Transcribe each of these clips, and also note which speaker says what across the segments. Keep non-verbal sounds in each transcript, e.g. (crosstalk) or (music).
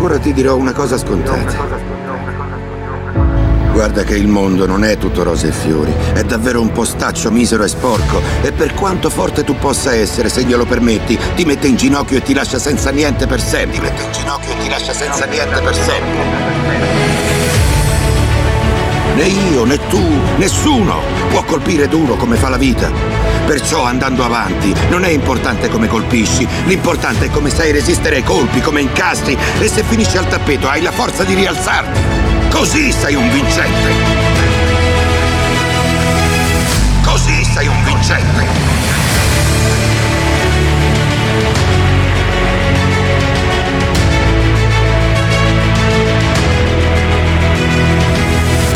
Speaker 1: Ora ti dirò una cosa scontata. Guarda che il mondo non è tutto rose e fiori, è davvero un postaccio misero e sporco e per quanto forte tu possa essere, se glielo permetti, ti mette in ginocchio e ti lascia senza niente per sempre. Ti mette in ginocchio e ti lascia senza niente per sempre. Né io, né tu, nessuno può colpire duro come fa la vita. Perciò andando avanti non è importante come colpisci, l'importante è come sai resistere ai colpi, come incastri e se finisci al tappeto hai la forza di rialzarti. Così sei un vincente. Così sei un vincente.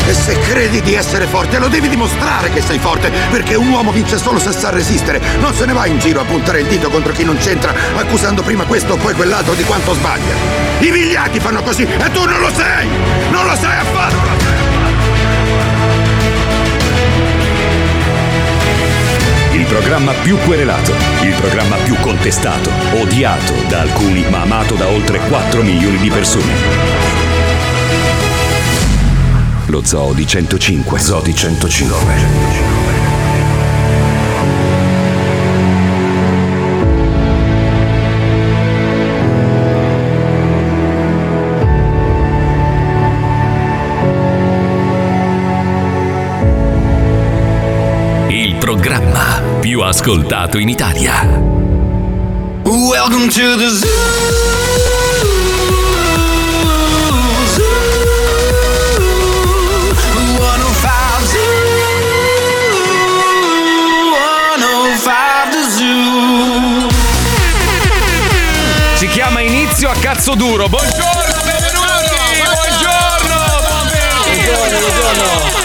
Speaker 1: E se credi di essere forte, lo devi dimostrare che sei forte, perché un uomo vince solo se sa resistere. Non se ne va in giro a puntare il dito contro chi non c'entra, accusando prima questo o poi quell'altro di quanto sbaglia. I vigliacchi fanno così e tu non lo sei! Non lo sei affatto!
Speaker 2: Il programma più querelato, il programma più contestato, odiato da alcuni ma amato da oltre 4 milioni di persone. Lo Zoo di 105. Zoo di 105.
Speaker 3: Il programma più ascoltato in Italia.
Speaker 4: Welcome to the zoo. Zoo. 105 Zoo. 105 the Zoo.
Speaker 5: Si chiama Inizio a cazzo duro. Buongiorno, benvenuti. Buongiorno,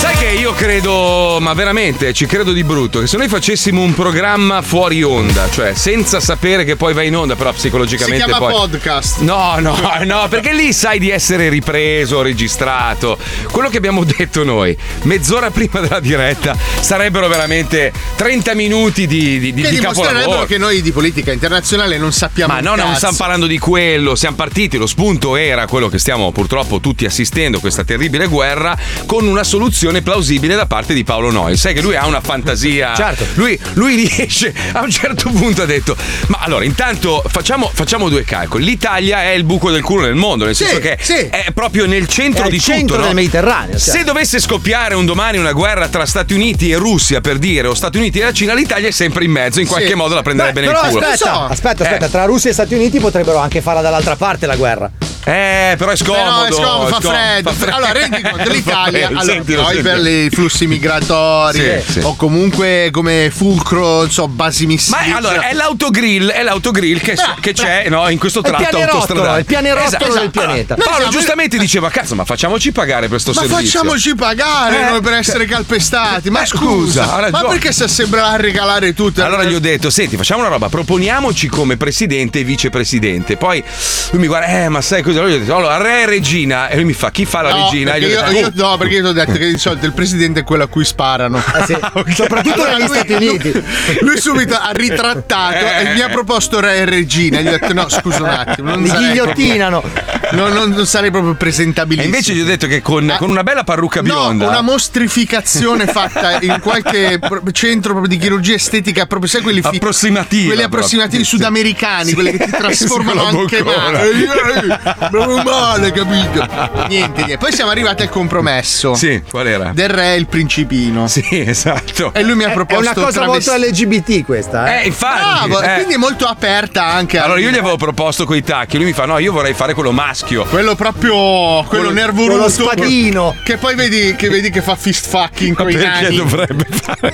Speaker 5: Sai che io credo, ma veramente ci credo di brutto, che se noi facessimo un programma fuori onda, cioè senza sapere che poi va in onda, però
Speaker 6: Si
Speaker 5: psicologicamente
Speaker 6: chiama
Speaker 5: poi.
Speaker 6: podcast.
Speaker 5: No, no, no, perché lì sai di essere ripreso, registrato. Quello che abbiamo detto noi, mezz'ora prima della diretta, sarebbero veramente 30 minuti di, di, di,
Speaker 6: Che
Speaker 5: di
Speaker 6: dimostrerebbero
Speaker 5: capolavoro.
Speaker 6: che noi di politica internazionale non sappiamo
Speaker 5: Ma no,
Speaker 6: un
Speaker 5: non
Speaker 6: cazzo.
Speaker 5: stiamo parlando di quello, siamo partiti, lo spunto era quello che stiamo purtroppo tutti assistendo, questa terribile guerra, con una soluzione plausibile da parte di Paolo Noi. Sai che lui ha una fantasia.
Speaker 7: (laughs) Certo.
Speaker 5: Lui, lui riesce, a un certo punto ha detto, ma allora intanto facciamo, facciamo due calcoli. L'Italia è il buco del culo nel mondo, nel senso che è proprio nel centro
Speaker 7: È
Speaker 5: di
Speaker 7: il centro
Speaker 5: tutto. no?
Speaker 7: del Mediterraneo, cioè.
Speaker 5: Se dovesse scoppiare un domani una guerra tra Stati Uniti e Russia, per dire, o Stati Uniti e la Cina, l'Italia è sempre in mezzo, in qualche modo la prenderebbe
Speaker 7: Beh,
Speaker 5: nel
Speaker 7: però
Speaker 5: culo.
Speaker 7: Aspetta, aspetta, aspetta,
Speaker 5: Eh.
Speaker 7: tra Russia e Stati Uniti potrebbero anche farla dall'altra parte la guerra.
Speaker 5: Eh, però è scomodo.
Speaker 7: Però è scomodo, fa freddo.
Speaker 6: Allora, rendi conto, l'Italia,
Speaker 5: Fa freddo,
Speaker 6: allora,
Speaker 5: sentilo,
Speaker 6: noi
Speaker 5: sentilo.
Speaker 6: per i
Speaker 5: (laughs)
Speaker 6: flussi migratori
Speaker 5: Sì, sì.
Speaker 6: o comunque come fulcro, non so, basi
Speaker 5: Ma
Speaker 6: missili.
Speaker 5: è- allora, è l'autogrill, è l'autogrill che, che c'è no, in questo
Speaker 6: È il
Speaker 5: tratto
Speaker 6: pianerottolo,
Speaker 5: autostradale.
Speaker 6: il pianerottolo del
Speaker 5: Allora,
Speaker 6: pianeta.
Speaker 5: Paolo
Speaker 6: Noi siamo-
Speaker 5: giustamente diceva, cazzo, ma facciamoci pagare per sto
Speaker 6: Ma
Speaker 5: servizio.
Speaker 6: facciamoci pagare
Speaker 5: Eh,
Speaker 6: noi per
Speaker 5: cioè-
Speaker 6: essere calpestati. Ma
Speaker 5: Eh, scusa, ha
Speaker 6: scusa, ma
Speaker 5: ragione.
Speaker 6: perché si sembra a regalare tutto? eh?
Speaker 5: Allora gli ho detto, senti, facciamo una roba, proponiamoci come presidente e vicepresidente. Poi lui mi guarda, eh, ma sai cosa? Allora gli ho detto, allora, re e regina. E lui mi fa, chi fa la
Speaker 6: No,
Speaker 5: regina? E
Speaker 6: perché
Speaker 5: gli ho
Speaker 6: io,
Speaker 5: detto,
Speaker 6: io-
Speaker 5: "Oh,
Speaker 6: no, perché io ti ho detto che di solito il presidente è quello a cui sparano. (laughs) Ok.
Speaker 7: Ah, Soprattutto
Speaker 6: Allora
Speaker 7: negli
Speaker 6: lui-
Speaker 7: Stati Uniti.
Speaker 6: Lui subito ha ritrattato e
Speaker 5: Eh.
Speaker 6: mi ha proposto re e regina. Gli ho detto: no, scusa un attimo. Non
Speaker 7: Li
Speaker 6: sarei
Speaker 7: ghigliottinano.
Speaker 6: proprio- non, non- non sarei proprio
Speaker 5: E
Speaker 6: presentabilissimo.
Speaker 5: invece gli ho detto che con, con una bella parrucca bionda.
Speaker 6: Una mostrificazione fatta in qualche pro- centro proprio di chirurgia estetica, proprio sai quelli fi-
Speaker 5: Approssimativa,
Speaker 6: quelli
Speaker 5: proprio.
Speaker 6: approssimativi sudamericani,
Speaker 5: Sì.
Speaker 6: quelli che ti trasformano
Speaker 5: Sì, con la
Speaker 6: anche
Speaker 5: boccona.
Speaker 6: male. Eh, proprio male, capito?
Speaker 5: (laughs)
Speaker 6: Niente, niente. Poi siamo arrivati al compromesso.
Speaker 5: Sì, qual era?
Speaker 6: Del re e il principino.
Speaker 5: Sì, (laughs) esatto.
Speaker 6: E lui mi ha
Speaker 7: Eh, È-
Speaker 6: proposto
Speaker 7: È una cosa
Speaker 6: travesti-
Speaker 7: molto LGBT questa, eh.
Speaker 5: Eh, infatti.
Speaker 6: Bravo,
Speaker 5: eh.
Speaker 6: quindi è molto aperta anche a-
Speaker 5: Allora io gli avevo proposto quei tacchi, lui mi fa no, io vorrei fare quello maschio.
Speaker 6: Quello proprio, quello, nervoluto.
Speaker 7: quello spadino.
Speaker 6: Che poi vedi che, vedi che fa fist fucking
Speaker 5: Ma
Speaker 6: con i
Speaker 5: perché
Speaker 6: nani.
Speaker 5: dovrebbe fare?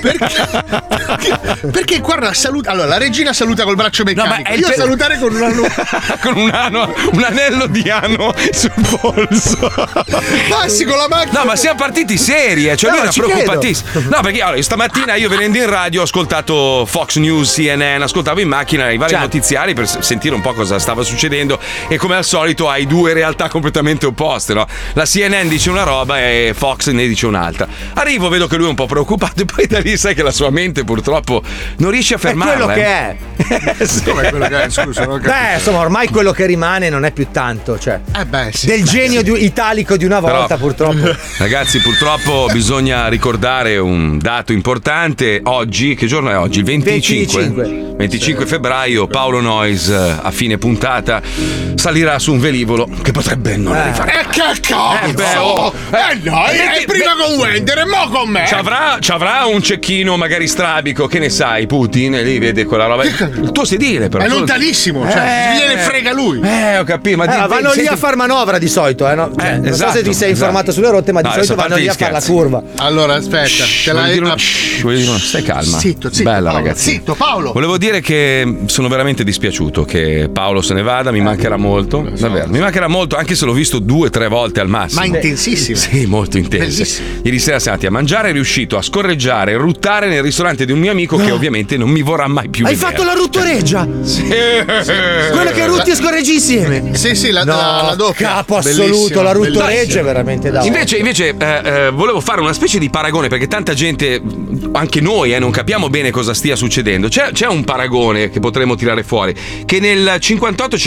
Speaker 6: Perché guarda,
Speaker 5: Eh,
Speaker 6: saluta. Allora, la regina saluta col braccio meccanico.
Speaker 5: ma è il
Speaker 6: Io
Speaker 5: pe- (laughs)
Speaker 6: salutare con una nuca.
Speaker 5: con un, ano- un anello guardiano sul polso.
Speaker 6: Passi con la macchina.
Speaker 5: No, ma siamo partiti seri, eh, cioè
Speaker 8: No,
Speaker 5: lui era
Speaker 8: ci credo.
Speaker 5: preoccupatissimo. No, perché allora, stamattina io venendo in radio ho ascoltato Fox News, CNN, ascoltavo in macchina i vari notiziari per s- sentire un po' cosa stava succedendo e come al solito hai due realtà completamente opposte, no? La CNN dice una roba e Fox ne dice un'altra. Arrivo, vedo che lui è un po' preoccupato (laughs) e poi da lì sai che la sua mente purtroppo non riesce a fermarla.
Speaker 7: quello che
Speaker 5: (laughs) eh.
Speaker 7: è.
Speaker 5: Come quello che è? Scusa, non ho capito.
Speaker 7: Beh, insomma, ormai quello che rimane non è più tanto, cioè. del genio di- italico di una
Speaker 5: Però- (laughs)
Speaker 7: volta, purtroppo.
Speaker 5: Ragazzi, purtroppo bisogna ricordare un dato importante. Oggi, che giorno è oggi? Il 25.
Speaker 7: 25.
Speaker 5: 25 febbraio, Paolo Noyes, eh, a fine puntata, salirà su un velivolo che potrebbe non arrivare.
Speaker 6: E che
Speaker 5: Eh, beh,
Speaker 6: cazzo?
Speaker 5: oh.
Speaker 6: Eh, no,
Speaker 5: Metti-
Speaker 6: eh, prima con Wender e mo con me.
Speaker 5: Ci avrà, ci avrà un cecchino magari strabico, che ne sai, Putin, e lì vede quella roba. Il tuo sedile, però.
Speaker 6: È lontanissimo, cioè, gliene frega lui.
Speaker 5: Eh, ho capito, ma
Speaker 7: Eh,
Speaker 5: di-
Speaker 7: ma vanno
Speaker 5: senti-
Speaker 7: lì a far manovra di solito, eh? No? Cioè, non
Speaker 5: esatto,
Speaker 7: so se ti sei
Speaker 5: esatto.
Speaker 7: informato sulle rotte, ma di
Speaker 5: No,
Speaker 7: solito
Speaker 5: adesso
Speaker 7: vanno
Speaker 5: parte
Speaker 7: lì
Speaker 5: gli
Speaker 7: a far la
Speaker 5: scherzi.
Speaker 7: curva.
Speaker 6: Allora, aspetta, te
Speaker 5: Voglio
Speaker 6: la
Speaker 5: dire una- Shh, voglio dire una- stai calma.
Speaker 6: Zitto, zitto,
Speaker 5: Bella,
Speaker 6: Paolo,
Speaker 5: ragazzi.
Speaker 6: zitto, Paolo.
Speaker 5: Volevo dire che sono veramente dispiaciuto che Paolo se ne vada,
Speaker 6: Eh,
Speaker 5: mi mancherà molto. Davvero, mi mancherà molto, anche se l'ho visto due o tre volte al massimo.
Speaker 6: Ma intensissimo.
Speaker 5: Sì, molto intense.
Speaker 6: Bellissimo.
Speaker 5: Ieri sera siamo andati a mangiare, è riuscito a scorreggiare, ruttare nel ristorante di un mio amico
Speaker 6: Ah.
Speaker 5: che ovviamente non mi vorrà mai più
Speaker 7: Hai
Speaker 5: vedere.
Speaker 7: fatto la ruttoreggia? Quella che rutti e scorreggi insieme.
Speaker 6: Sì, sì, la,
Speaker 7: No,
Speaker 6: la, la doppia.
Speaker 7: capo
Speaker 6: Bellissimo,
Speaker 7: assoluto, la ruttoreggia
Speaker 6: bellissimo.
Speaker 7: è veramente da.
Speaker 5: Invece, invece eh, eh, volevo fare una specie di paragone perché tanta gente, anche noi, eh, non capiamo bene cosa stia succedendo. C'è, c'è un paragone che potremmo tirare fuori, che nel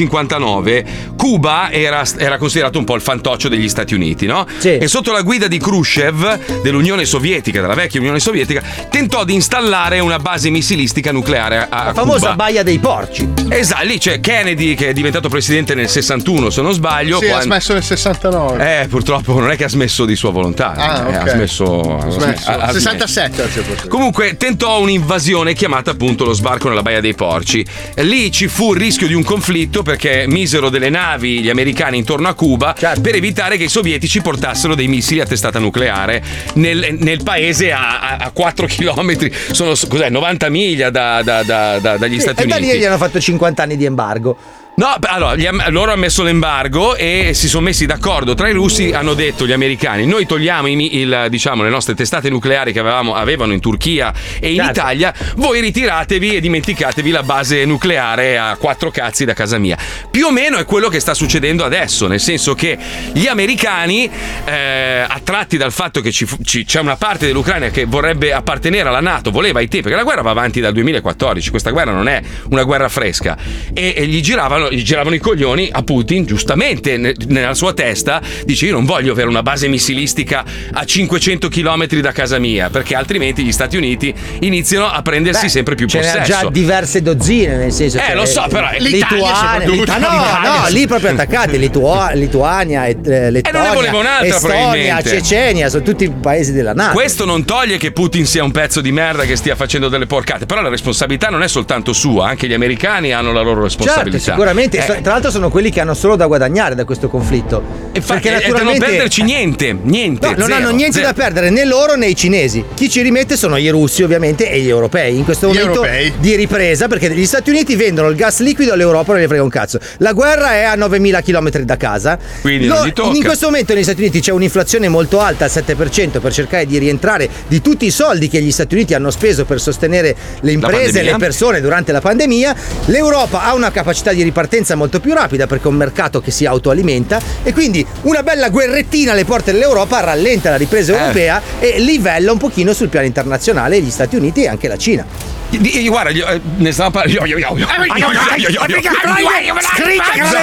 Speaker 5: 58-59 Cuba era, era considerato un po' il fantoccio degli Stati Uniti, no?
Speaker 7: Sì.
Speaker 5: E sotto la guida di Khrushchev, dell'Unione Sovietica, della vecchia Unione Sovietica, tentò di installare una base missilistica nucleare a, a
Speaker 7: La famosa
Speaker 5: Cuba.
Speaker 7: baia dei porci.
Speaker 5: Esatto, lì c'è Kennedy che è diventato presidente nel 61, se non sbaglio.
Speaker 6: Sì, ha
Speaker 5: quando-
Speaker 6: smesso nel 69.
Speaker 5: eh, purtroppo non è che ha smesso di sua volontà,
Speaker 6: Ah,
Speaker 5: eh,
Speaker 6: ok.
Speaker 5: ha smesso. ha
Speaker 6: Smesso.
Speaker 5: smesso- ha- ha smesso.
Speaker 6: 67 anzi, forse.
Speaker 5: Certo. Comunque tentò un'invasione chiamata appunto lo sbarco nella Baia dei Porci. Lì ci fu il rischio di un conflitto perché misero delle navi gli americani intorno a Cuba
Speaker 7: Certo.
Speaker 5: per evitare che i sovietici portassero dei missili a testata nucleare nel, nel paese a, a- a (laughs) 4 km, sono cos'è, 90 miglia da- da- da- da- dagli Stati
Speaker 7: e da
Speaker 5: Uniti.
Speaker 7: lì gli hanno fatto 50 anni di embargo.
Speaker 5: No, beh, allora, gli am- loro hanno messo l'embargo e si sono messi d'accordo tra i russi, hanno detto gli americani, noi togliamo i mi- il, diciamo, le nostre testate nucleari che avevamo- avevano in Turchia e in
Speaker 7: Certo.
Speaker 5: Italia, voi ritiratevi e dimenticatevi la base nucleare a quattro cazzi da casa mia. Più o meno è quello che sta succedendo adesso, nel senso che gli americani, eh, attratti dal fatto che ci fu- ci- c'è una parte dell'Ucraina che vorrebbe appartenere alla Nato, voleva ai tempi, perché la guerra va avanti dal 2014, questa guerra non è una guerra fresca, e, e gli, giravano, gli giravano i coglioni a Putin, giustamente ne- nella sua testa, dice io non voglio avere una base missilistica a 500 km da casa mia, perché altrimenti gli Stati Uniti iniziano a prendersi
Speaker 7: Beh,
Speaker 5: sempre più
Speaker 7: ce n'è
Speaker 5: possesso.
Speaker 7: già diverse dozzine, nel senso.
Speaker 5: Eh,
Speaker 7: che-
Speaker 5: lo so, però, eh,
Speaker 6: l'Italia
Speaker 7: Lituania,
Speaker 6: soprattutto,
Speaker 7: Lita- no,
Speaker 6: l'Italia.
Speaker 7: no, lì proprio attaccati, Litua- Lituania, e- eh, Lettonia,
Speaker 5: volevo un'altra,
Speaker 7: Estonia,
Speaker 5: probabilmente.
Speaker 7: Cecenia, sono tutti paesi della NATO.
Speaker 5: Questo non toglie che Putin sia un pezzo di merda che stia facendo delle porcate, però la responsabilità non è soltanto sua, anche gli americani hanno la loro
Speaker 7: Certo,
Speaker 5: responsabilità.
Speaker 7: sicuramente.
Speaker 5: Eh,
Speaker 7: So- Tra l'altro sono quelli che hanno solo da guadagnare da questo conflitto.
Speaker 5: Infatti, eh, e- e per non perderci niente, niente.
Speaker 7: No, non
Speaker 5: zero,
Speaker 7: hanno niente
Speaker 5: zero.
Speaker 7: da perdere né loro né i cinesi. Chi ci rimette sono i russi ovviamente e gli europei in questo
Speaker 6: Gli
Speaker 7: momento
Speaker 6: europei.
Speaker 7: di ripresa perché gli Stati Uniti vendono il gas liquido all'Europa non ne frega un cazzo. La guerra è a 9000 km da casa.
Speaker 5: Quindi non li tocca.
Speaker 7: In questo momento negli Stati Uniti c'è un'inflazione molto alta al 7% per cercare di rientrare di tutti i soldi che gli Stati Uniti hanno speso per sostenere le imprese e
Speaker 5: pandemia.
Speaker 7: le persone durante la pandemia. L'Europa ha una capacità di ripartenza molto più rapida perché è un mercato che si autoalimenta e quindi una bella guerrettina alle porte dell'Europa rallenta la ripresa
Speaker 5: Certo.
Speaker 7: europea e livella un pochino sul piano internazionale gli Stati Uniti e anche la Cina.
Speaker 5: Di- di- Guarda, gli- eh, ne stavo parlando.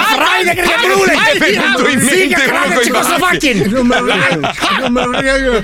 Speaker 5: È venuto in mente uno con i baffi.
Speaker 7: Non me lo ricordo. Non me lo ricordo.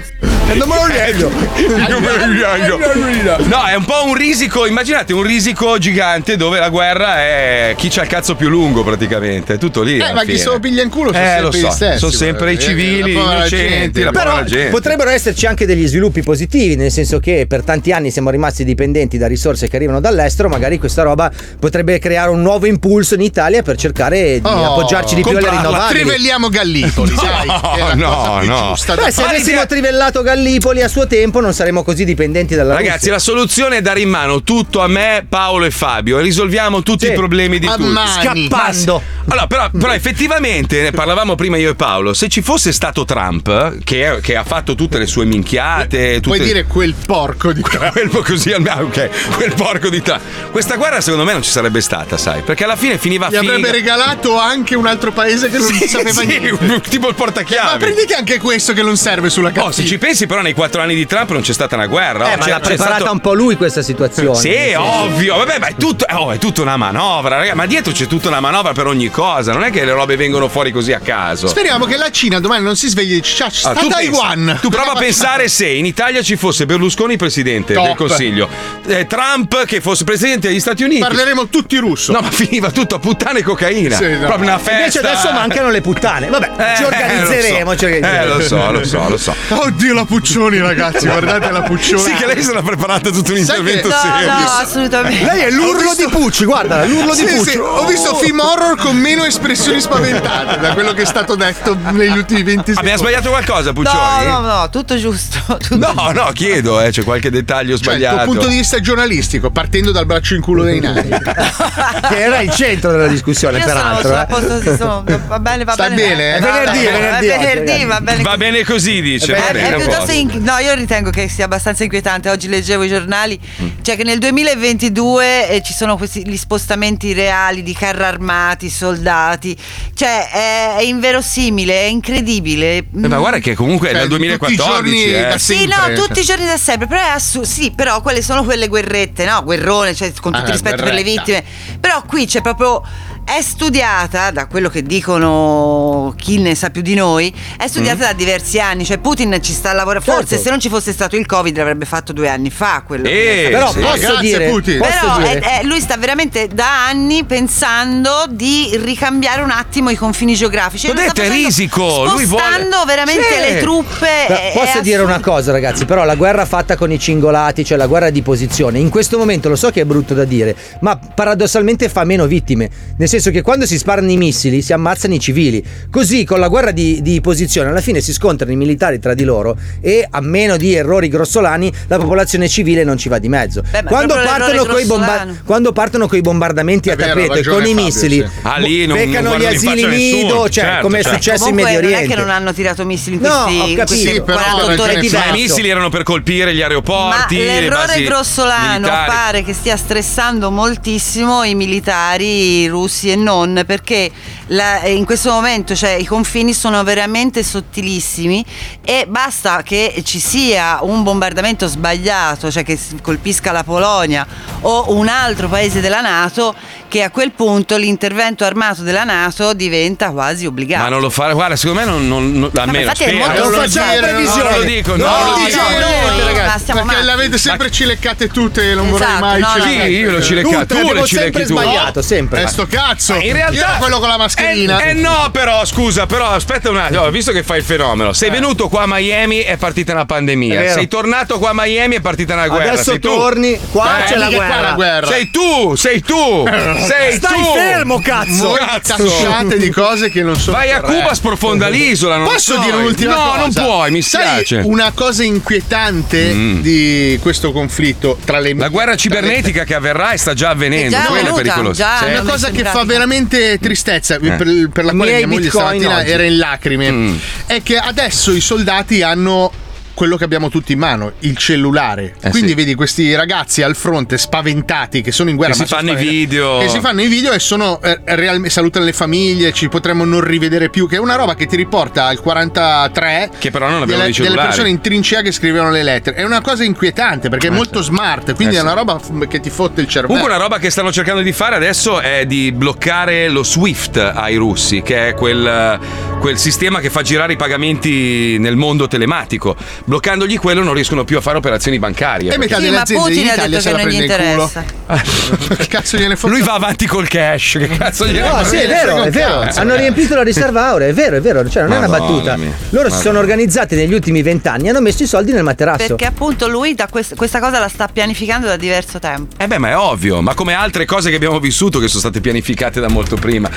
Speaker 7: Non me lo ricordo.
Speaker 5: Non me lo ricordo. No, è un po' un risico. Immaginate un risico gigante dove la guerra è chi c'ha il cazzo più lungo, praticamente. È tutto lì.
Speaker 6: Eh,
Speaker 5: alla
Speaker 6: ma chi
Speaker 5: fine.
Speaker 6: se lo piglia in culo sono
Speaker 5: Eh,
Speaker 6: sempre
Speaker 5: lo so.
Speaker 6: gli stessi.
Speaker 5: Sono sempre i
Speaker 6: guarda,
Speaker 5: civili,
Speaker 6: la
Speaker 5: gli
Speaker 6: povera
Speaker 5: innocenti,
Speaker 6: gente.
Speaker 5: la
Speaker 7: Però
Speaker 5: povera gente.
Speaker 7: potrebbero esserci anche degli sviluppi positivi, nel senso che per tanti anni siamo rimasti dipendenti da risorse che arrivano dall'estero, magari questa roba potrebbe creare un nuovo impulso in Italia per cercare di
Speaker 6: Oh,
Speaker 7: appoggiarci di più alle
Speaker 5: comprarla,
Speaker 7: rinnovabili.
Speaker 6: Trivelliamo Gallipoli, dai.
Speaker 5: (laughs)
Speaker 6: È la
Speaker 5: no,
Speaker 6: cosa più
Speaker 5: no.
Speaker 6: giusta da
Speaker 7: Beh, se
Speaker 6: fare.
Speaker 7: avessimo
Speaker 5: idea-
Speaker 7: trivellato Gallipoli a suo tempo non saremo così dipendenti dalla
Speaker 5: Ragazzi,
Speaker 7: Russia.
Speaker 5: la soluzione è dare in mano tutto a me, Paolo e Fabio e risolviamo tutti i problemi di
Speaker 7: A
Speaker 5: tutti.
Speaker 7: mani. Scappando.
Speaker 5: Allora, però,
Speaker 6: Mm.
Speaker 5: però effettivamente ne parlavamo prima io e Paolo. Se ci fosse stato Trump, che, che ha fatto tutte le sue minchiate, tutte...
Speaker 6: Puoi dire quel porco di qua.
Speaker 5: (laughs) Quel po' così al- ah, ok, quel porco di Trump. Questa guerra secondo me non ci sarebbe stata, sai, perché alla fine finiva
Speaker 6: Gli avrebbe regalato anche un altro paese che non sapeva
Speaker 5: Ah, sì,
Speaker 6: niente.
Speaker 5: Tipo il portachiavi.
Speaker 6: Ma prendete anche questo che non serve sulla cartina.
Speaker 5: Oh, se ci pensi, però, nei quattro anni di Trump non c'è stata una guerra.
Speaker 7: Eh,
Speaker 5: oh,
Speaker 7: ma
Speaker 5: c'è-
Speaker 7: l'ha
Speaker 5: c'è
Speaker 7: preparata
Speaker 5: stato-
Speaker 7: un po' lui questa situazione.
Speaker 5: Sì,
Speaker 7: Nel senso-
Speaker 5: ovvio. Vabbè, ma è tutto, oh, è tutta una manovra, raga. Ma dietro c'è tutta una manovra per ogni cosa. Non è che le robe vengono fuori così a caso.
Speaker 6: Speriamo che la Cina domani non si svegli e dici, "Ciao, sta
Speaker 5: Ah, tu pensa-
Speaker 6: Taiwan.
Speaker 5: tu
Speaker 6: (laughs)
Speaker 5: prova a pensare se in Italia ci fosse Berlusconi presidente
Speaker 6: Top.
Speaker 5: del Consiglio, eh, Trump che fosse presidente degli Stati Uniti.
Speaker 6: Parleremo tutti russo.
Speaker 5: No, ma finiva tutto a puttane e cocaina.
Speaker 6: Sì, no.
Speaker 5: Proprio una festa.
Speaker 7: Invece adesso mancano le puttane. Vabbè,
Speaker 5: Eh,
Speaker 7: ci organizzeremo.
Speaker 5: lo so.
Speaker 7: ci organizzeremo.
Speaker 5: Eh, lo so, lo so, lo so.
Speaker 6: Oddio la Puccioni, ragazzi, guardate la Puccioni.
Speaker 5: Sì, che lei se l'ha preparata tutto un
Speaker 6: Sai che-
Speaker 5: intervento
Speaker 6: No,
Speaker 5: serio.
Speaker 8: No, assolutamente.
Speaker 7: Lei è l'urlo di Pucci, guarda, l'urlo di
Speaker 6: Sì,
Speaker 7: Pucci.
Speaker 6: sì, ho visto film horror con meno espressioni spaventate da quello che è stato detto negli ultimi 20 secondi.
Speaker 5: Abbiamo sbagliato qualcosa,
Speaker 8: No,
Speaker 5: Puccioni?
Speaker 8: no, no, tutto giusto. (laughs) tutto
Speaker 5: No, no, chiedo, eh, c'è qualche dettaglio
Speaker 6: Cioè, il tuo
Speaker 5: sbagliato.
Speaker 6: Cioè, punto di vista giornalistico, partendo dal braccio in culo dei nani.
Speaker 7: Che era il centro della discussione,
Speaker 8: Io sono
Speaker 7: peraltro.
Speaker 8: sulla
Speaker 7: eh.
Speaker 8: posto, sì, sono- va bene, va
Speaker 6: Sta
Speaker 8: bene.
Speaker 6: bene, eh?
Speaker 8: Va
Speaker 7: È venerdì,
Speaker 8: bene,
Speaker 7: è venerdì
Speaker 8: È
Speaker 7: oggi,
Speaker 8: venerdì,
Speaker 7: ragazzi.
Speaker 8: va bene.
Speaker 5: Va bene così, dice.
Speaker 8: Eh,
Speaker 5: va
Speaker 8: è
Speaker 5: bene, a
Speaker 8: piuttosto
Speaker 5: posto.
Speaker 8: inc- no, io ritengo che sia abbastanza inquietante. Oggi leggevo i giornali,
Speaker 5: Mm.
Speaker 8: cioè che nel 2022 eh, ci sono questi gli spostamenti reali di carri armati, soldati. Cioè è, è inverosimile, è incredibile.
Speaker 5: Eh, Ma guarda che comunque è
Speaker 6: Cioè,
Speaker 5: dal
Speaker 6: tutti i
Speaker 5: 2014.
Speaker 6: giorni
Speaker 5: eh.
Speaker 6: da
Speaker 8: Sì,
Speaker 6: sempre. cioè.
Speaker 8: no, tutti i giorni da sempre, però è assu- sì, però quelle sono quelle guerrette, no? Guerrone, cioè con tutto
Speaker 6: Ah,
Speaker 8: il rispetto per le
Speaker 6: guerretta.
Speaker 8: vittime. Però qui c'è proprio è studiata da quello che dicono chi ne sa più di noi, è studiata da diversi anni, cioè Putin ci sta lavorando,
Speaker 7: Certo.
Speaker 8: forse se non ci fosse stato il Covid l'avrebbe fatto due anni fa quello.
Speaker 5: Eh,
Speaker 7: Però
Speaker 5: sì.
Speaker 7: posso
Speaker 6: Grazie,
Speaker 7: dire,
Speaker 6: Putin.
Speaker 7: posso
Speaker 8: Però
Speaker 7: dire-
Speaker 8: è- è- lui sta veramente da anni pensando di ricambiare un attimo i confini geografici.
Speaker 5: L'ho
Speaker 8: E lo sta
Speaker 5: detto, è
Speaker 8: facendo
Speaker 5: risico, lui vuole-
Speaker 8: Spostando veramente
Speaker 5: Sì.
Speaker 8: le truppe. eh,
Speaker 7: Però
Speaker 8: è- è
Speaker 7: Posso dire una
Speaker 8: assurdo.
Speaker 7: cosa, ragazzi, però la guerra fatta con i cingolati, cioè la guerra di posizione, in questo momento lo so che è brutto da dire, ma paradossalmente fa meno vittime. Nel senso che quando si sparano i missili si ammazzano i civili. Così con la guerra di, di posizione alla fine si scontrano i militari tra di loro e a meno di errori grossolani la popolazione civile non ci va di mezzo.
Speaker 8: Beh, ma
Speaker 7: quando,
Speaker 8: proprio
Speaker 7: partono
Speaker 8: l'errore
Speaker 7: coi bomba-
Speaker 8: grossolano.
Speaker 7: quando partono con i bombardamenti
Speaker 6: È
Speaker 7: a
Speaker 6: vero, ha
Speaker 7: tappeto e
Speaker 6: ragione
Speaker 7: con i
Speaker 6: Fabio,
Speaker 7: missili,
Speaker 6: sì.
Speaker 5: Ah, lì non-
Speaker 7: beccano
Speaker 5: non guardano
Speaker 7: gli
Speaker 5: in
Speaker 7: asili
Speaker 5: faccia nessuno,
Speaker 7: nido, cioè
Speaker 5: certo,
Speaker 7: come è
Speaker 5: certo.
Speaker 7: successo in
Speaker 8: Comunque
Speaker 7: Medio
Speaker 8: Non è
Speaker 7: Oriente.
Speaker 8: che non hanno tirato missili in
Speaker 7: No,
Speaker 8: questi,
Speaker 7: ho
Speaker 8: in
Speaker 7: capito.
Speaker 8: questi
Speaker 6: Sì, però
Speaker 8: 48 ore
Speaker 6: ragione
Speaker 8: di
Speaker 6: fa.
Speaker 5: Ma i
Speaker 8: verso.
Speaker 5: missili erano per colpire gli
Speaker 8: Ma
Speaker 5: aeroporti. le
Speaker 8: l'errore
Speaker 5: basi
Speaker 8: grossolano
Speaker 5: militari.
Speaker 8: pare che stia stressando moltissimo i militari russi e non, perché la- eh, in questo momento cioè, i confini sono veramente sottilissimi e basta che ci sia un bombardamento sbagliato, cioè che s- colpisca la Polonia o un altro paese della Nato, che a quel punto l'intervento armato della Nato diventa quasi obbligato.
Speaker 5: Ma non lo fa, guarda, secondo me non, non, non- a
Speaker 8: ma
Speaker 5: meno
Speaker 8: infatti è
Speaker 5: spero.
Speaker 8: molto-
Speaker 6: Non lo
Speaker 7: facciamo
Speaker 6: dire,
Speaker 7: previsioni.
Speaker 5: non lo dico, no,
Speaker 6: No,
Speaker 5: non lo
Speaker 6: no,
Speaker 5: dico.
Speaker 8: no,
Speaker 6: niente,
Speaker 8: no, ma
Speaker 6: ragazzi.
Speaker 8: siamo
Speaker 6: Perché
Speaker 8: matti.
Speaker 6: l'avete sempre cileccate tutte e non vorrei
Speaker 8: Esatto,
Speaker 6: mai
Speaker 8: no, no.
Speaker 6: cileccare.
Speaker 5: Sì, io lo cileccato,
Speaker 6: Tutte,
Speaker 5: tu
Speaker 6: abbiamo
Speaker 5: le cilecchi
Speaker 6: sempre
Speaker 5: tu.
Speaker 6: sbagliato,
Speaker 7: sempre.
Speaker 6: Eh, sto cazzo.
Speaker 5: In realtà
Speaker 6: Io ero quello con la mascherina.
Speaker 5: Eh, eh no, però, scusa, però aspetta un attimo, Allora, visto che fai il fenomeno. Sei venuto qua a Miami è partita una
Speaker 7: È
Speaker 5: pandemia.
Speaker 7: vero.
Speaker 5: Sei tornato qua a Miami è partita una guerra.
Speaker 7: Adesso
Speaker 5: sei tu.
Speaker 7: torni, qua
Speaker 5: Eh,
Speaker 7: c'è la
Speaker 6: Che qua è
Speaker 7: guerra.
Speaker 6: la guerra. Eh.
Speaker 5: Sei tu, sei tu, sei
Speaker 7: Stai
Speaker 5: tu.
Speaker 7: fermo, cazzo!
Speaker 6: Voi
Speaker 5: cazzo.
Speaker 6: tasciate di cose che non sono
Speaker 5: Vai a
Speaker 6: corrette.
Speaker 5: Cuba, sprofonda l'isola. Non
Speaker 6: Posso
Speaker 5: puoi.
Speaker 6: dire un'ultima
Speaker 5: no,
Speaker 6: cosa?
Speaker 5: non puoi, mi
Speaker 6: Sai
Speaker 5: spiace. Mm.
Speaker 6: una cosa inquietante di questo conflitto tra le
Speaker 5: La guerra cibernetica che avverrà e sta già avvenendo.
Speaker 8: È già
Speaker 5: Quello è
Speaker 8: avvenuta,
Speaker 5: pericoloso. Eh.
Speaker 8: già.
Speaker 5: Sì. Mm.
Speaker 6: Una
Speaker 8: hanno
Speaker 6: cosa
Speaker 8: messo in
Speaker 6: che fa
Speaker 8: pratica.
Speaker 6: veramente tristezza, per, per la
Speaker 7: I
Speaker 6: quale
Speaker 7: miei
Speaker 6: mia moglie
Speaker 7: bitcoin
Speaker 6: stamattina
Speaker 7: oggi.
Speaker 6: era in lacrime,
Speaker 5: Mm.
Speaker 6: è che adesso i soldati hanno quello che abbiamo tutti in mano, il cellulare.
Speaker 5: Eh
Speaker 6: Quindi
Speaker 5: sì.
Speaker 6: vedi questi ragazzi al fronte spaventati che sono in guerra.
Speaker 5: Che
Speaker 6: ma
Speaker 5: si
Speaker 6: sono
Speaker 5: fanno i
Speaker 6: spaventati,
Speaker 5: video.
Speaker 6: Che si fanno i video e sono eh, realme- salutano le famiglie, ci potremmo non rivedere più, che è una roba che ti riporta al 43
Speaker 5: Che però non
Speaker 6: delle,
Speaker 5: avevano i
Speaker 6: delle
Speaker 5: cellulari.
Speaker 6: persone in trincea che scrivevano le lettere. È una cosa inquietante perché è molto smart, quindi
Speaker 5: Eh
Speaker 6: è
Speaker 5: sì.
Speaker 6: una roba f- che ti fotte il cervello.
Speaker 5: Comunque
Speaker 6: (laughs)
Speaker 5: una roba che stanno cercando di fare adesso è di bloccare lo SWIFT ai russi, che è quel, quel sistema che fa girare i pagamenti nel mondo telematico. Bloccandogli quello non riescono più a fare operazioni bancarie.
Speaker 6: e metà
Speaker 8: Sì,
Speaker 6: delle
Speaker 8: ma
Speaker 6: aziende in
Speaker 8: Putin ha
Speaker 6: Italia
Speaker 8: detto
Speaker 6: se
Speaker 8: che
Speaker 6: la
Speaker 8: non gli
Speaker 6: prende in culo.
Speaker 8: interessa.
Speaker 6: Che cazzo gliene fotte?
Speaker 5: Lui va avanti col cash, che cazzo gli
Speaker 7: No, sì, è vero, è vero.
Speaker 6: Cazzo,
Speaker 7: Hanno
Speaker 6: eh.
Speaker 7: riempito la riserva aurea, è vero, è vero, cioè non è una
Speaker 5: Madonna
Speaker 7: battuta.
Speaker 5: mia.
Speaker 7: Loro si sono organizzati negli ultimi vent'anni e hanno messo i soldi nel materasso.
Speaker 8: Perché appunto lui da quest- questa cosa la sta pianificando da diverso tempo.
Speaker 5: Eh beh, ma è ovvio, ma come altre cose che abbiamo vissuto che sono state pianificate da molto prima.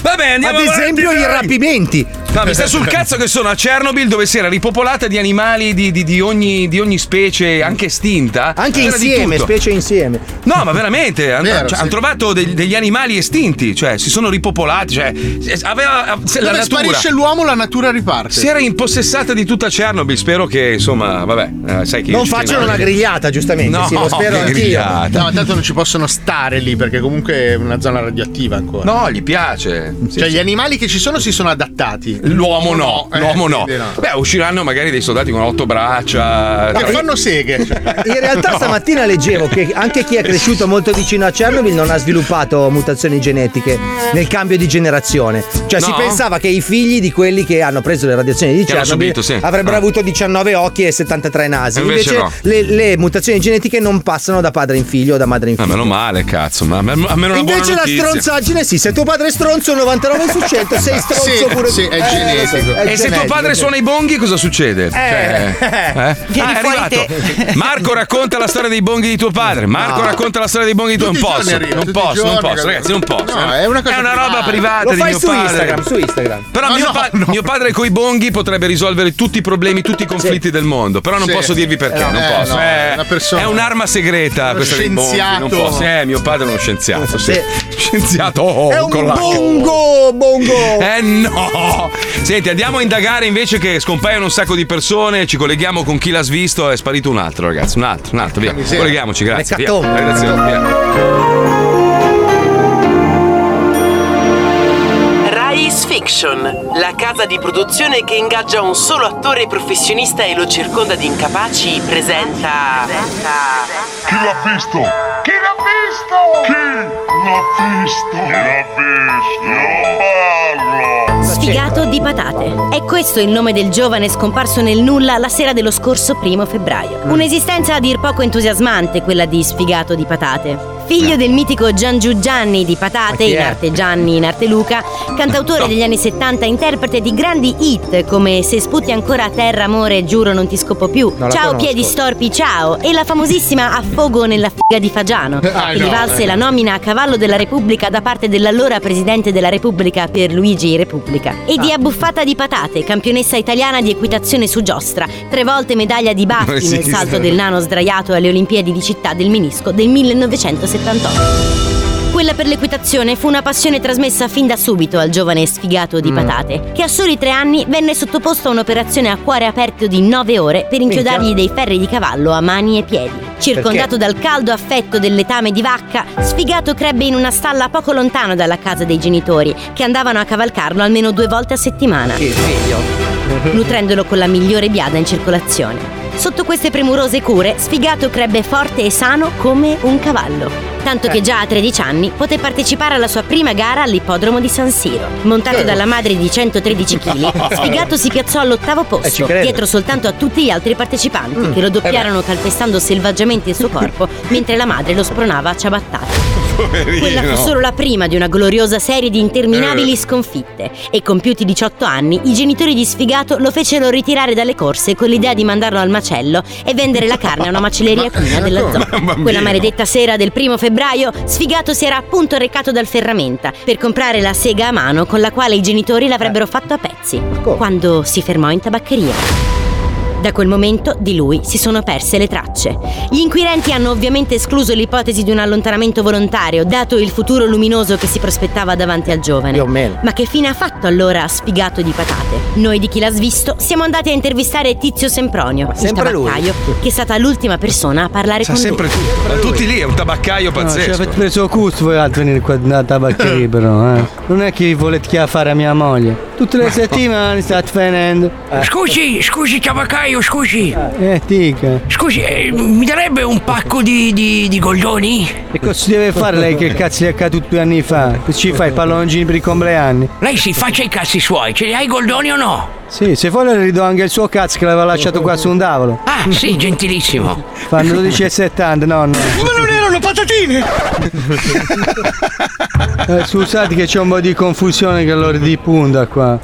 Speaker 5: Vabbè, andiamo
Speaker 7: Ad esempio
Speaker 5: avanti,
Speaker 7: i
Speaker 5: dai.
Speaker 7: rapimenti.
Speaker 5: No, mi sta sul cazzo che sono a Chernobyl dove si era ripopolata di animali di, di- di ogni, di ogni specie, anche estinta.
Speaker 7: Anche
Speaker 5: C'era di
Speaker 7: insieme,
Speaker 5: tutto.
Speaker 7: specie insieme.
Speaker 5: No, ma veramente, han-
Speaker 6: Vero,
Speaker 5: cioè,
Speaker 6: sì.
Speaker 5: hanno trovato degli- degli animali estinti, cioè si sono ripopolati, cioè eh, aveva av- se- la
Speaker 6: Dove
Speaker 5: natura.
Speaker 6: sparisce l'uomo, la natura riparte.
Speaker 5: Si era impossessata di tutta Chernobyl, spero che insomma, vabbè, eh, sai che io
Speaker 7: Non
Speaker 5: ci
Speaker 7: facciano
Speaker 5: tengo
Speaker 7: una
Speaker 5: anche-
Speaker 7: grigliata, giustamente.
Speaker 5: No,
Speaker 7: sì, lo spero
Speaker 5: che
Speaker 7: anch'io.
Speaker 5: grigliata.
Speaker 6: No, ma tanto non ci possono stare lì perché comunque è una zona radioattiva ancora.
Speaker 5: No, gli piace. Sì,
Speaker 6: cioè,
Speaker 5: sì.
Speaker 6: gli animali che ci sono si sono adattati.
Speaker 5: L'uomo no,
Speaker 6: Eh,
Speaker 5: l'uomo no.
Speaker 6: quindi
Speaker 5: Beh, usciranno magari dei soldati con otto braccia.
Speaker 6: Che fanno seghe. cioè.
Speaker 7: (laughs) In realtà
Speaker 5: No.
Speaker 7: stamattina leggevo che anche chi è cresciuto molto vicino a Chernobyl non ha sviluppato mutazioni genetiche nel cambio di generazione. Cioè si
Speaker 5: No?
Speaker 7: pensava che i figli di quelli che hanno preso le radiazioni di
Speaker 5: Che hanno
Speaker 7: Chernobyl
Speaker 5: subito, sì.
Speaker 7: avrebbero
Speaker 5: Ah.
Speaker 7: avuto 19 occhi e 73 nasi.
Speaker 5: E invece no.
Speaker 7: le, le mutazioni genetiche non passano da padre in figlio o da madre in
Speaker 5: Ah,
Speaker 7: figlio.
Speaker 5: meno male, cazzo, ma ma- ma- almeno una
Speaker 7: Invece
Speaker 5: buona
Speaker 7: la
Speaker 5: notizia.
Speaker 7: stronzaggine sì, se tuo padre è stronzo 99 su 100 sei stronzo
Speaker 6: Sì,
Speaker 7: pure
Speaker 6: sì,
Speaker 7: tu.
Speaker 6: Eh, è
Speaker 7: lo so,
Speaker 6: genetico.
Speaker 7: è
Speaker 5: E se tuo
Speaker 7: genetico.
Speaker 5: padre suona i bonghi, cosa succede? Cioè,
Speaker 7: eh.
Speaker 8: Vieni
Speaker 5: Ah, è
Speaker 8: fuori
Speaker 5: arrivato. (laughs)
Speaker 8: te.
Speaker 5: Marco racconta la storia dei bonghi di tuo padre. Marco racconta la storia dei bonghi di tuo
Speaker 6: Tutti i
Speaker 5: Non
Speaker 6: giorni
Speaker 5: posso,
Speaker 6: arriva,
Speaker 5: non
Speaker 6: tutti i
Speaker 5: posso, non
Speaker 6: giorni,
Speaker 5: posso,
Speaker 6: capito?
Speaker 5: ragazzi, non posso. eh.
Speaker 6: No, è una cosa
Speaker 5: roba
Speaker 6: privata.
Speaker 5: privata
Speaker 7: Lo
Speaker 5: di
Speaker 7: fai
Speaker 5: mio
Speaker 7: su
Speaker 5: padre.
Speaker 7: Instagram, su Instagram.
Speaker 5: Però
Speaker 6: No,
Speaker 5: mio,
Speaker 6: no,
Speaker 5: pa-
Speaker 6: no.
Speaker 5: mio padre coi bonghi potrebbe risolvere tutti i problemi, tutti i conflitti del mondo. Però non
Speaker 6: Sì.
Speaker 5: posso dirvi perché,
Speaker 6: Eh, no,
Speaker 5: non
Speaker 6: eh,
Speaker 5: posso.
Speaker 6: no,
Speaker 5: Eh,
Speaker 6: è una persona.
Speaker 5: È un'arma segreta
Speaker 6: Uno
Speaker 5: questa dei bonghi. Non
Speaker 6: scienziato. Eh.
Speaker 5: posso. Eh, mio padre è uno scienziato. Sì.
Speaker 7: Sì.
Speaker 5: Scienziato. Oh,
Speaker 7: È un
Speaker 5: con l'H.
Speaker 7: bongo, bongo.
Speaker 5: Eh no! Senti, andiamo a indagare invece che scompaiono un sacco di persone, ci colleghiamo con chi l'ha svisto, è sparito un altro ragazzi, un altro, un altro, via.
Speaker 6: miseria.
Speaker 5: Colleghiamoci, grazie. Via. Eh,
Speaker 7: Mercatone.
Speaker 5: Ragazzi, via.
Speaker 9: Rise Fiction, la casa di produzione che ingaggia un solo attore professionista e lo circonda di incapaci, presenta.
Speaker 4: Chi l'ha visto? Chi l'ha visto? Chi l'ha visto? Chi l'ha visto? Non parlo!
Speaker 10: Sfigato di patate. È questo il nome del giovane scomparso nel nulla la sera dello scorso primo febbraio.
Speaker 7: Mm.
Speaker 10: Un'esistenza a dir poco entusiasmante quella di Sfigato di patate. Figlio del mitico Gian Giugianni di Patate,
Speaker 7: Eh. chi è?
Speaker 10: in arte Gianni, in arte Luca, cantautore degli anni 70, interprete di grandi hit come Se sputi ancora a terra amore, giuro non ti scopo più,
Speaker 7: Non la
Speaker 10: Ciao
Speaker 7: conosco.
Speaker 10: piedi storpi, ciao, e la famosissima A fogo nella figa
Speaker 7: (laughs)
Speaker 10: di Fagiano,
Speaker 6: Ah,
Speaker 10: che gli
Speaker 6: no,
Speaker 10: valse
Speaker 6: eh.
Speaker 10: la nomina a cavallo della Repubblica da parte dell'allora presidente della Repubblica Pierluigi Repubblica e di Abbuffata di Patate, campionessa italiana di equitazione su giostra, tre volte medaglia di
Speaker 5: Non
Speaker 10: Baffi nel
Speaker 5: esiste.
Speaker 10: salto del nano sdraiato alle Olimpiadi di Città del Minisco del 1978. Quella per l'equitazione fu una passione trasmessa fin da subito al giovane sfigato di patate, che a soli tre anni venne sottoposto a un'operazione a cuore aperto di nove ore per inchiodargli dei ferri di cavallo a mani e piedi. Circondato dal caldo affetto del letame di vacca, sfigato crebbe in una stalla poco lontano dalla casa dei genitori, che andavano a cavalcarlo almeno due volte a settimana (laughs) nutrendolo con la migliore biada in circolazione. Sotto queste premurose cure, Sfigato crebbe forte e sano come un cavallo. Tanto
Speaker 7: Eh.
Speaker 10: che già a 13 anni poté partecipare alla sua prima gara all'ippodromo di San Siro.
Speaker 7: Eh.
Speaker 10: Montato dalla madre di
Speaker 7: (laughs)
Speaker 10: 113 kg, Sfigato si piazzò all'ottavo
Speaker 7: Eh, ci
Speaker 10: posto,
Speaker 7: credo.
Speaker 10: dietro soltanto a tutti gli altri partecipanti, che lo doppiarono calpestando selvaggiamente il suo corpo, mentre la madre lo spronava a ciabattate. Quella fu solo la prima di una gloriosa serie di interminabili sconfitte e compiuti 18 anni i genitori di Sfigato lo fecero ritirare dalle corse con l'idea di mandarlo al macello e vendere la carne a una macelleria cuina della zona. Quella maledetta sera del primo febbraio Sfigato si era appunto recato dal ferramenta per comprare la sega a mano con la quale i genitori l'avrebbero fatto a pezzi
Speaker 7: come?
Speaker 10: quando si fermò in tabaccheria. Da quel momento di lui si sono perse le tracce. Gli inquirenti hanno ovviamente escluso l'ipotesi di un allontanamento volontario, dato il futuro luminoso che si prospettava davanti al
Speaker 7: Più o
Speaker 10: giovane.
Speaker 7: meno.
Speaker 10: Ma che fine ha fatto allora sfigato di patate? Noi di chi l'ha svisto siamo andati a intervistare Tizio Sempronio, il
Speaker 7: sempre lui.
Speaker 10: tabaccaio, che è stata l'ultima persona a parlare
Speaker 5: Sa
Speaker 10: con
Speaker 5: sempre
Speaker 10: lui.
Speaker 5: tutto, ma tutti lì, è un tabaccaio
Speaker 11: ci
Speaker 5: pazzesco.
Speaker 11: avete preso il custo voi altri venire qua da tabaccheria però eh. non è che volete chiare fare a mia moglie tutte le settimane state venendo
Speaker 7: Eh.
Speaker 9: Scusi, scusi, cavacaio, scusi.
Speaker 11: eh dica
Speaker 9: Scusi, eh, mi darebbe un pacco di, di, di goldoni?
Speaker 11: e cosa ci deve fare lei che cazzo gli è accaduto due anni fa Che ci fai i pallongini per i compleanni
Speaker 9: Lei si faccia i cazzi suoi, ce li hai i goldoni o no?
Speaker 11: sì se vuole le ridò anche il suo cazzo che l'aveva lasciato qua su un tavolo
Speaker 9: Ah, sì, gentilissimo.
Speaker 11: fanno 12,70 nonno
Speaker 9: Ma non erano patatine!
Speaker 11: Eh, scusate che c'è un po' di confusione che l'ora di punta qua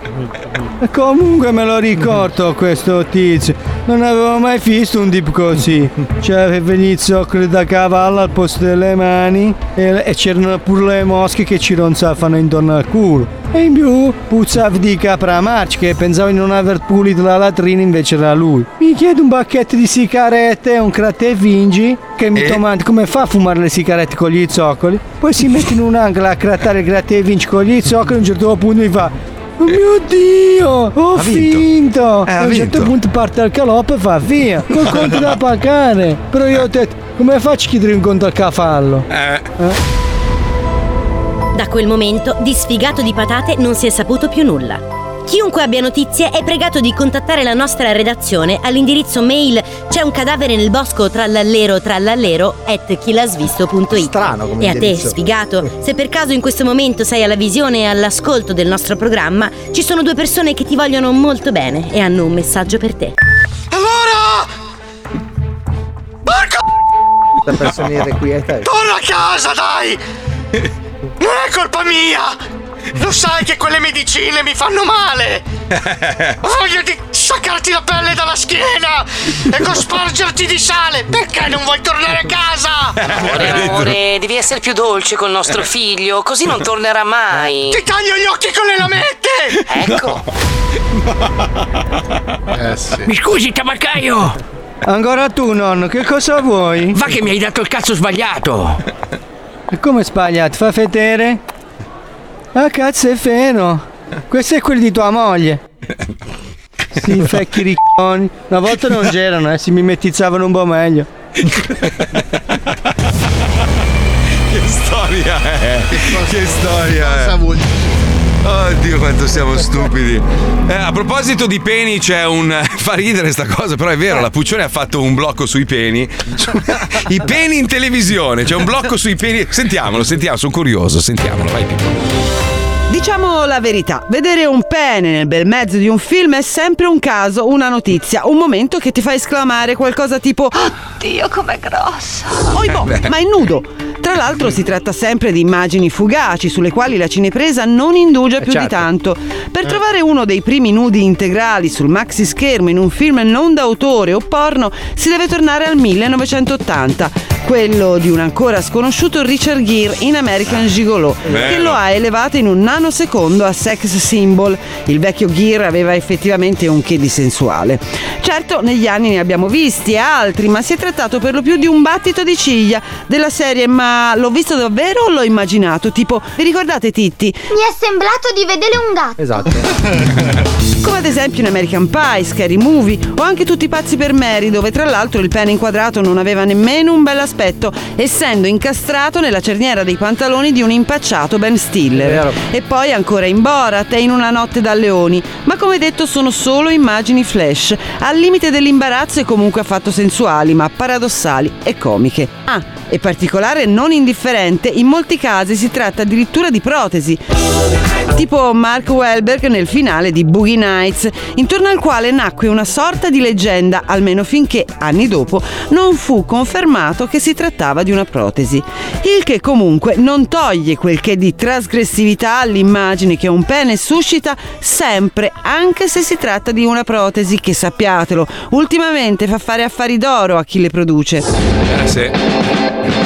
Speaker 11: E comunque me lo ricordo questo tizio. Non avevo mai visto un tipo così. Cioè venizio da cavallo al posto delle mani e, e c'erano pure le mosche che ci ronzavano intorno al culo. E in più puzzava di capra marci che pensavo di non aver pulito la latrina invece era lui. Mi chiede un bacchetto di sigarette, un cratte vingi che mi
Speaker 12: E?
Speaker 11: domanda come fa a fumare le sigarette con gli zoccoli. Poi si mette in un angolo a grattare il gratte vinci con gli zoccoli e a un certo punto mi fa Oh mio Dio, ho
Speaker 12: Ha vinto.
Speaker 11: finto!
Speaker 12: Eh, ha
Speaker 11: a un certo
Speaker 12: vinto.
Speaker 11: punto parte il caloppo e fa via, col conto da pagare. Però io ho detto, come faccio a chiedere un conto al cafallo?
Speaker 10: Da quel momento, di sfigato di patate non si è saputo più nulla. Chiunque abbia notizie è pregato di contattare la nostra redazione all'indirizzo mail c'è un cadavere nel bosco trallallero trallallero at chilasvisto.it
Speaker 13: come
Speaker 10: E a te,
Speaker 13: indirizzo. (laughs)
Speaker 10: sfigato, se per caso in questo momento sei alla visione e all'ascolto del nostro programma, ci sono due persone che ti vogliono molto bene e hanno un messaggio per te.
Speaker 4: Allora! Porco!
Speaker 13: La
Speaker 6: (laughs)
Speaker 13: persona irrequieta.
Speaker 4: Torna a casa, dai! Non è colpa mia! Lo sai che quelle medicine mi fanno male! Ho voglia di staccarti la pelle dalla schiena e cospargerti di sale! Perché non vuoi tornare a casa?
Speaker 14: Amore, amore, devi essere più dolce col nostro figlio, così non tornerà mai.
Speaker 4: Ti taglio gli occhi con le lamette!
Speaker 14: Ecco.
Speaker 15: Eh sì.
Speaker 16: Mi scusi, tabaccaio!
Speaker 11: Ancora tu, nonno, che cosa vuoi?
Speaker 16: Va che mi hai dato il cazzo sbagliato!
Speaker 11: E come sbagliato? Fa vedere? Ah cazzo è feno! Questo è quello di tua moglie!
Speaker 7: (laughs)
Speaker 11: Si fecchi ricconi. Una volta non c'erano, eh, si mimetizzavano un po' meglio.
Speaker 5: Che storia è? Eh. che storia è? Oddio quanto siamo stupidi. Eh, a proposito di peni c'è un... (laughs) fa ridere sta cosa, però è vero, la Puccione ha fatto un blocco sui peni. Su- I peni in televisione, c'è un blocco sui peni. Sentiamolo, sentiamo, sono curioso, sentiamolo, vai Pippo.
Speaker 8: Diciamo la verità, vedere un pene nel bel mezzo di un film è sempre un caso, una notizia, un momento che ti fa esclamare qualcosa tipo Oddio com'è grosso! (laughs) Oibò,
Speaker 12: Eh, beh.
Speaker 8: ma è nudo! Tra l'altro si tratta sempre di immagini fugaci sulle quali la cinepresa non indugia più di
Speaker 12: certo.
Speaker 8: tanto. Per trovare uno dei primi nudi integrali sul maxi schermo in un film non d'autore o porno si deve tornare al 1980, quello di un ancora sconosciuto Richard Gere in American Gigolo, che
Speaker 12: Bello.
Speaker 8: Eh, lo ha elevato in un nanosecondo a sex symbol. Il vecchio Gere aveva effettivamente un che di sensuale. Certo, negli anni ne abbiamo visti e altri, ma si è trattato per lo più di un battito di ciglia della serie ma l'ho visto davvero o l'ho immaginato? Tipo, vi ricordate Titti?
Speaker 17: Mi è sembrato di vedere un gatto.
Speaker 15: Esatto.
Speaker 8: Come ad esempio in American Pie, Scary Movie o anche Tutti pazzi per Mary, dove tra l'altro il pene inquadrato non aveva nemmeno un bel aspetto, essendo incastrato nella cerniera dei pantaloni di un impacciato Ben Stiller. E poi ancora in Borat e in Una notte da leoni, ma come detto sono solo immagini flash, al limite dell'imbarazzo e comunque affatto sensuali, ma paradossali e comiche. Ah, e particolare non indifferente, in molti casi si tratta addirittura di protesi tipo Mark Wahlberg nel finale di Boogie Nights, intorno al quale nacque una sorta di leggenda, almeno finché, anni dopo, non fu confermato che si trattava di una protesi. Il che comunque non toglie quel che di trasgressività all'immagine che un pene suscita sempre, anche se si tratta di una protesi che, sappiatelo, ultimamente fa fare affari d'oro a chi le produce.
Speaker 5: Eh sì,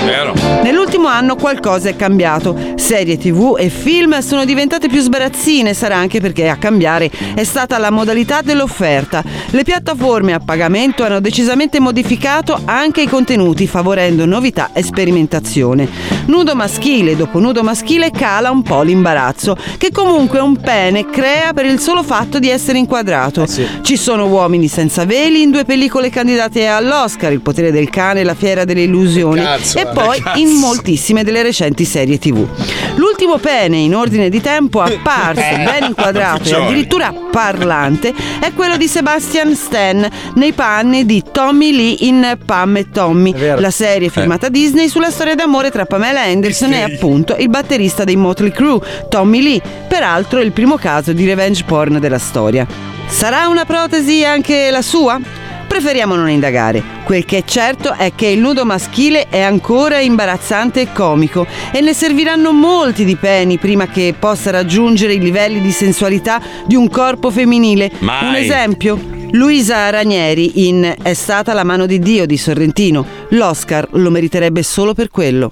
Speaker 5: vero.
Speaker 8: Nell'ultimo anno qualcosa è cambiato. Serie TV e film sono diventate più sbarazzine, sarà anche perché a cambiare è stata la modalità dell'offerta. Le piattaforme a pagamento hanno decisamente modificato anche i contenuti, favorendo novità e sperimentazione. Nudo maschile dopo nudo maschile cala un po' l'imbarazzo, che comunque un pene crea per il solo fatto di essere inquadrato. Ci sono uomini senza veli in due pellicole candidate all'Oscar, Il potere del cane e La fiera delle illusioni, e
Speaker 12: eh.
Speaker 8: poi
Speaker 12: Cazzo.
Speaker 8: in moltissime delle recenti serie tv. L'ultimo pene in ordine di tempo apparso,
Speaker 12: (laughs) Eh.
Speaker 8: ben inquadrato e
Speaker 12: Piccioni.
Speaker 8: addirittura parlante è quello di Sebastian Stan nei panni di Tommy Lee in Pam e Tommy, la
Speaker 12: Eh.
Speaker 8: serie filmata Disney sulla storia d'amore tra Pamela Anderson e appunto il batterista dei Motley Crue, Tommy Lee, peraltro il primo caso di revenge porn della storia. Sarà una protesi anche la sua?
Speaker 18: preferiamo non indagare. Quel che è certo è che il nudo maschile è ancora imbarazzante e comico e ne serviranno molti di peni prima che possa raggiungere i livelli di sensualità di un corpo femminile.
Speaker 19: Mai.
Speaker 18: Un esempio. Luisa Ranieri in È stata la mano di Dio di Sorrentino. L'Oscar lo meriterebbe solo per quello.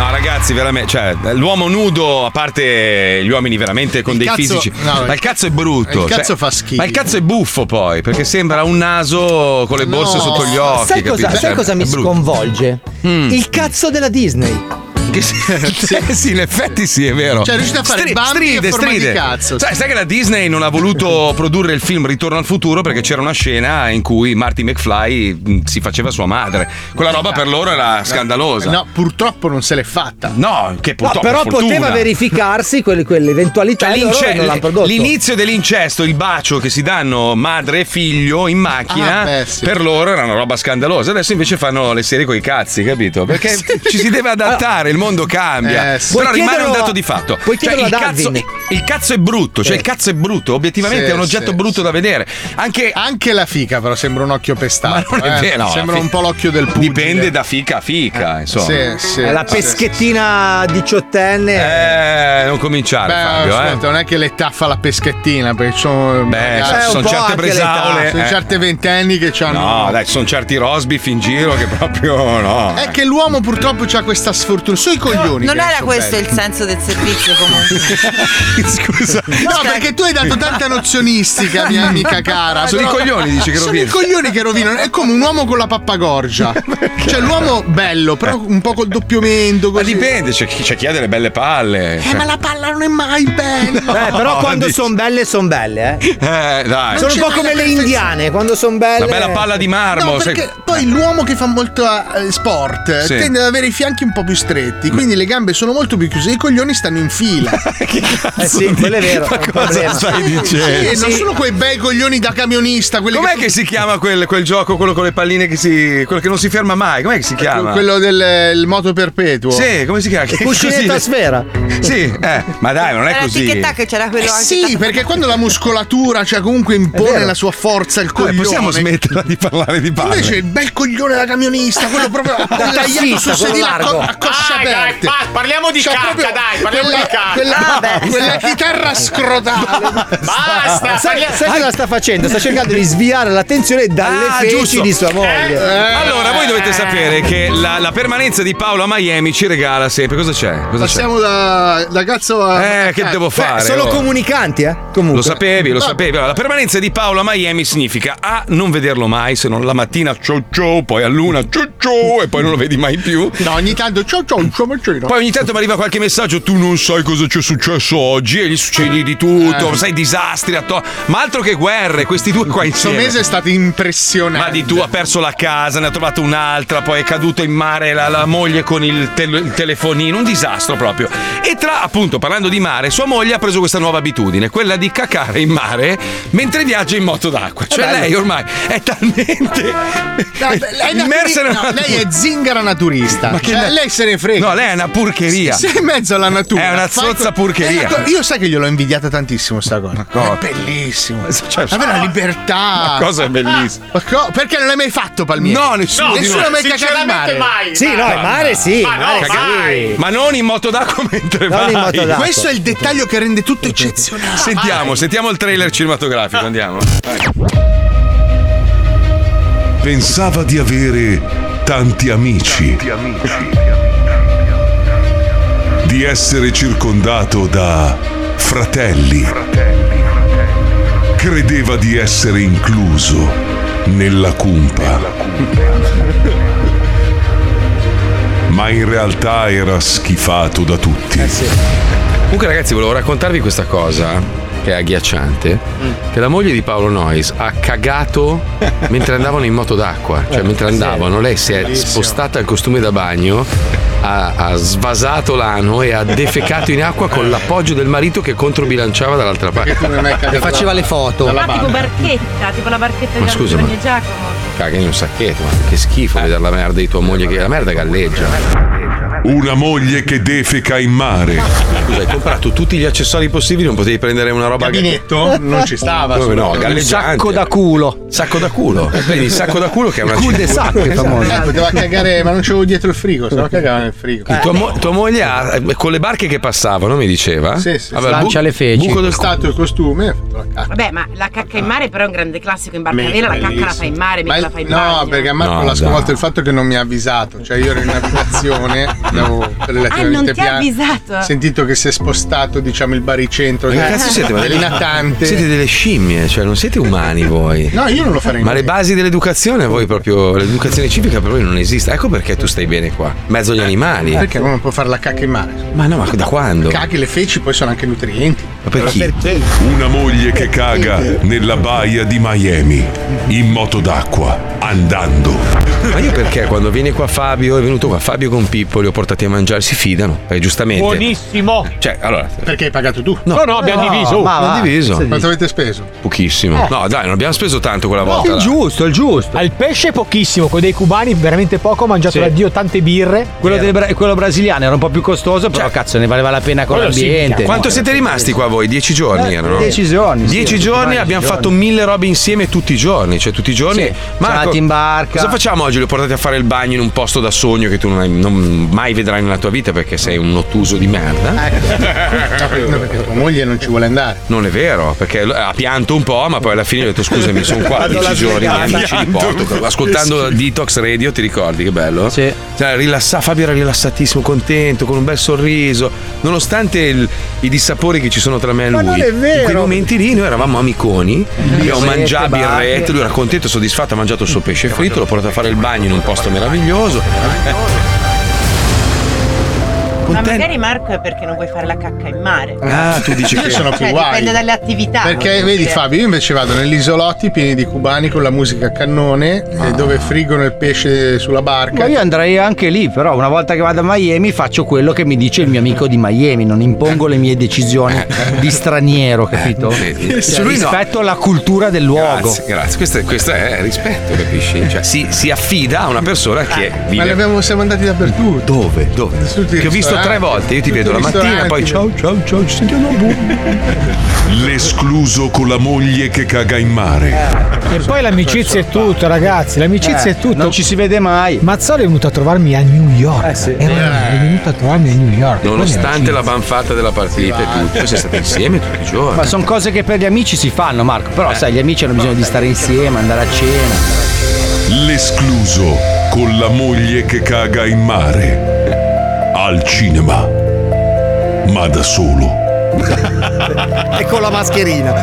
Speaker 5: No, ragazzi, veramente. Cioè, l'uomo nudo, a parte gli uomini veramente con
Speaker 6: Il
Speaker 5: dei
Speaker 6: cazzo-
Speaker 5: fisici.
Speaker 6: no,
Speaker 5: ma il cazzo è brutto.
Speaker 6: il cazzo
Speaker 5: cioè,
Speaker 6: fa schifo.
Speaker 5: Ma il cazzo è buffo poi, perché sembra un naso con le borse
Speaker 7: No.
Speaker 5: sotto gli occhi.
Speaker 7: Sai cosa-
Speaker 5: capito?
Speaker 7: sai
Speaker 5: Cioè,
Speaker 7: cosa mi
Speaker 5: è brutto.
Speaker 7: sconvolge?
Speaker 5: Mm.
Speaker 7: Il cazzo della Disney.
Speaker 5: Che
Speaker 7: (laughs)
Speaker 5: sì, eh, (laughs) sì, in effetti sì, è vero.
Speaker 7: Cioè, è riuscita a fare Bambi
Speaker 5: stride,
Speaker 7: a forma di
Speaker 5: stride.
Speaker 7: cazzo.
Speaker 5: Sai, sai che la Disney non ha voluto produrre il film Ritorno al futuro perché c'era una scena in cui Marty McFly mh, si faceva sua madre. Quella roba per loro era scandalosa.
Speaker 6: No, purtroppo non se l'è fatta.
Speaker 5: No, che
Speaker 7: No,
Speaker 5: purtroppo
Speaker 7: però
Speaker 5: fortuna. Cioè,
Speaker 7: poteva verificarsi quelle-
Speaker 6: Eh,
Speaker 7: quell'eventualità e loro
Speaker 5: L'ince-
Speaker 7: non l'hanno prodotto.
Speaker 5: l'inizio dell'incesto, il bacio che si danno madre e figlio in macchina,
Speaker 6: Ah, beh, sì.
Speaker 5: per loro era una roba scandalosa. Adesso invece fanno le serie con i cazzi, capito?
Speaker 6: (laughs)
Speaker 5: Perché ci si deve adattare, il mondo cambia.
Speaker 6: Eh, sì.
Speaker 5: Però
Speaker 6: Puoi
Speaker 5: rimane un
Speaker 6: chiederlo a-
Speaker 5: dato di fatto.
Speaker 6: puoi
Speaker 5: Cioè,
Speaker 6: chiederlo
Speaker 5: il,
Speaker 6: a
Speaker 5: cazzo,
Speaker 6: Darwin.
Speaker 5: il cazzo è brutto, cioè
Speaker 6: Sì.
Speaker 5: il cazzo è brutto, obiettivamente
Speaker 6: Eh. Sì,
Speaker 5: è un oggetto
Speaker 6: sì,
Speaker 5: brutto da vedere. Anche,
Speaker 6: la fica, però, sembra un occhio pestato.
Speaker 5: Ma non è
Speaker 6: eh.
Speaker 5: vero, no,
Speaker 6: sembra
Speaker 5: la fi-
Speaker 6: un po' l'occhio del pugile.
Speaker 5: Dipende da fica a fica, insomma.
Speaker 6: sì, sì,
Speaker 7: Eh, la peschettina diciottenne.
Speaker 5: Eh, non cominciare,
Speaker 6: Beh,
Speaker 5: Fabio, eh.
Speaker 6: ascolta, non è che l'età fa la peschettina, perché sono,
Speaker 5: Beh,
Speaker 6: magari-
Speaker 5: sono certe bresaole.
Speaker 6: Sono
Speaker 5: eh.
Speaker 6: certe ventenni che hanno.
Speaker 5: No, dai, ci sono certi rosbif in giro che proprio no.
Speaker 6: È che l'uomo purtroppo ha questa sfortuna. Sui coglioni.
Speaker 8: Non
Speaker 6: che
Speaker 8: era
Speaker 6: sono
Speaker 8: questo
Speaker 6: belli.
Speaker 8: il senso del servizio comunque.
Speaker 5: (laughs) Scusa.
Speaker 6: No, perché tu hai dato tanta nozionistica, mia
Speaker 8: (laughs)
Speaker 6: amica cara.
Speaker 5: Sono
Speaker 6: Però-
Speaker 5: i coglioni, dici, che
Speaker 6: Sono
Speaker 5: rovinano.
Speaker 6: i coglioni che rovinano. È come un uomo con
Speaker 5: (laughs)
Speaker 6: la pappagorgia. cioè, l'uomo bello, però un po' col doppio mento.
Speaker 5: Eh. Ma
Speaker 6: Così.
Speaker 5: dipende, c'è chi, c'è chi ha delle belle palle. Cioè.
Speaker 6: Eh, ma la palla non è mai bella.
Speaker 5: (laughs)
Speaker 7: Eh, però quando sono belle, sono belle, eh.
Speaker 5: Eh,
Speaker 6: Ah,
Speaker 5: dai.
Speaker 7: sono un po' come le indiane, quando sono belle.
Speaker 5: La bella palla di marmo,
Speaker 6: No,
Speaker 5: sai-
Speaker 6: perché poi l'uomo che fa molto eh, sport
Speaker 5: Sì.
Speaker 6: tende ad avere i fianchi un po' più stretti, quindi le gambe sono molto più chiuse, i coglioni stanno
Speaker 5: (laughs)
Speaker 6: in fila. che
Speaker 7: Eh sì, quello è vero. è un problema.
Speaker 6: Sì, non
Speaker 7: Sì.
Speaker 6: sono quei bei coglioni da camionista, quelli
Speaker 5: Com'è
Speaker 6: che,
Speaker 5: che si chiama quel, quel gioco, quello con le palline che si. quello che non si ferma mai? Com'è che si chiama?
Speaker 6: Eh, quello del il moto perpetuo.
Speaker 5: Sì, come si chiama? Che
Speaker 6: Cuscinetto
Speaker 5: così-
Speaker 6: a sfera.
Speaker 5: Sì, eh, ma dai, non è così.
Speaker 8: c'era
Speaker 5: quello
Speaker 6: eh
Speaker 5: anche-
Speaker 6: Sì, perché quando la muscolatura cioè, comunque impone
Speaker 5: vero.
Speaker 6: la sua forza al
Speaker 5: Vabbè,
Speaker 6: coglione.
Speaker 5: possiamo smetterla di parlare di palle.
Speaker 6: Invece il bel coglione da camionista, Cioè, quello
Speaker 5: (laughs)
Speaker 15: (laughs)
Speaker 6: proprio appollaiato sul sedile a, co- a cosce
Speaker 19: Ah, Dai, dai,
Speaker 6: aperte.
Speaker 19: pa- parliamo di
Speaker 6: Cioè,
Speaker 19: cacca,
Speaker 6: proprio
Speaker 19: dai, parliamo
Speaker 6: quella-
Speaker 19: di cacca.
Speaker 5: Ah,
Speaker 15: Ah,
Speaker 6: Quella,
Speaker 19: Vabbè.
Speaker 6: quella
Speaker 5: (laughs)
Speaker 6: chitarra scrotale.
Speaker 19: Basta,
Speaker 7: Sai,
Speaker 19: parliamo-
Speaker 7: sai cosa sta facendo? Sta cercando di sviare l'attenzione dalle
Speaker 5: Ah,
Speaker 7: feci
Speaker 5: giusto. Eh.
Speaker 7: di sua moglie.
Speaker 5: Allora, voi dovete sapere che la, la permanenza di Paolo a Miami ci regala sempre. Cosa c'è? Cosa c'è?
Speaker 6: Passiamo da, da cazzo a.
Speaker 5: Eh, che
Speaker 6: a-
Speaker 5: devo fare?
Speaker 7: Solo
Speaker 5: oh?
Speaker 7: comunicanti, eh? Comunque.
Speaker 5: Lo sapevi, lo
Speaker 7: No,
Speaker 5: sapevi. Allora, la permanenza di Paolo a Miami significa A, non vederlo mai, se non la mattina ciao ciao, poi a luna ciao ciao, e poi non lo vedi mai più.
Speaker 6: No, ogni tanto ciao ciao, ciao ciao.
Speaker 5: Poi ogni tanto mi arriva qualche messaggio, tu non sai cosa ci è successo oggi e gli succedi di tutto,
Speaker 6: Eh.
Speaker 5: sai disastri, atto- ma altro che guerre, questi due qua
Speaker 6: Questo
Speaker 5: insieme.
Speaker 6: mese è stato impressionante.
Speaker 5: Ma di tu ha perso la casa, ne ha trovato un'altra, poi è caduto in mare la, la moglie con il, tel- il telefonino, un disastro proprio. E tra, appunto, parlando di mare, sua moglie ha preso questa nuova abitudine, quella di cacare in mare mentre viaggia in moto d'acqua. Cioè
Speaker 6: Eh, bello.
Speaker 5: lei ormai è talmente
Speaker 6: No, beh, lei, è naturi-
Speaker 5: immersa nella
Speaker 6: no, lei è
Speaker 5: natura.
Speaker 6: zingara naturista.
Speaker 5: Ma che
Speaker 6: Cioè,
Speaker 5: ne-
Speaker 6: lei se ne frega.
Speaker 5: No, lei è una porcheria.
Speaker 6: Sei in mezzo alla natura.
Speaker 5: È una
Speaker 6: Fai-
Speaker 5: zozza porcheria.
Speaker 6: Eh, ecco, Io sai che gliel'ho invidiata tantissimo sta cosa.
Speaker 5: cosa?
Speaker 6: È bellissimo.
Speaker 5: Cioè,
Speaker 6: Avere la libertà.
Speaker 5: Ma cosa è bellissima?
Speaker 6: Ma co- perché non l'hai mai fatto Palmieri?
Speaker 5: No, nessuno di
Speaker 6: Nessuno
Speaker 5: noi.
Speaker 6: ha mai cacato in mare.
Speaker 5: Sinceramente mai,
Speaker 7: Sì, no, in mare sì. in mare sì.
Speaker 5: Ma non in moto d'acqua mentre
Speaker 7: Non
Speaker 5: vai.
Speaker 7: in moto d'acqua.
Speaker 6: Questo è il dettaglio che rende tutto eccezionale.
Speaker 5: Sentiamo, sentiamo il trailer cinematografico, andiamo.
Speaker 15: Pensava di avere tanti amici. Di essere circondato da fratelli. Credeva di essere incluso nella cumpa. Ma in realtà era schifato da
Speaker 1: Eh
Speaker 15: tutti.
Speaker 5: Comunque, ragazzi, volevo raccontarvi questa cosa che è agghiacciante:
Speaker 1: Mm.
Speaker 5: che la moglie di Paolo Noyes ha cagato mentre andavano in moto d'acqua. Cioè,
Speaker 1: Eh,
Speaker 5: mentre andavano, lei si è
Speaker 1: bellissimo.
Speaker 5: spostata al costume da bagno. Ha, ha svasato l'ano e ha defecato in acqua con l'appoggio del marito che controbilanciava dall'altra parte.
Speaker 7: E faceva le foto.
Speaker 19: dalla
Speaker 20: Ah, tipo barchetta, tipo la barchetta
Speaker 5: Ma
Speaker 20: di
Speaker 5: scusa,
Speaker 20: Antonio
Speaker 5: ma-
Speaker 20: Giacomo.
Speaker 5: Caghi in un sacchetto, ma che schifo vedere la merda di tua moglie che la merda galleggia.
Speaker 15: Una moglie che defeca in mare.
Speaker 5: Scusa, hai comprato tutti gli accessori possibili, non potevi prendere una roba.
Speaker 15: Gabinetto? Non ci stava,
Speaker 5: Come no,
Speaker 15: assolutamente.
Speaker 5: galleggiante.
Speaker 15: Sacco da
Speaker 5: culo. Sacco da
Speaker 7: (laughs)
Speaker 5: culo. Vedi, il sacco da culo che è una cintura. Esatto.
Speaker 6: Eh, Poteva cagare, ma non c'avevo dietro il frigo, se no cagava nel frigo.
Speaker 5: Eh, tua, mo- tua moglie ha- eh, con le barche che passavano, mi diceva?
Speaker 6: Sì, sì.
Speaker 5: Aveva il bu- Buco del
Speaker 6: stato il costume.
Speaker 19: Vabbè, ma la cacca in mare però è un grande classico in barca vera, la cacca la fai in mare,
Speaker 6: Ma
Speaker 19: mica
Speaker 6: il-
Speaker 19: la fai in bagno.
Speaker 6: no, perché a Marco
Speaker 5: No,
Speaker 6: l'ha
Speaker 5: dai.
Speaker 6: sconvolto il fatto che non mi ha avvisato. Cioè, io ero in
Speaker 19: (laughs)
Speaker 6: abitazione, andavo relativamente
Speaker 19: Ah, non ti ha
Speaker 6: piano.
Speaker 19: avvisato?
Speaker 6: Ho sentito che si è spostato, diciamo, il baricentro
Speaker 5: Ma
Speaker 6: del-
Speaker 5: Che cazzo siete?
Speaker 6: (laughs)
Speaker 5: Ma-
Speaker 6: del natante.
Speaker 5: Siete delle scimmie, cioè non siete umani voi.
Speaker 6: No, io non lo farei
Speaker 5: Ma le basi dell'educazione, voi proprio. L'educazione civica per voi non esiste. Ecco perché tu stai bene qua. Mezzo agli animali.
Speaker 6: Eh, Perché uno non può fare la cacca in mare?
Speaker 5: Ma no, ma da quando?
Speaker 6: Cacchi le feci poi sono anche nutrienti.
Speaker 5: Ma per chi?
Speaker 15: Una moglie che caga nella baia di Miami, in moto d'acqua, andando.
Speaker 5: Ma io perché quando viene qua Fabio, è venuto qua Fabio con Pippo, li ho portati a mangiare, si fidano. E giustamente.
Speaker 6: Buonissimo!
Speaker 5: Cioè, allora,
Speaker 6: Perché hai pagato tu?
Speaker 5: No, no, abbiamo diviso.
Speaker 6: ma
Speaker 5: Abbiamo
Speaker 6: va.
Speaker 5: diviso.
Speaker 6: Quanto
Speaker 19: (laughs)
Speaker 6: avete speso?
Speaker 5: pochissimo.
Speaker 11: Eh.
Speaker 5: No, dai, non abbiamo speso tanto quella volta.
Speaker 11: il
Speaker 5: là.
Speaker 11: giusto, il giusto. Al pesce pochissimo, con dei cubani veramente poco, ho mangiato
Speaker 5: Sì.
Speaker 11: da Dio tante birre.
Speaker 7: Quello,
Speaker 5: Eh.
Speaker 7: del bra- quello brasiliano era un po' più costoso, però cazzo ne valeva la pena con
Speaker 5: Quello sì,
Speaker 7: l'ambiente.
Speaker 5: Cioè, Quanto siete rimasti qua voi? Dieci giorni
Speaker 7: Eh,
Speaker 5: erano?
Speaker 7: dieci giorni, sì,
Speaker 5: Dieci
Speaker 7: tutti
Speaker 5: giorni
Speaker 7: quanti,
Speaker 5: abbiamo
Speaker 7: dieci
Speaker 5: fatto
Speaker 7: giorni.
Speaker 5: mille robe insieme tutti i giorni. Cioè, tutti i giorni.
Speaker 7: Sì, siamo andati in barca.
Speaker 5: Cosa facciamo oggi? Li ho portati a fare il bagno in un posto da sogno che tu non, hai- non mai vedrai nella tua vita perché sei un ottuso di merda.
Speaker 6: No, perché tua moglie non ci vuole andare.
Speaker 5: Non è vero, perché l- ha pianto un po', ma poi alla fine ho detto
Speaker 7: (laughs)
Speaker 5: scusami, sono qua
Speaker 6: Vado
Speaker 5: dieci
Speaker 6: alla
Speaker 5: giorni,
Speaker 6: sbrigata."
Speaker 5: niente, ci
Speaker 6: Pianto.
Speaker 5: riporto. Ascoltando
Speaker 6: Che
Speaker 5: Detox Radio, ti ricordi che bello? Sì.
Speaker 7: Cioè,
Speaker 5: rilassa, Fabio era rilassatissimo, contento, con un bel sorriso, nonostante il- i dissapori che ci sono tra me e lui.
Speaker 4: Ma non è vero.
Speaker 5: In quei momenti lì noi eravamo amiconi, abbiamo
Speaker 4: Birrette,
Speaker 5: mangiato
Speaker 4: bagni.
Speaker 5: birrette, lui era contento, soddisfatto, ha mangiato il suo pesce fritto, l'ho portato a fare il bagno in un posto meraviglioso.
Speaker 19: Ma magari Marco è perché non vuoi fare la cacca in mare.
Speaker 5: Ah, tu dici
Speaker 6: Io
Speaker 5: che-
Speaker 19: (laughs)
Speaker 6: sono più
Speaker 19: Cioè,
Speaker 6: guai.
Speaker 19: dipende dalle attività.
Speaker 6: Perché
Speaker 19: voglio
Speaker 6: vedi
Speaker 19: dire.
Speaker 6: Fabio, io invece vado negli isolotti pieni di cubani con la musica a cannone
Speaker 5: Ah.
Speaker 6: e dove friggono il pesce sulla barca.
Speaker 7: Ma io andrei anche lì, però una volta che vado a Miami faccio quello che mi dice il mio amico di Miami, non impongo le mie decisioni di straniero, capito?
Speaker 5: Eh. Vedi.
Speaker 7: Cioè,
Speaker 5: Eh, Su lui no.
Speaker 7: rispetto alla cultura del luogo.
Speaker 5: Grazie, grazie. Questo è, questo è rispetto, capisci? Cioè, si, si affida a una persona che
Speaker 4: Eh,
Speaker 6: Ma ne
Speaker 5: vive.
Speaker 6: abbiamo- siamo andati dappertutto.
Speaker 5: Dove? Dove?
Speaker 6: Tutti i
Speaker 5: Che ho visto
Speaker 6: ristoranti.
Speaker 5: tre volte, io ti
Speaker 6: Tutti
Speaker 5: vedo
Speaker 6: i
Speaker 5: la mattina,
Speaker 6: ristoranti.
Speaker 5: poi ciao ciao ciao, ci sentiamo
Speaker 15: L'escluso con la moglie che caga in mare.
Speaker 11: E poi l'amicizia è tutto, ragazzi. L'amicizia
Speaker 15: Eh,
Speaker 11: è tutto. Non ci si vede mai. Mazzoli è venuto a trovarmi a New York. Era-
Speaker 5: Eh.
Speaker 11: È venuto a trovarmi a New York.
Speaker 5: Nonostante la banfata della partita e tutto, siamo stati insieme tutti i giorni.
Speaker 7: Ma sono cose che per gli amici si fanno, Marco.
Speaker 5: Eh.
Speaker 7: Però, sai, gli amici hanno bisogno di stare insieme, andare a cena.
Speaker 15: L'escluso con la moglie che caga in mare. Al cinema. Ma da solo.
Speaker 4: (laughs) E con la mascherina.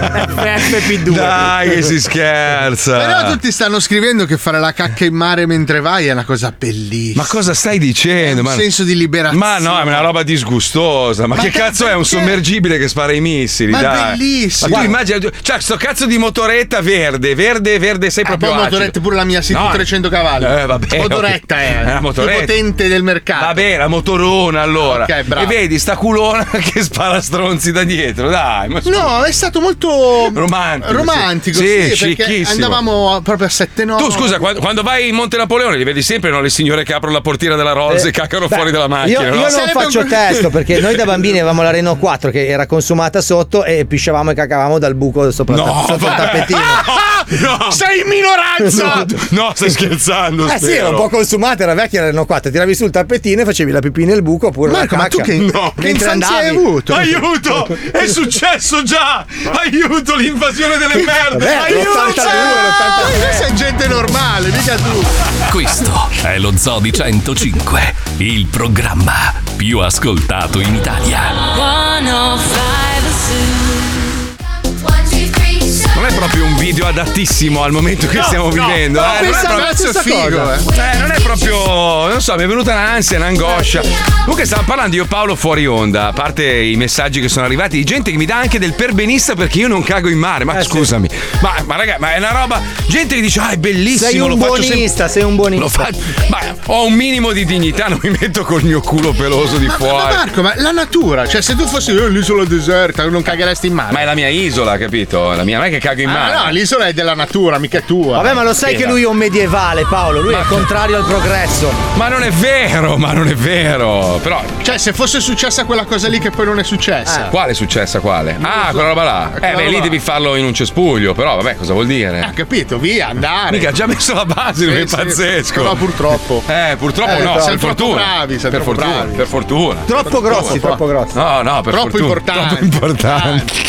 Speaker 4: FFP2.
Speaker 5: Dai, che si scherza.
Speaker 6: (laughs) Però tutti stanno scrivendo che fare la cacca in mare mentre vai è una cosa bellissima.
Speaker 5: Ma cosa stai dicendo?
Speaker 6: Un
Speaker 5: Ma-
Speaker 6: senso di liberazione.
Speaker 5: Ma no, è una roba disgustosa. Ma,
Speaker 6: Ma
Speaker 5: che
Speaker 6: che-
Speaker 5: cazzo è un
Speaker 6: perché?
Speaker 5: sommergibile che spara i missili?
Speaker 6: Ma è
Speaker 5: dai.
Speaker 6: bellissimo.
Speaker 5: Ma tu immagina, cioè, sto cazzo di motoretta verde, verde, verde, sei
Speaker 6: Eh,
Speaker 5: proprio.
Speaker 6: poi
Speaker 5: acido.
Speaker 6: motoretta pure la mia, sì,
Speaker 5: No.
Speaker 6: 300 cavalli.
Speaker 5: Eh, vabbè.
Speaker 6: Motoretta
Speaker 5: ok.
Speaker 6: è.
Speaker 5: È una motoretta.
Speaker 6: Più potente del mercato.
Speaker 5: Vabbè, la motorona allora.
Speaker 6: Ok, bravo.
Speaker 5: E vedi sta culona (laughs) che spara stronzi da dietro, dai. Ma
Speaker 6: No, è stato molto
Speaker 5: Romantico,
Speaker 6: romantico,
Speaker 5: sì,
Speaker 6: sì, perché
Speaker 5: chicchissimo.
Speaker 6: andavamo a- proprio a sette notti.
Speaker 5: Tu scusa, qua- quando vai in Monte Napoleone li vedi sempre no, le signore che aprono la portiera della Rolls
Speaker 4: Eh,
Speaker 5: e cacano
Speaker 4: beh,
Speaker 5: fuori dalla macchina.
Speaker 4: Io,
Speaker 5: no?
Speaker 4: io non faccio (laughs) testo perché noi da bambini avevamo la Renault 4 che era consumata sotto e pisciavamo e cacavamo dal buco sopra
Speaker 5: No,
Speaker 4: sotto il
Speaker 5: vabbè.
Speaker 4: tappetino.
Speaker 5: (laughs) No.
Speaker 4: Sei in minoranza!
Speaker 5: Ah, No, stai scherzando.
Speaker 4: Eh sì, era un po' consumata, era vecchia la Renault 4, tiravi sul tappetino e facevi la pipì nel buco oppure
Speaker 6: Marco,
Speaker 4: la
Speaker 6: ma tu
Speaker 4: cacca.
Speaker 6: che- No. che
Speaker 4: Mentre
Speaker 6: infanzia
Speaker 4: andavi.
Speaker 6: hai avuto?
Speaker 7: (laughs)
Speaker 5: Aiuto! È successo già! Aiuto l'invasione delle merde!
Speaker 6: Vabbè,
Speaker 5: Aiuto! Eh,
Speaker 6: l'82, l'83. Questa è gente normale, mica tu.
Speaker 2: Questo è lo Zoo di 105, il programma più ascoltato in Italia.
Speaker 5: Non è proprio un video adattissimo al momento che
Speaker 21: No,
Speaker 5: stiamo
Speaker 21: no.
Speaker 5: vivendo.
Speaker 21: No,
Speaker 5: eh, non è
Speaker 21: pensavo
Speaker 5: proprio-
Speaker 21: la stessa cosa.
Speaker 5: eh. Eh, non è proprio. Non so, mi è venuta un'ansia, un'angoscia. Comunque stavamo parlando io Paolo fuori onda, a parte i messaggi che sono arrivati, di gente che mi dà anche del perbenista perché io non cago in mare.
Speaker 6: Eh,
Speaker 5: Ma scusami. Ma, ma raga, ma è una roba. Gente che dice: Ah, è bellissimo,
Speaker 4: Sei
Speaker 5: lo
Speaker 4: un
Speaker 5: faccio sempre-
Speaker 4: buonista, sei un buonista.
Speaker 5: Lo faccio- Ma ho un minimo di dignità, non mi metto col mio culo peloso di fuori.
Speaker 6: Ma Marco, ma la natura, cioè se tu fossi eh, l'isola deserta, non cagheresti in mare.
Speaker 5: Ma è la mia isola, capito? La mia, non è che cago in
Speaker 6: Ah,
Speaker 5: mare.
Speaker 6: no, l'isola è della natura, mica tua.
Speaker 7: Vabbè, ma lo sai che lui è un medievale, Paolo.
Speaker 5: Ah.
Speaker 7: Lui è contrario al progresso.
Speaker 5: Ma non è vero, ma non è vero. Però.
Speaker 6: Cioè, se fosse successa quella cosa lì che poi non è successa.
Speaker 5: Quale è successa quale? Ah, quella roba là. Eh,
Speaker 6: Quella
Speaker 5: beh,
Speaker 6: roba
Speaker 5: lì
Speaker 6: là. Eh,
Speaker 5: devi farlo in un cespuglio, però vabbè, cosa vuol dire?
Speaker 6: Capito? Via, andare.
Speaker 5: Mica ha già messo la base, lui è
Speaker 6: Sì, sì,
Speaker 5: pazzesco.
Speaker 6: Però purtroppo.
Speaker 5: Eh, purtroppo
Speaker 6: Eh,
Speaker 5: no,
Speaker 6: siamo
Speaker 5: per
Speaker 6: troppo
Speaker 5: fortuna.
Speaker 6: bravi, siamo
Speaker 5: per
Speaker 6: troppo
Speaker 5: fortuna,
Speaker 6: bravi.
Speaker 5: per fortuna.
Speaker 6: Troppo grossi, troppo grossi.
Speaker 5: No, no, per
Speaker 6: Troppo
Speaker 5: fortuna.
Speaker 6: importanti.
Speaker 5: Troppo importanti.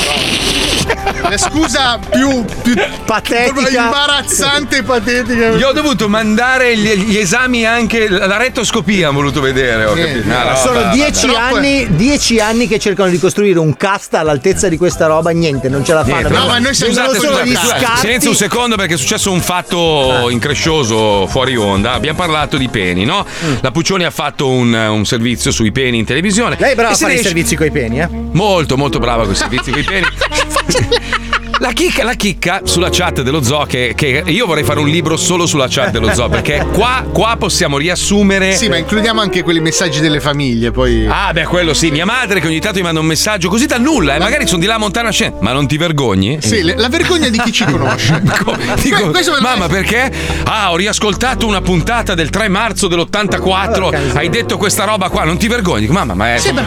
Speaker 6: La Eh, scusa più, più
Speaker 7: patetica,
Speaker 6: imbarazzante e patetica.
Speaker 5: Io ho dovuto mandare gli, gli esami anche la rettoscopia, hanno voluto vedere, ho capito. Ah, Una roba,
Speaker 7: Sono
Speaker 5: vabbè.
Speaker 7: dieci anni, dieci anni che cercano di costruire un casta all'altezza di questa roba, niente, non ce la fanno.
Speaker 5: Niente,
Speaker 7: Perché
Speaker 5: vabbè.
Speaker 7: usano
Speaker 5: Scusate,
Speaker 7: solo
Speaker 5: scusate,
Speaker 7: gli
Speaker 5: scusate,
Speaker 7: scarti.
Speaker 5: Silenzio un secondo perché è successo un fatto increscioso fuori onda. Abbiamo parlato di peni, no?
Speaker 7: Mm.
Speaker 5: La Puccioni ha fatto un, un servizio sui peni in televisione.
Speaker 7: Lei è brava
Speaker 5: E
Speaker 7: a
Speaker 5: se
Speaker 7: fare i
Speaker 5: riesce-
Speaker 7: servizi coi peni, eh?
Speaker 5: Molto, molto brava con i servizi coi peni. La chicca, la chicca sulla chat dello zoo che, che io vorrei fare un libro solo sulla chat dello zoo perché qua, qua possiamo riassumere
Speaker 6: Sì, ma includiamo anche quelli messaggi delle famiglie, poi.
Speaker 5: Ah, beh, quello sì. Mia madre che ogni tanto mi manda un messaggio così da nulla, eh. Magari sono di là a Montana Scena. Ma non ti vergogni?
Speaker 6: Sì, le- la vergogna di chi ci
Speaker 5: (laughs)
Speaker 6: conosce.
Speaker 5: Co- dico, mamma, perché? Ah, ho riascoltato una puntata del 3 marzo dell'84. Hai detto questa roba qua, non ti vergogni? Dico, Mamma, ma è.
Speaker 6: Sì, ma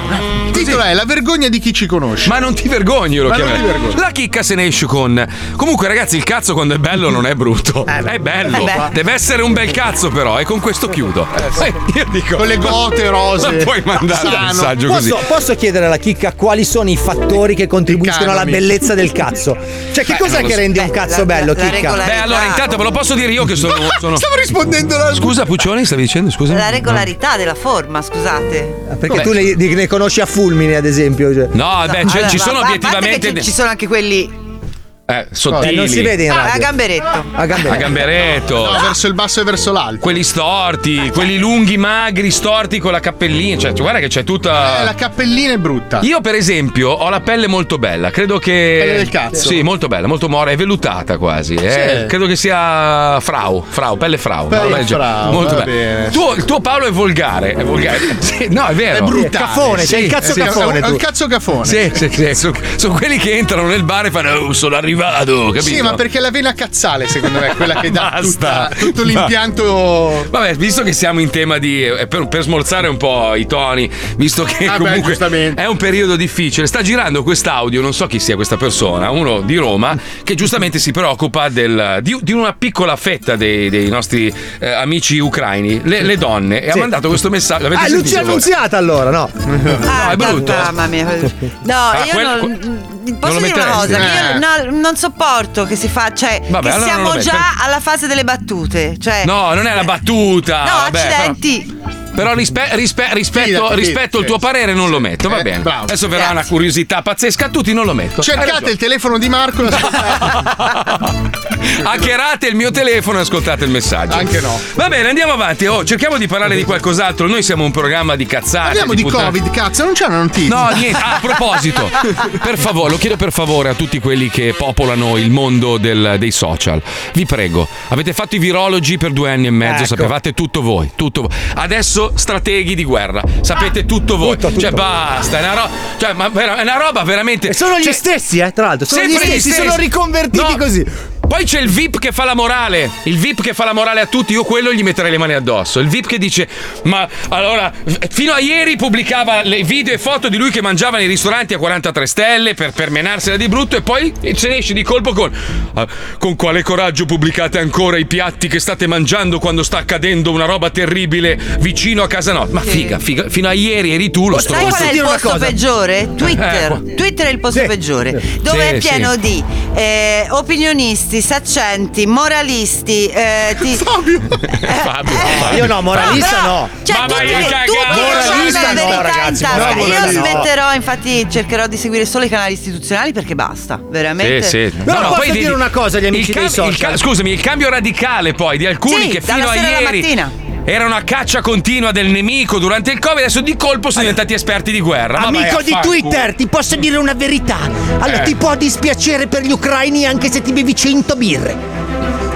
Speaker 6: il titolo è La vergogna di chi ci conosce.
Speaker 5: Ma non ti vergogni, io lo
Speaker 6: Ma non
Speaker 5: chiamerei.
Speaker 6: ti vergogni.
Speaker 5: La chicca se ne esce con. Comunque, ragazzi, il cazzo quando è bello non è brutto. è bello.
Speaker 6: Eh beh.
Speaker 5: Deve essere un bel cazzo, però. E con questo chiudo. Eh, io dico.
Speaker 6: Con le gote rose.
Speaker 5: Non puoi mandare un
Speaker 7: Sano.
Speaker 5: messaggio così.
Speaker 7: posso, posso chiedere alla chicca quali sono i fattori che contribuiscono alla
Speaker 5: Economy.
Speaker 7: bellezza del cazzo? Cioè, che
Speaker 5: Beh,
Speaker 7: cos'è
Speaker 5: non lo
Speaker 7: che
Speaker 5: so.
Speaker 7: rende un cazzo bello, chicca?
Speaker 5: Beh, allora, intanto ve lo posso dire io che
Speaker 6: (laughs)
Speaker 5: sono. sono...
Speaker 6: Stavo rispondendo alla
Speaker 5: Scusa, Puccioni, stavi dicendo? Scusa.
Speaker 8: La regolarità della forma, scusate.
Speaker 7: Ah, Perché tu ne, di- ne conosci a fulmine, ad esempio. cioè.
Speaker 5: No, beh, c'è- ci sono
Speaker 8: Ah, a parte che
Speaker 5: obiettivamente.
Speaker 8: ci, ci sono anche quelli
Speaker 5: Eh, sottili.
Speaker 7: Eh, non si vede in
Speaker 8: Ah, a
Speaker 7: radio.
Speaker 8: gamberetto.
Speaker 7: A gamberetto.
Speaker 5: A gamberetto.
Speaker 6: No, verso il basso e verso l'alto.
Speaker 5: Quelli storti, quelli lunghi, magri, storti con la cappellina. Cioè, guarda che c'è
Speaker 6: Eh, la
Speaker 5: tutta.
Speaker 6: cappellina è brutta.
Speaker 5: Io, per esempio, ho la pelle molto bella. Credo che.
Speaker 6: Pelle del cazzo.
Speaker 5: Sì, molto bella, molto mora, è vellutata quasi. eh.
Speaker 6: Sì.
Speaker 5: Credo che sia Frau, Frau, pelle Frau. Una
Speaker 6: Pelle
Speaker 5: roba del genere.
Speaker 6: Frau,
Speaker 5: molto
Speaker 6: va
Speaker 5: bella.
Speaker 6: bene.
Speaker 5: Tuo- il tuo Paolo è volgare. È
Speaker 6: (laughs)
Speaker 5: volgare. Sì, no, è vero.
Speaker 6: È brutale.
Speaker 5: Cafone,
Speaker 6: Sì,
Speaker 5: c'è il cazzo
Speaker 6: sì,
Speaker 5: cafone,
Speaker 6: È
Speaker 5: tu.
Speaker 6: un cazzo cafone.
Speaker 5: Sì, sì, sì. Sono, sono quelli che entrano nel bar e fanno, "Oh, sono arrivato. Capito?
Speaker 6: Sì, ma perché la vena cazzale, secondo me, è quella che dà
Speaker 5: Basta.
Speaker 6: tutta- tutto l'impianto.
Speaker 5: Vabbè, visto che siamo in tema di. eh, Per, per smorzare un po' i toni, visto che
Speaker 6: Ah, beh,
Speaker 5: comunque è un periodo difficile, sta girando quest'audio, non so chi sia questa persona, uno di Roma, che giustamente si preoccupa del- di, di una piccola fetta dei, dei nostri eh, amici ucraini, le, le donne, e ha
Speaker 7: Sì.
Speaker 5: mandato questo messaggio. L'avete
Speaker 7: Ah,
Speaker 5: sentito
Speaker 7: Lucia
Speaker 5: voi?
Speaker 7: Annunziata allora, no?
Speaker 8: Ah,
Speaker 5: è brutto.
Speaker 7: (laughs)
Speaker 8: Mamma mia. No,
Speaker 5: Ah,
Speaker 8: io
Speaker 5: quello-
Speaker 8: non.
Speaker 5: non
Speaker 8: Posso
Speaker 5: lo
Speaker 8: dire una
Speaker 5: metteresti?
Speaker 8: cosa?
Speaker 5: Eh.
Speaker 8: Io no- non sopporto che si fa. Cioè,
Speaker 5: Vabbè,
Speaker 8: che
Speaker 5: allora
Speaker 8: siamo
Speaker 5: non lo
Speaker 8: già
Speaker 5: metto.
Speaker 8: alla fase delle battute. Cioè,
Speaker 5: No, non è la battuta.
Speaker 8: No,
Speaker 5: vabbè, però-
Speaker 8: accidenti.
Speaker 5: Però rispe- rispe- rispetto,
Speaker 6: Fidati,
Speaker 5: rispetto
Speaker 6: sì,
Speaker 5: il tuo
Speaker 6: sì,
Speaker 5: parere non lo metto, va
Speaker 6: Eh,
Speaker 5: bene.
Speaker 6: bravo.
Speaker 5: Adesso verrà una curiosità pazzesca, a tutti non lo metto. Hai
Speaker 6: Cercate il telefono di Marco.
Speaker 5: (laughs) Eh, Hackerate il mio telefono e ascoltate il messaggio.
Speaker 6: Anche no.
Speaker 5: Va bene, andiamo avanti. Oh, cerchiamo di parlare di qualcos'altro. Noi siamo un programma di cazzate.
Speaker 6: Parliamo di
Speaker 5: puttane.
Speaker 6: Covid, cazzo, non c'è una notizia.
Speaker 5: No, niente. Ah, a proposito, per favore, lo chiedo per favore a tutti quelli che popolano il mondo del- dei social. Vi prego, avete fatto i virologi per due anni e mezzo,
Speaker 19: Ecco.
Speaker 5: sapevate tutto voi, tutto voi. Adesso strateghi di guerra,
Speaker 7: Ah,
Speaker 5: sapete tutto voi. Cioè, basta, è una, ro- cioè, ma vera- è una roba veramente.
Speaker 7: E sono gli
Speaker 5: cioè,
Speaker 7: stessi, eh, tra l'altro. Sono gli
Speaker 5: sempre
Speaker 7: stessi, sono riconvertiti
Speaker 5: No.
Speaker 7: così.
Speaker 5: Poi c'è il VIP che fa la morale. Il VIP che fa la morale a tutti, io quello gli metterei le mani addosso. Il VIP che dice: Ma allora, f- fino a ieri pubblicava le video e foto di lui che mangiava nei ristoranti a 43 stelle per, per menarsela di brutto, e poi se ne esce di colpo con. "Ah, con quale coraggio pubblicate ancora i piatti che state mangiando quando sta accadendo una roba terribile vicino a casa nostra? Ma figa, figa, fino a ieri eri tu lo stronzo.
Speaker 8: Sai qual è il posto peggiore? Twitter. Twitter è il posto peggiore. Dove
Speaker 5: Eh, Sì,
Speaker 8: è pieno
Speaker 5: sì.
Speaker 8: di eh, opinionisti, saccenti, moralisti. eh,
Speaker 7: (laughs)
Speaker 8: ti- (laughs)
Speaker 5: Fabio,
Speaker 7: Eh, Io no, moralista
Speaker 8: No,
Speaker 7: no.
Speaker 8: Cioè,
Speaker 7: Ma
Speaker 8: tutti,
Speaker 7: vai a
Speaker 8: tutti
Speaker 7: cagare.
Speaker 8: moralista
Speaker 7: Moralista
Speaker 8: hanno la
Speaker 7: no,
Speaker 8: verità
Speaker 7: ragazzi,
Speaker 8: in tasca.
Speaker 7: no,
Speaker 8: Io
Speaker 7: moralista no.
Speaker 8: smetterò, infatti, cercherò di seguire solo i canali istituzionali perché basta, veramente.
Speaker 5: Sì, sì.
Speaker 7: Però posso
Speaker 5: poi
Speaker 7: dire
Speaker 5: vedi-
Speaker 7: una cosa agli amici
Speaker 5: il
Speaker 7: dei social?
Speaker 5: il scusami, il cambio radicale poi di alcuni
Speaker 7: Sì,
Speaker 5: che
Speaker 7: dalla
Speaker 5: fino a
Speaker 7: sera alla
Speaker 5: ieri
Speaker 7: mattina.
Speaker 5: era una caccia continua del nemico durante il Covid, adesso di colpo sono diventati esperti di guerra. Ma vai
Speaker 7: Amico
Speaker 5: a
Speaker 7: di
Speaker 5: far culo.
Speaker 7: Twitter, ti posso dire una verità? Allora,
Speaker 5: Eh.
Speaker 7: ti può dispiacere per gli ucraini anche se ti bevi 100 birre.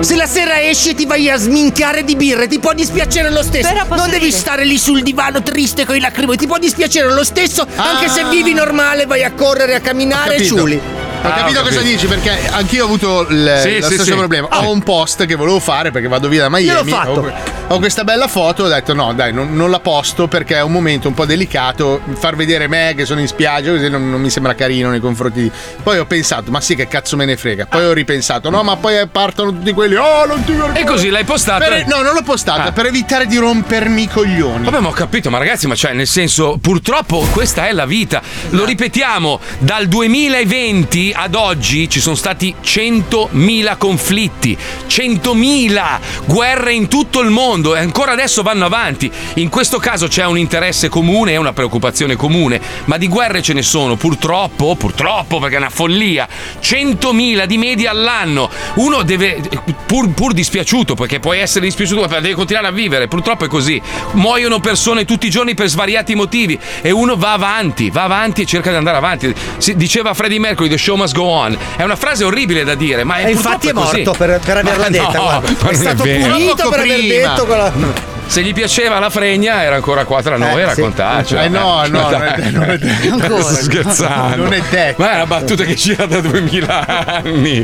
Speaker 7: Se la sera esci e ti vai a sminchiare di birre, ti può dispiacere lo stesso. non devi stare lì sul divano triste con i
Speaker 5: Ah.
Speaker 7: lacrimi, ti può dispiacere lo stesso anche se vivi normale, vai a correre, a
Speaker 6: Ho
Speaker 7: camminare e
Speaker 6: capito.
Speaker 7: ciuli.
Speaker 6: Ho
Speaker 5: Ah,
Speaker 6: capito cosa dici perché anch'io ho avuto il
Speaker 5: Sì,
Speaker 6: lo
Speaker 5: sì,
Speaker 6: stesso
Speaker 5: sì.
Speaker 6: problema. Ho un post che volevo fare perché vado via da
Speaker 5: Io l'ho
Speaker 6: Miami.
Speaker 5: fatto.
Speaker 6: Ho, ho questa bella foto, ho detto no, dai, non, non la posto perché è un momento un po' delicato. Far vedere me che sono in spiaggia così non, non mi sembra carino nei confronti di. Poi ho pensato, ma sì, che cazzo me ne frega. Poi ho ripensato, no, ma poi partono tutti quelli. Oh, non ti vergogni.
Speaker 5: E così l'hai postata? Ah.
Speaker 6: Per- no, non l'ho postata per evitare di rompermi i coglioni.
Speaker 5: Vabbè, ma ho capito, ma ragazzi, ma cioè, nel senso, purtroppo questa è la vita.
Speaker 6: Eh.
Speaker 5: Lo ripetiamo, dal 2020 ad oggi ci sono stati 100.000 conflitti, 100.000 guerre in tutto il mondo e ancora adesso vanno avanti. In questo caso c'è un interesse comune e una preoccupazione comune, ma di guerre ce ne sono, purtroppo, purtroppo, perché è una follia. 100.000 di media all'anno. Uno deve, pur, pur dispiaciuto, perché puoi essere dispiaciuto, ma deve continuare a vivere. Purtroppo è così. Muoiono persone tutti i giorni per svariati motivi e uno va avanti, va avanti e cerca di andare avanti. Si- diceva Freddie Mercury, The show must go on. È una frase orribile da dire, ma è
Speaker 7: E Eh, infatti è
Speaker 5: Ah, purtroppo
Speaker 7: morto
Speaker 5: così.
Speaker 7: per, per averla
Speaker 5: Ma
Speaker 7: detta.
Speaker 5: no, (laughs)
Speaker 7: guarda.
Speaker 5: ma non
Speaker 7: è stato
Speaker 5: vero.
Speaker 7: punito per aver detto quella.
Speaker 5: Se gli piaceva la fregna, era ancora qua tra noi
Speaker 6: Eh,
Speaker 5: a
Speaker 6: sì.
Speaker 5: raccontarcela.
Speaker 6: Eh, no, no, non è- non è detto.
Speaker 5: (laughs) Sto scherzando.
Speaker 6: Non è detto.
Speaker 5: Ma è una battuta che gira da 2000 anni.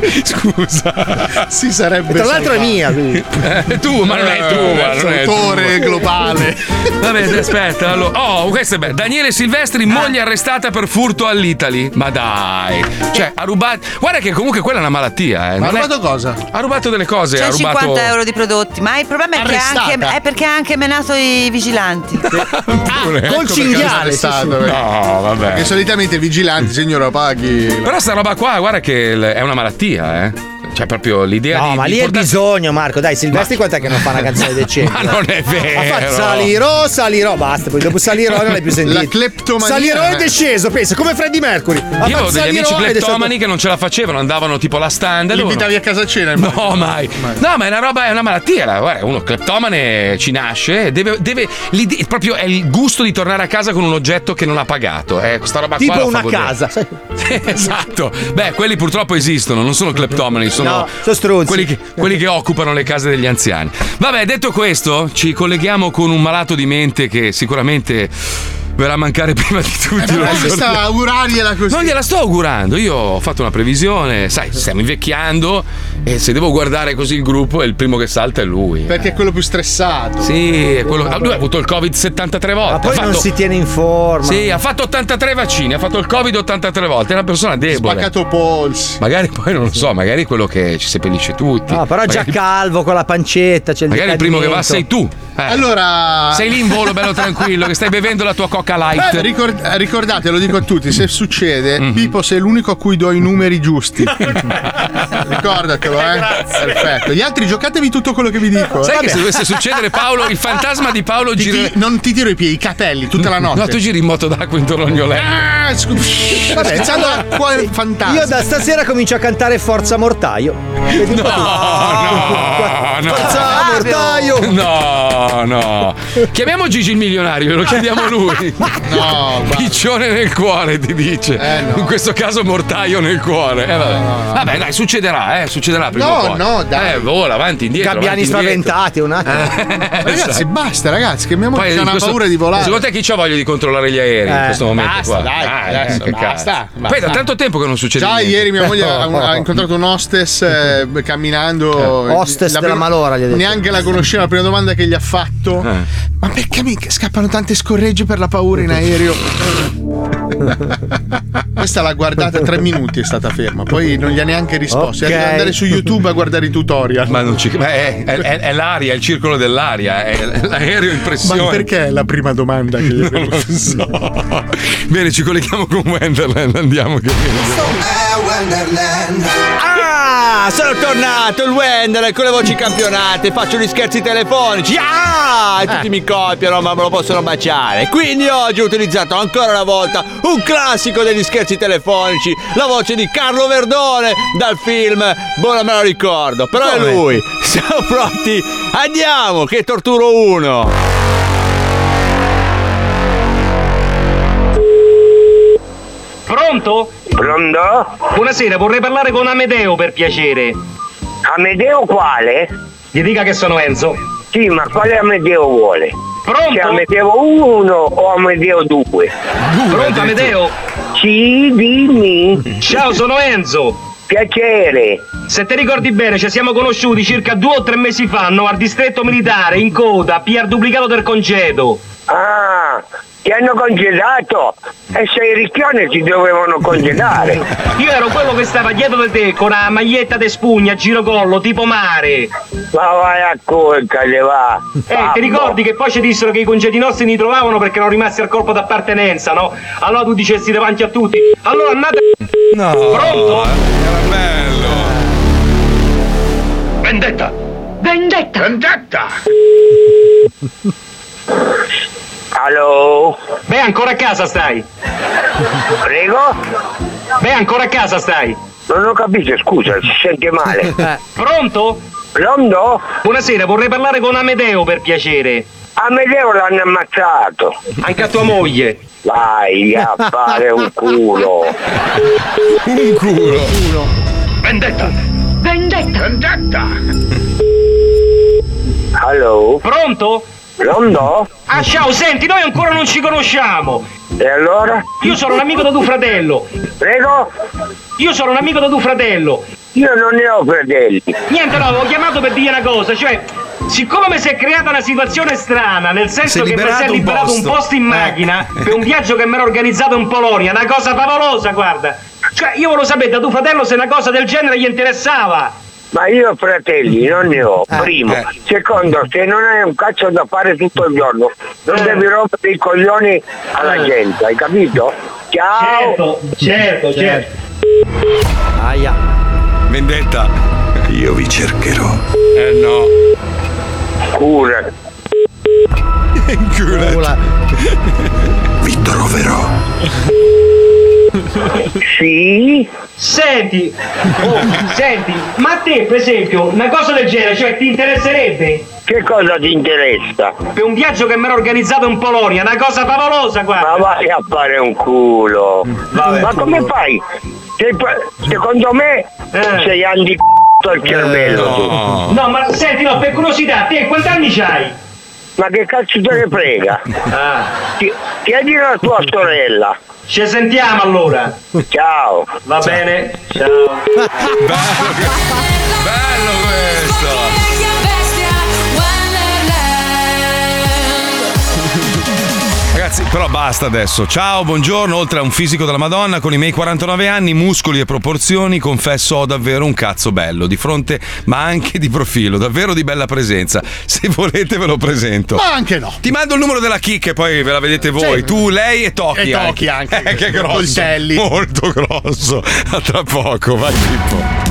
Speaker 5: Scusa.
Speaker 6: Si sarebbe.
Speaker 7: E tra l'altro è mia,
Speaker 6: (laughs)
Speaker 7: quindi.
Speaker 5: È tu, ma non è
Speaker 6: Eh,
Speaker 5: tua. non è
Speaker 6: autore
Speaker 5: tua.
Speaker 6: globale.
Speaker 5: Vabbè, dai, aspetta. Allora. Oh, questo è bello. Daniele
Speaker 6: Ah.
Speaker 5: Silvestri, moglie arrestata per furto all'Italy. Ma dai, cioè, ha rubato. Guarda che comunque quella è una malattia. Eh.
Speaker 8: Ma ha
Speaker 5: Non è-
Speaker 8: rubato
Speaker 6: cosa?
Speaker 5: Ha rubato delle cose. ha
Speaker 8: C'è
Speaker 5: rubato...
Speaker 8: 50 euro di prodotti, ma il problema è, che ha anche,
Speaker 5: Arrestata.
Speaker 8: è perché ha anche menato i vigilanti.
Speaker 6: Ah,
Speaker 5: Col
Speaker 6: Ecco stato.
Speaker 5: No, vabbè.
Speaker 6: Perché solitamente i vigilanti, signora, paghi.
Speaker 5: Però sta roba qua, guarda che l- è una malattia, eh. Cioè, proprio l'idea
Speaker 7: No,
Speaker 5: di.
Speaker 7: ma
Speaker 5: di
Speaker 7: lì è
Speaker 5: portarsi-
Speaker 7: bisogno, Marco. Dai, Silvestri, quant'è che non fa una canzone
Speaker 5: (laughs)
Speaker 7: decente?
Speaker 5: Ma non è vero.
Speaker 7: Ha fatto salirò, salirò, basta. Poi dopo salirò non l'hai più sentito.
Speaker 5: La cleptomania. eh.
Speaker 7: Salirò ed è sceso, pensa, come Freddie Mercury.
Speaker 5: Io
Speaker 7: Ha fatto
Speaker 5: avevo degli amici
Speaker 7: salirò ed è stato-
Speaker 5: cleptomani che non ce la facevano, andavano tipo alla stand.
Speaker 6: Li
Speaker 5: loro-
Speaker 6: invitavi a casa cena?
Speaker 5: No, mai. No, ma è una roba, è una malattia. la- Guarda, uno cleptomane ci nasce, deve. deve l'ide- proprio è il gusto di tornare a casa con un oggetto che non ha pagato. Eh, questa roba qua.
Speaker 7: Tipo
Speaker 5: la fa
Speaker 7: una
Speaker 5: godere. (laughs)
Speaker 7: casa. sai?
Speaker 5: Sì, esatto. Beh, quelli purtroppo esistono, non sono cleptomani, sono,
Speaker 7: No, sono struzzi.
Speaker 5: quelli, che, quelli che occupano le case degli anziani. Vabbè, detto questo, ci colleghiamo con un malato di mente che sicuramente verrà a mancare (laughs) prima di
Speaker 7: Eh,
Speaker 5: tutti. lo
Speaker 6: Questa
Speaker 5: ricordiamo.
Speaker 6: augurargliela così.
Speaker 5: Non gliela sto augurando, io ho fatto una previsione, sai, stiamo invecchiando e se devo guardare così il gruppo, è il primo che salta è lui.
Speaker 6: Perché è quello più stressato.
Speaker 5: Sì, è quello- lui ha avuto il Covid 73 volte.
Speaker 7: Ma poi
Speaker 5: ha fatto-
Speaker 7: non si tiene in forma.
Speaker 6: Eh,
Speaker 5: Sì, ha fatto 83 vaccini, ha fatto il Covid 83 volte, è una persona debole.
Speaker 6: Spaccato polsi.
Speaker 5: Magari poi non lo so, magari è quello che ci seppellisce tutti.
Speaker 7: No, però è già
Speaker 5: magari,
Speaker 7: calvo con la pancetta. C'è il
Speaker 5: magari il primo che va sei
Speaker 7: decadimento.
Speaker 5: tu. Eh.
Speaker 6: Allora.
Speaker 5: Sei lì in
Speaker 7: (laughs)
Speaker 5: volo, bello tranquillo, che stai bevendo la tua Coca Light.
Speaker 6: Eh, ricor- ricordate, lo dico a tutti, se succede,
Speaker 5: Mhm.
Speaker 6: Pippo sei l'unico a cui do i
Speaker 5: (laughs)
Speaker 6: numeri giusti. Ricordatelo, eh. Perfetto. Gli altri giocatevi tutto quello che vi dico.
Speaker 5: Sai
Speaker 6: eh.
Speaker 5: che se dovesse succedere Paolo, il fantasma di Paolo
Speaker 6: Ti-
Speaker 5: gira
Speaker 6: ti- non ti tiro i piedi, i capelli tutta la notte.
Speaker 5: No, tu giri in moto d'acqua intorno al mio letto.
Speaker 6: Ah, scu- Vabbè, iniziando a cuore fantastico.
Speaker 7: Io da stasera comincio a cantare Forza Mortaio. Vedi un po'
Speaker 5: No, no,
Speaker 7: Forza Mortaio.
Speaker 5: No, no. Chiamiamo Gigi il milionario, glielo chiediamo lui.
Speaker 6: (laughs) No, Eh,
Speaker 5: Piccione nel cuore, ti dice. In questo caso mortaio nel cuore. Eh, vabbè. Vabbè, dai, succederà, eh, succederà prima
Speaker 6: No,
Speaker 5: o poi.
Speaker 6: no, dai.
Speaker 5: Eh, vola, avanti, indietro.
Speaker 7: Gabbiani
Speaker 5: avanti, indietro.
Speaker 7: spaventati un attimo.
Speaker 5: Eh,
Speaker 6: Ragazzi,
Speaker 5: esatto.
Speaker 6: basta, ragazzi, Diciamo che mia
Speaker 5: Poi
Speaker 6: moglie ha
Speaker 5: in
Speaker 6: una
Speaker 5: questo-
Speaker 6: paura di volare.
Speaker 5: Secondo te chi c'ha voglia di controllare gli aerei in
Speaker 6: Eh,
Speaker 5: questo momento?
Speaker 6: basta,
Speaker 5: qua?
Speaker 6: dai, adesso,
Speaker 5: che
Speaker 6: basta,
Speaker 5: cazzo.
Speaker 6: basta.
Speaker 5: Poi è da tanto tempo che non succede
Speaker 6: Già
Speaker 5: niente. (laughs)
Speaker 6: ieri mia moglie ha, un- ha incontrato un hostess eh, camminando.
Speaker 7: Eh, hostess della Malora, gli ha detto.
Speaker 6: Neanche la conosceva, la prima domanda che gli ha fatto.
Speaker 5: Eh.
Speaker 6: Ma perché mi scappano tante scorregge per la paura in
Speaker 5: (laughs)
Speaker 6: aereo? Questa l'ha guardata tre minuti è stata ferma, poi non gli ha neanche risposto.
Speaker 5: Ok.
Speaker 6: È dovuta andare su YouTube a guardare i tutorial.
Speaker 5: Ma non ci ma è, è- è- è l'aria, è il circolo dell'aria, è (laughs) l'aereo in pressione.
Speaker 6: Ma perché è la prima domanda che gli
Speaker 5: Non lo so. (laughs)
Speaker 6: (laughs)
Speaker 5: Bene, ci colleghiamo con Wonderland, (laughs) andiamo che
Speaker 14: Ah, sono tornato il Wender con le voci campionate, faccio gli scherzi telefonici. Ah, e tutti mi copiano, ma me lo possono baciare. Quindi oggi ho utilizzato ancora una volta un classico degli scherzi telefonici, la voce di Carlo Verdone dal film Buona me lo ricordo, però
Speaker 22: Come?
Speaker 14: è lui. (laughs) Siamo pronti? Andiamo che torturo uno.
Speaker 22: Pronto? Pronto? Buonasera, vorrei parlare con Amedeo per piacere. Amedeo quale? Gli dica che sono Enzo. Sì, ma quale Amedeo vuole? Pronto? Se Amedeo 1 o Amedeo 2? Pronto Amedeo? Sì, dimmi. Ciao, sono Enzo. Piacere. Se ti ricordi bene, ci siamo conosciuti circa due o tre mesi fa, no, al distretto militare, in coda, PR duplicato del congedo.
Speaker 23: Ah, ti hanno congelato e sei ricchione ti dovevano congelare.
Speaker 22: Io ero quello che stava dietro di te con la maglietta de spugna, girocollo, tipo mare.
Speaker 23: Ma vai a colcale, va.
Speaker 22: Eh, ti ricordi che poi ci dissero che i congedi nostri li trovavano perché erano rimasti al corpo d'appartenenza, no? Allora tu dicessi davanti a tutti, allora andate...
Speaker 5: No. eh,
Speaker 22: Pronto?
Speaker 5: Era bello.
Speaker 22: Vendetta!
Speaker 23: Vendetta! Vendetta! Allo?
Speaker 22: Beh, ancora a casa stai?
Speaker 23: Prego?
Speaker 22: Beh, ancora a casa stai? Eh.
Speaker 23: Non ho capito, scusa, si sente
Speaker 22: (laughs)
Speaker 23: male.
Speaker 22: Pronto?
Speaker 23: Pronto?
Speaker 22: Buonasera, vorrei parlare con Amedeo per piacere.
Speaker 23: Amedeo l'hanno ammazzato.
Speaker 22: Anche a tua moglie.
Speaker 23: Vai a fare un culo.
Speaker 5: (laughs) Un culo.
Speaker 22: Vendetta!
Speaker 23: Vendetta! Vendetta! Allo?
Speaker 22: Pronto?
Speaker 23: Pronto?
Speaker 22: Ah, ciao, senti, noi ancora non ci conosciamo.
Speaker 23: E allora?
Speaker 22: Io sono un amico da tuo fratello.
Speaker 23: Prego?
Speaker 22: Io sono un amico da tuo fratello.
Speaker 23: Io non ne ho fratelli.
Speaker 22: Niente, no, avevo chiamato per dirgli una cosa, cioè, siccome mi si è creata una situazione strana, nel
Speaker 19: Si è
Speaker 22: senso che mi si
Speaker 19: liberato
Speaker 22: è
Speaker 19: un
Speaker 22: liberato un
Speaker 19: posto.
Speaker 22: posto in
Speaker 19: Eh.
Speaker 22: macchina per un viaggio che mi ero organizzato in Polonia, una cosa favolosa, guarda. Cioè, io volevo sapere da tuo fratello se una cosa del genere gli interessava.
Speaker 23: Ma io fratelli non ne ho, primo. Secondo, se non hai un cazzo da fare tutto il giorno, non devi rompere i coglioni alla
Speaker 22: Eh.
Speaker 23: gente, hai capito? Ciao!
Speaker 22: Certo, certo, certo.
Speaker 5: Vendetta.
Speaker 15: Io vi cercherò.
Speaker 5: Eh no.
Speaker 23: Cura.
Speaker 15: Vi troverò.
Speaker 23: Sì?
Speaker 22: Senti, oh, senti, ma a te per esempio una cosa del genere, cioè ti interesserebbe?
Speaker 23: Che cosa ti interessa?
Speaker 22: Per un viaggio che mi ero organizzato in Polonia, una cosa favolosa, guarda.
Speaker 23: Ma vai a fare un culo! Ma come fai? Sei pa- secondo me sei andi c***o al cervello
Speaker 5: no.
Speaker 23: tu.
Speaker 22: Eh. No, ma senti, no, per curiosità, te quanti anni c'hai?
Speaker 23: Ma che cazzo te ne prega? Ti- Chiedi alla
Speaker 22: (laughs)
Speaker 23: tua sorella.
Speaker 22: Ci sentiamo allora.
Speaker 23: Ciao.
Speaker 22: Va bene? Ciao.
Speaker 5: Bello questo. Ragazzi, però basta adesso. Ciao, buongiorno. Oltre a un fisico della Madonna, con i miei 49 anni, muscoli e proporzioni, confesso ho davvero un cazzo bello di fronte, ma anche di profilo, davvero di bella presenza. Se volete ve lo presento.
Speaker 6: Ma anche no.
Speaker 5: Ti mando il numero della chicca e poi ve la vedete voi.
Speaker 6: Sì.
Speaker 5: Tu, lei e Tocchi.
Speaker 6: E Tocchi anche.
Speaker 5: Eh, (laughs) che grosso.
Speaker 6: Coltelli.
Speaker 5: Molto grosso.
Speaker 2: (laughs)
Speaker 5: A tra poco, vai Pippo.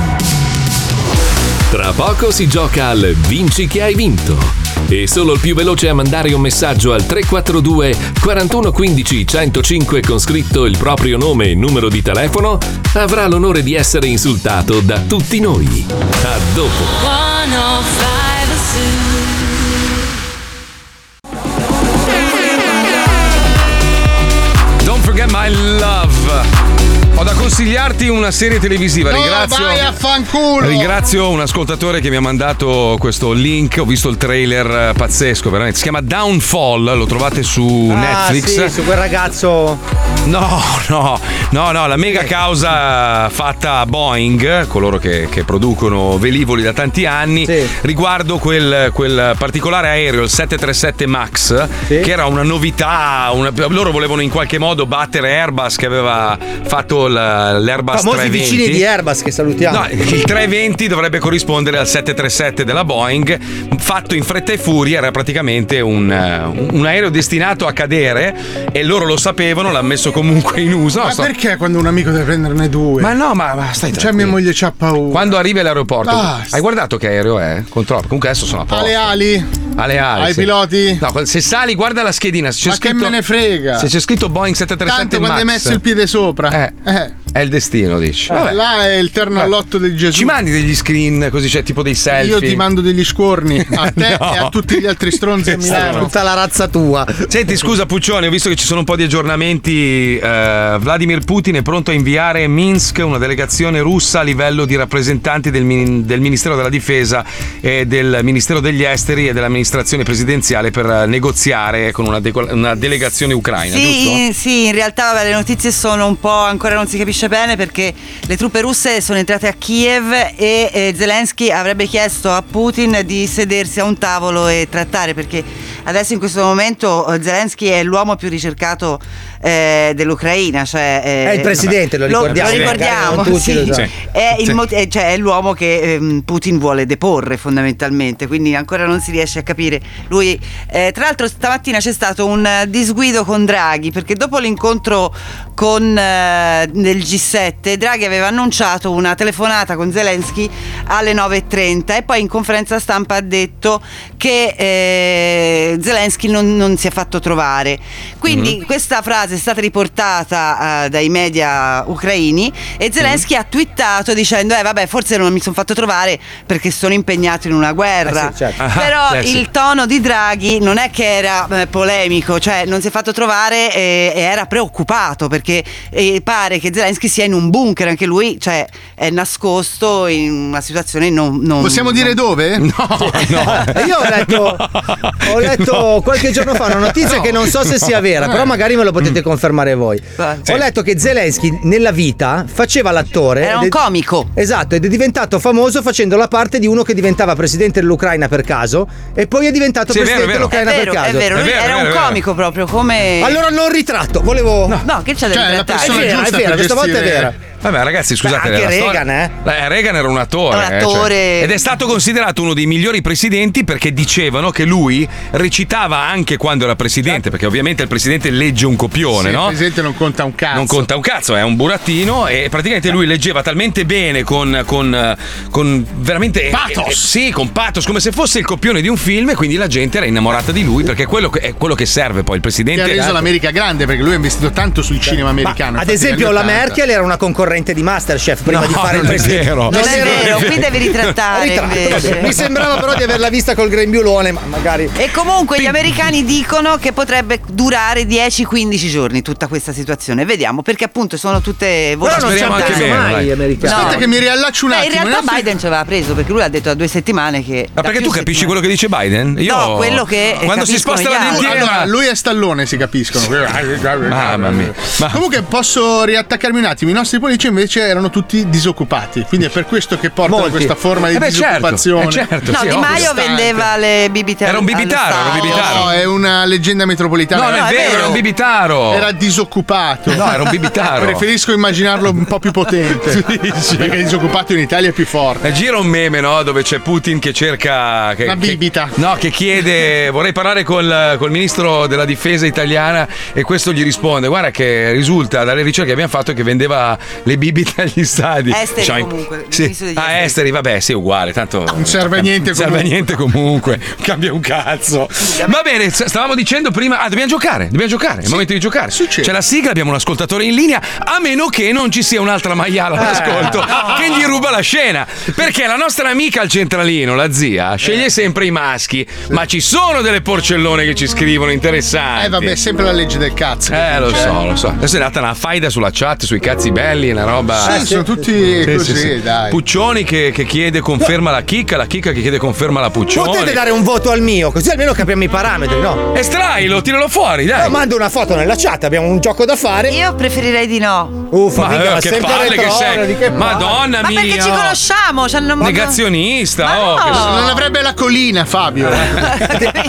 Speaker 2: Tra poco si gioca al Vinci che hai vinto. E solo il più veloce a mandare un messaggio al 342 4115 105 con scritto il proprio nome e numero di telefono avrà l'onore di essere insultato da tutti noi. A dopo.
Speaker 23: oh
Speaker 5: Don't forget my love. Ho da consigliarti una serie televisiva.
Speaker 6: No,
Speaker 5: Ringrazio.
Speaker 6: vai a fanculo.
Speaker 5: Ringrazio un ascoltatore che mi ha mandato questo link. Ho visto il trailer eh, pazzesco, veramente. Si chiama Downfall, lo trovate su
Speaker 7: Ah,
Speaker 5: Netflix.
Speaker 7: sì, su quel ragazzo.
Speaker 5: No, no, no, no, la
Speaker 7: Eh.
Speaker 5: mega causa fatta a Boeing, coloro che, che producono velivoli da tanti anni, riguardo quel, quel particolare aereo, il 737 Max, che era una novità, una- loro volevano in qualche modo battere Airbus che aveva fatto la- l'Airbus
Speaker 7: Famosi
Speaker 5: 320.
Speaker 7: vicini di Airbus che salutiamo.
Speaker 5: No, il 320 dovrebbe corrispondere al 737 della Boeing, fatto in fretta e furia, era praticamente un, eh, un aereo destinato a cadere e loro lo sapevano, l'hanno messo comunque in uso. No,
Speaker 6: ma
Speaker 5: sto-
Speaker 6: perché quando un amico deve prenderne due? Ma
Speaker 5: no, ma, stai
Speaker 6: Cioè,
Speaker 5: tranquillo.
Speaker 6: mia moglie c'ha paura.
Speaker 5: Quando arrivi all'aeroporto,
Speaker 6: Basta.
Speaker 5: hai guardato che aereo è? Controllo, comunque adesso sono a posto.
Speaker 6: Alle ali.
Speaker 5: Alle ali,
Speaker 6: Ai
Speaker 5: sì.
Speaker 6: piloti.
Speaker 5: No, se sali, guarda la schedina. se c'è
Speaker 6: Ma che
Speaker 5: scritto-
Speaker 6: me ne frega?
Speaker 5: Se c'è scritto Boeing 737
Speaker 6: Tanto quando hai
Speaker 5: Max.
Speaker 6: messo il piede sopra. Eh.
Speaker 5: È il destino, dici. Vabbè.
Speaker 6: Là è il terno all'otto del Gesù.
Speaker 5: Ci mandi degli screen così, c'è tipo dei selfie.
Speaker 6: Io ti mando
Speaker 5: (laughs)
Speaker 6: degli scorni a te e a tutti gli altri stronzi a Milano.
Speaker 5: Tutta
Speaker 7: la razza tua.
Speaker 5: Senti, scusa Puccioni, ho visto che ci sono un po' di aggiornamenti. Eh, Vladimir Putin è pronto a inviare a Minsk una delegazione russa a livello di rappresentanti del, min- del Ministero della Difesa e del Ministero degli Esteri e dell'amministrazione presidenziale per eh, negoziare con una, deco- una delegazione ucraina, giusto?
Speaker 8: Sì, in, sì, in realtà vabbè, le notizie sono un po' ancora non si capisce bene perché le truppe russe sono entrate a Kiev e eh, Zelensky avrebbe chiesto a Putin di sedersi a un tavolo e trattare perché adesso in questo momento eh, Zelensky è l'uomo più ricercato eh, dell'Ucraina. Cioè, eh,
Speaker 7: È il presidente, lo ricordiamo.
Speaker 8: Lo
Speaker 7: Magari
Speaker 8: ricordiamo,
Speaker 7: non tutti
Speaker 8: sì.
Speaker 7: lo sanno.
Speaker 8: È, il
Speaker 7: Sì.
Speaker 8: mo- eh, cioè, è l'uomo che ehm, Putin vuole deporre fondamentalmente, quindi ancora non si riesce a capire. Lui, eh, tra l'altro, stamattina c'è stato un eh, disguido con Draghi perché dopo l'incontro con, eh, nel G7, Draghi aveva annunciato una telefonata con Zelensky alle 9.30 e poi in conferenza stampa ha detto che eh, Zelensky non, non si è fatto trovare. Quindi
Speaker 9: Mhm.
Speaker 8: questa frase è stata riportata eh, dai media ucraini e
Speaker 9: Mm-hmm.
Speaker 8: Zelensky ha twittato dicendo eh vabbè forse non mi sono fatto trovare perché sono impegnato in una guerra
Speaker 9: Eh sì, certo. Ah,
Speaker 8: (laughs) però
Speaker 9: eh sì.
Speaker 8: il tono di Draghi non è che era eh, polemico cioè non si è fatto trovare eh, e, era preoccupato perché eh, pare che Zelensky sia in un bunker anche lui cioè è nascosto in una situazione non, non-
Speaker 6: Possiamo
Speaker 8: non- Ecco,
Speaker 6: dire dove?
Speaker 8: (laughs)
Speaker 6: No,
Speaker 7: Io ho letto, ho letto qualche giorno fa una notizia che non so se sia vera,
Speaker 8: Eh.
Speaker 7: però magari me lo potete confermare voi. Ho letto che Zelensky nella vita faceva l'attore.
Speaker 8: Era un
Speaker 7: ed è-
Speaker 8: comico.
Speaker 7: Esatto, ed è diventato famoso facendo la parte di uno che diventava presidente dell'Ucraina per caso e poi è diventato
Speaker 8: Sì, è vero,
Speaker 7: presidente
Speaker 8: è vero.
Speaker 7: dell'Ucraina
Speaker 8: È
Speaker 7: per
Speaker 8: vero, è
Speaker 7: caso.
Speaker 8: vero, lui È vero, era è un vero, è vero. comico proprio, come-
Speaker 7: Allora non ritratto, volevo No,
Speaker 8: che c'è da
Speaker 7: Cioè, è la
Speaker 8: ritrattare?
Speaker 7: persona È vero, giusta è vero, per questa volta è gestire- vera.
Speaker 5: Vabbè, ragazzi, scusate.
Speaker 7: Beh, anche
Speaker 5: la storia-
Speaker 7: Reagan,
Speaker 5: Eh, Reagan era un attore.
Speaker 7: Un
Speaker 5: eh,
Speaker 7: attore.
Speaker 5: cioè. Ed è stato considerato uno dei migliori presidenti perché dicevano che lui recitava anche quando era presidente, perché ovviamente il presidente legge un copione,
Speaker 6: Sì,
Speaker 5: no?
Speaker 6: Il presidente non conta un cazzo.
Speaker 5: Non conta un cazzo, è un burattino e praticamente lui leggeva talmente bene con, con, eh, con veramente...
Speaker 6: Pathos.
Speaker 5: eh, eh, sì, con pathos, come se fosse il copione di un film e quindi la gente era innamorata di lui perché quello che- è quello che serve poi il
Speaker 6: Che
Speaker 5: presidente...
Speaker 6: ha reso l'America grande perché lui ha investito tanto sul cinema
Speaker 7: Ma,
Speaker 6: americano.
Speaker 7: ad
Speaker 6: infatti,
Speaker 7: esempio
Speaker 6: negli
Speaker 7: la
Speaker 8: Certo.
Speaker 6: 80.
Speaker 7: Merkel era una concorrente di Masterchef prima
Speaker 6: No,
Speaker 7: di fare il
Speaker 6: non è
Speaker 7: presidente.
Speaker 6: vero. Non
Speaker 8: è vero, qui devi ritrattare,
Speaker 7: (laughs) Ritratto,
Speaker 8: invece.
Speaker 7: vabbè. Mi sembrava però di averla vista col grembiulone, ma magari
Speaker 8: E comunque gli americani dicono che potrebbe durare 10-15 giorni tutta questa situazione. Vediamo, perché appunto sono tutte
Speaker 6: non ci
Speaker 8: voci.
Speaker 6: hanno Speriamo anche preso meno, mai dai. gli americani. Aspetta che mi riallaccio un
Speaker 8: Beh,
Speaker 6: attimo,
Speaker 8: In
Speaker 6: in
Speaker 8: realtà
Speaker 6: Africa-
Speaker 8: Biden ci aveva preso, perché lui l'ha detto da due settimane che...
Speaker 5: Ma perché tu capisci quello che dice Biden? Io...
Speaker 8: No, quello che
Speaker 5: Quando si sposta la dentiera...
Speaker 6: Allora, lui è stallone, si capiscono.
Speaker 5: Mamma mia.
Speaker 6: Comunque posso riattaccarmi un attimo. I nostri politici invece erano tutti disoccupati. Quindi è per questo che portano
Speaker 5: Molti.
Speaker 6: questa forma di
Speaker 5: Eh beh, certo,
Speaker 6: disoccupazione.
Speaker 5: eh, certo,
Speaker 8: No, Di Maio vendeva le bibite
Speaker 6: Era un
Speaker 8: al-
Speaker 6: bibitaro,
Speaker 8: allo
Speaker 6: era un
Speaker 8: Stato.
Speaker 6: bibitaro. No, è una leggenda metropolitana.
Speaker 5: No, non è No, è vero, vero. era un bibitaro.
Speaker 6: Era disoccupato.
Speaker 5: No, era un bibitaro.
Speaker 6: Preferisco immaginarlo un po'
Speaker 5: (laughs)
Speaker 6: più potente. perché disoccupato in Italia è più forte.
Speaker 5: Eh, Gira un meme, no? Dove c'è Putin che cerca. Che,
Speaker 6: Una
Speaker 5: che-
Speaker 6: bibita.
Speaker 5: no, che chiede. Vorrei parlare col, col ministro della difesa italiana. E questo gli risponde: Guarda, che risulta dalle ricerche che abbiamo fatto che vendeva le (laughs) bibite agli stadi.
Speaker 6: Esteri
Speaker 5: Cioè,
Speaker 6: comunque, il
Speaker 5: sì.
Speaker 6: ministro degli
Speaker 5: Ah, esteri, vabbè, sì, uguale. Tanto.
Speaker 6: Non serve a niente
Speaker 5: Non serve a niente comunque. (laughs) Cambia un cazzo. Va bene, s- stavamo dicendo prima. Ah, dobbiamo giocare. Dobbiamo giocare. È il momento di giocare. C'è la sigla, abbiamo un ascoltatore in linea. A meno che non ci sia un'altra
Speaker 6: Eh.
Speaker 5: maiala all'ascolto che gli ruba la scena. Perché la nostra amica al centralino, la zia,
Speaker 6: Eh.
Speaker 5: sceglie sempre i maschi. Ma ci sono delle porcellone che ci scrivono interessanti.
Speaker 6: Eh vabbè, è sempre la legge del cazzo. Cioè.
Speaker 5: Eh, lo so, lo so. Adesso è nata una faida sulla chat, sui cazzi belli, una roba.
Speaker 6: Sì, sono tutti così, dai.
Speaker 5: Puccioni che, che chiede conferma la chicca, la chicca che chiede conferma la Puccioni.
Speaker 7: potete dare un voto al mio, così almeno capiamo i parametri, no?
Speaker 5: Estrailo, tiralo fuori, dai.
Speaker 7: No, mando una foto nella chat, abbiamo un gioco da fare.
Speaker 8: Io preferirei di no.
Speaker 7: Uffa,
Speaker 5: Ma,
Speaker 7: mica,
Speaker 5: eh,
Speaker 7: ma
Speaker 5: che
Speaker 7: sempre
Speaker 5: palle che
Speaker 7: retrogradi,
Speaker 5: sei.
Speaker 7: che palle.
Speaker 5: Madonna
Speaker 7: (laughs)
Speaker 8: Ma perché
Speaker 5: mia.
Speaker 8: ci conosciamo? Cioè, non-
Speaker 5: Negazionista, Eh. oh, che-
Speaker 6: Non avrebbe la collina, Fabio.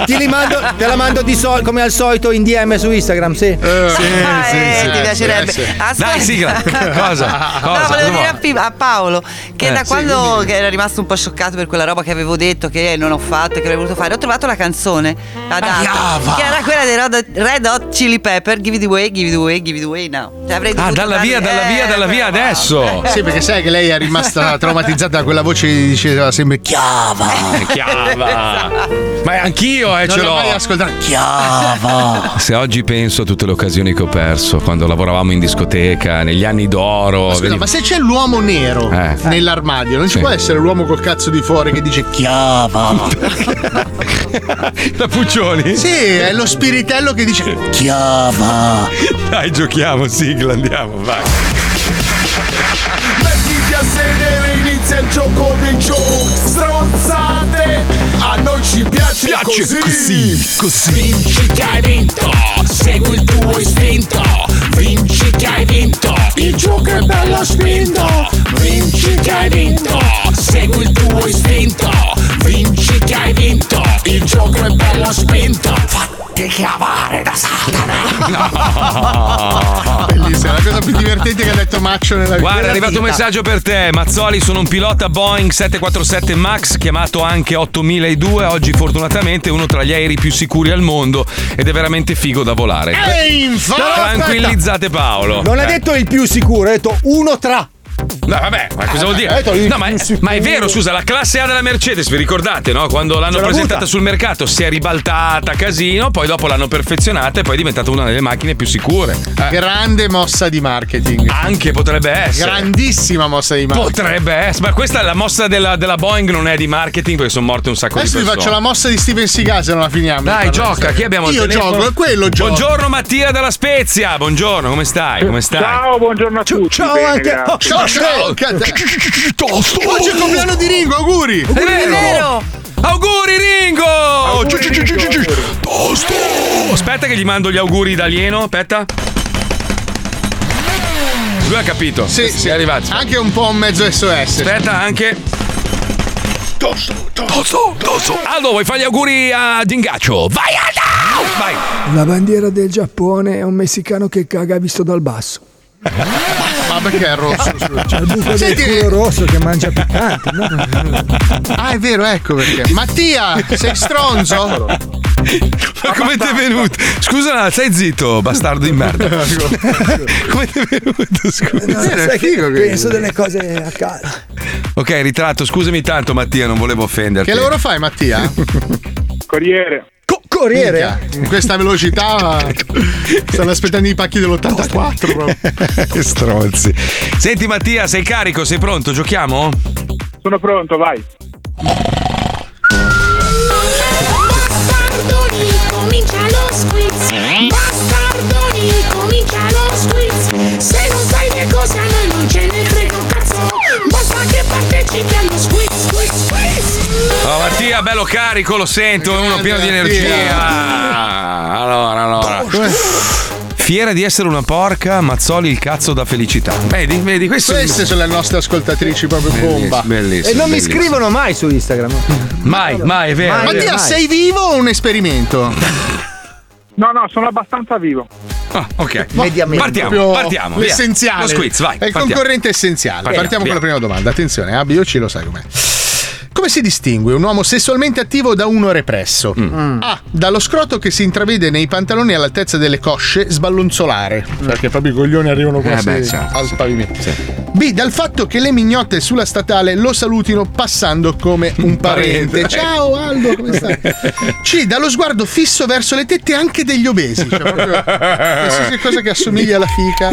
Speaker 7: Ti li mando- te la mando di sol- come al solito in DM su Instagram, sì.
Speaker 8: eh, ti piacerebbe. Aspetta.
Speaker 5: Dai,
Speaker 7: (laughs)
Speaker 8: (laughs)
Speaker 5: sigla. Cosa? Cosa?
Speaker 8: No, volevo
Speaker 5: Cosa
Speaker 8: dire a,
Speaker 5: vuoi?
Speaker 8: Pi- a Paolo che
Speaker 5: Eh,
Speaker 8: da
Speaker 5: sì,
Speaker 8: quando che era rimasto un po' scioccato per quella roba che avevo detto, che non ho fatto, e che avrei voluto fare, ho trovato la canzone adatta, che era quella dei Red, Red Hot Chili Pepper, Give It Away, Give It Away, Give It Away Now. Cioè, avrei
Speaker 5: Ah,
Speaker 8: dovuto
Speaker 5: dalla
Speaker 8: farli-
Speaker 5: via, dalla
Speaker 8: eh,
Speaker 5: via, dalla via adesso.
Speaker 6: Sì, perché sai che lei è
Speaker 8: (laughs)
Speaker 6: rimasta traumatizzata da quella voce che diceva sempre chiava.
Speaker 5: Ah, Chiava. Ma anch'io, eh,
Speaker 6: non
Speaker 5: ce
Speaker 6: l'ho
Speaker 5: l'ho.
Speaker 6: mai ascoltato. Chiava.
Speaker 5: (laughs) Se oggi penso a tutte le occasioni che ho perso quando lavoravamo in discoteca, negli anni tesoro.
Speaker 6: Ma, scusa,
Speaker 5: Vedi-
Speaker 6: ma se c'è l'uomo nero
Speaker 5: Eh.
Speaker 6: nell'armadio, non ci
Speaker 5: Sì.
Speaker 6: può essere l'uomo col cazzo di fuori che dice
Speaker 5: (laughs)
Speaker 6: chiava.
Speaker 5: da Puccioni?
Speaker 6: Sì, è lo spiritello che dice chiava.
Speaker 5: Dai, giochiamo, sigla, andiamo, vai.
Speaker 9: Mettiti a sedere, inizia il gioco dei gioco Stronzate, a noi ci piace,
Speaker 4: Piace
Speaker 9: così Così Vinci che hai vinto, segui il tuo istinto Vinci che hai vinto, il gioco è bello spinto Vinci che hai vinto, segui il tuo istinto Vinci che hai vinto, il gioco è bello spinto Fatti chiamare da (laughs) Satana
Speaker 6: (laughs) Bellissima, la cosa più divertente che ha detto Maccio nella
Speaker 5: Guarda, è
Speaker 6: nella
Speaker 5: arrivato un
Speaker 6: vita.
Speaker 5: messaggio per te. Mazzoli, sono un pilota Boeing 747 Max, chiamato anche 8002. Oggi, fortunatamente, uno tra gli aerei più sicuri al mondo ed è veramente figo da volare.
Speaker 6: E Eh, infatti-
Speaker 5: Tranquillizzate Paolo.
Speaker 7: Non ha
Speaker 5: Eh.
Speaker 7: detto il più sicuro, ha detto uno tra.
Speaker 5: No, vabbè, ma
Speaker 6: Eh,
Speaker 5: cosa vuol dire? No, ma, ma è vero, scusa, la classe A della Mercedes, vi ricordate, no? Quando l'hanno
Speaker 7: C'era
Speaker 5: presentata
Speaker 7: avuta.
Speaker 5: sul mercato si è ribaltata, casino, poi dopo l'hanno perfezionata e poi è diventata una delle macchine più sicure.
Speaker 6: Grande mossa di marketing.
Speaker 5: Eh. Anche potrebbe essere.
Speaker 6: Grandissima mossa di marketing.
Speaker 5: Potrebbe essere, ma questa è la mossa della, della Boeing, non è di marketing perché sono morte un sacco
Speaker 6: Adesso
Speaker 5: di
Speaker 6: vi
Speaker 5: persone.
Speaker 6: faccio la mossa di Steven Seagal se non la finiamo.
Speaker 5: Dai,
Speaker 6: Parla-
Speaker 5: gioca, chi abbiamo al
Speaker 6: Io
Speaker 5: telefono?
Speaker 6: gioco, è quello gioco.
Speaker 5: Buongiorno Mattia dalla Spezia, buongiorno, come stai? Come stai?
Speaker 6: Ciao,
Speaker 9: buongiorno a
Speaker 5: tutti.
Speaker 6: Ciao anche a ciao, ciao.
Speaker 9: Tosto.
Speaker 6: Oggi è il compleanno di Ringo, auguri.
Speaker 5: È vero. Auguri Ringo! Ciu, ciu, ciu, ciu, ciu, ciu. Tosto! Aspetta che gli mando gli auguri da alieno, aspetta. Lui ha capito.
Speaker 6: Sì, sì.
Speaker 5: È arrivato.
Speaker 6: Anche un po' un mezzo SOS.
Speaker 5: Aspetta, anche.
Speaker 9: Tosto,
Speaker 5: tosto, tosto. Aldo, vuoi fare gli auguri a Dingaccio? Vai Aldo! Vai.
Speaker 1: La bandiera del Giappone è un messicano che caga visto dal basso.
Speaker 6: Ma perché è rosso?
Speaker 1: C'è il buco del
Speaker 6: Senti-
Speaker 1: culo rosso che mangia piccante. no?
Speaker 6: (laughs) Ah, è vero, ecco perché. Mattia, sei stronzo?
Speaker 5: Ma (laughs) come ti è venuto? Scusa, stai zitto, bastardo di merda. (laughs) Ecco.
Speaker 7: (laughs)
Speaker 5: come ti è venuto? Scusa.
Speaker 1: sai che penso delle cose a caso.
Speaker 5: Ok, ritratto, scusami tanto Mattia, non volevo offenderti.
Speaker 6: Che lavoro fai, Mattia?
Speaker 9: Corriere.
Speaker 6: corriere? In questa velocità stanno aspettando i pacchi dell'84
Speaker 5: (laughs)
Speaker 6: proprio.
Speaker 1: (laughs)
Speaker 5: Stronzi. Senti Mattia, sei carico, sei pronto? Giochiamo?
Speaker 9: Sono pronto, vai.
Speaker 4: Bastardoni, comincia lo squiz. Bastardoni, comincia lo squiz. Se non sai che cosa a noi non ce ne frega un cazzo. Basta che partecipi allo squiz, squiz, squiz.
Speaker 5: Oh, Mattia, bello carico, lo sento, è uno pieno di energia. Allora, allora. Fiera di essere una porca, Mazzoli il cazzo da felicità. Vedi, vedi, questo
Speaker 6: Queste sono le nostre ascoltatrici proprio bomba.
Speaker 5: bellissimo,
Speaker 7: e non mi
Speaker 5: bellissimo.
Speaker 7: scrivono mai su Instagram.
Speaker 5: (laughs) Mai, mai, è vero.
Speaker 6: Mattia,
Speaker 5: Mai.
Speaker 6: sei vivo o un esperimento?
Speaker 9: (laughs) No, no, sono abbastanza vivo.
Speaker 5: Ah, ok.
Speaker 6: Ma-
Speaker 5: Mediamente. Partiamo,
Speaker 6: proprio
Speaker 5: partiamo. via.
Speaker 6: L'essenziale.
Speaker 5: Lo squiz, vai.
Speaker 6: È il
Speaker 5: partiamo.
Speaker 6: concorrente essenziale.
Speaker 5: Partiamo,
Speaker 6: Partiamo
Speaker 5: via.
Speaker 6: con la prima domanda. Attenzione, Abio ci lo sai com'è. Come si distingue un uomo sessualmente attivo da uno represso?
Speaker 5: Mm.
Speaker 6: A. Dallo scroto che si intravede nei pantaloni all'altezza delle cosce sballonzolare. Mm. Perché proprio i coglioni arrivano quasi
Speaker 5: beh, certo,
Speaker 6: Ah. al pavimento. B. Dal fatto che le mignotte sulla statale lo salutino passando come un
Speaker 4: Parente.
Speaker 6: parente. Ciao Aldo, come
Speaker 5: (laughs)
Speaker 6: stai? C. Dallo sguardo fisso verso le tette anche degli obesi. Cioè, proprio
Speaker 9: Eh.
Speaker 6: qualsiasi cosa che assomiglia alla fica.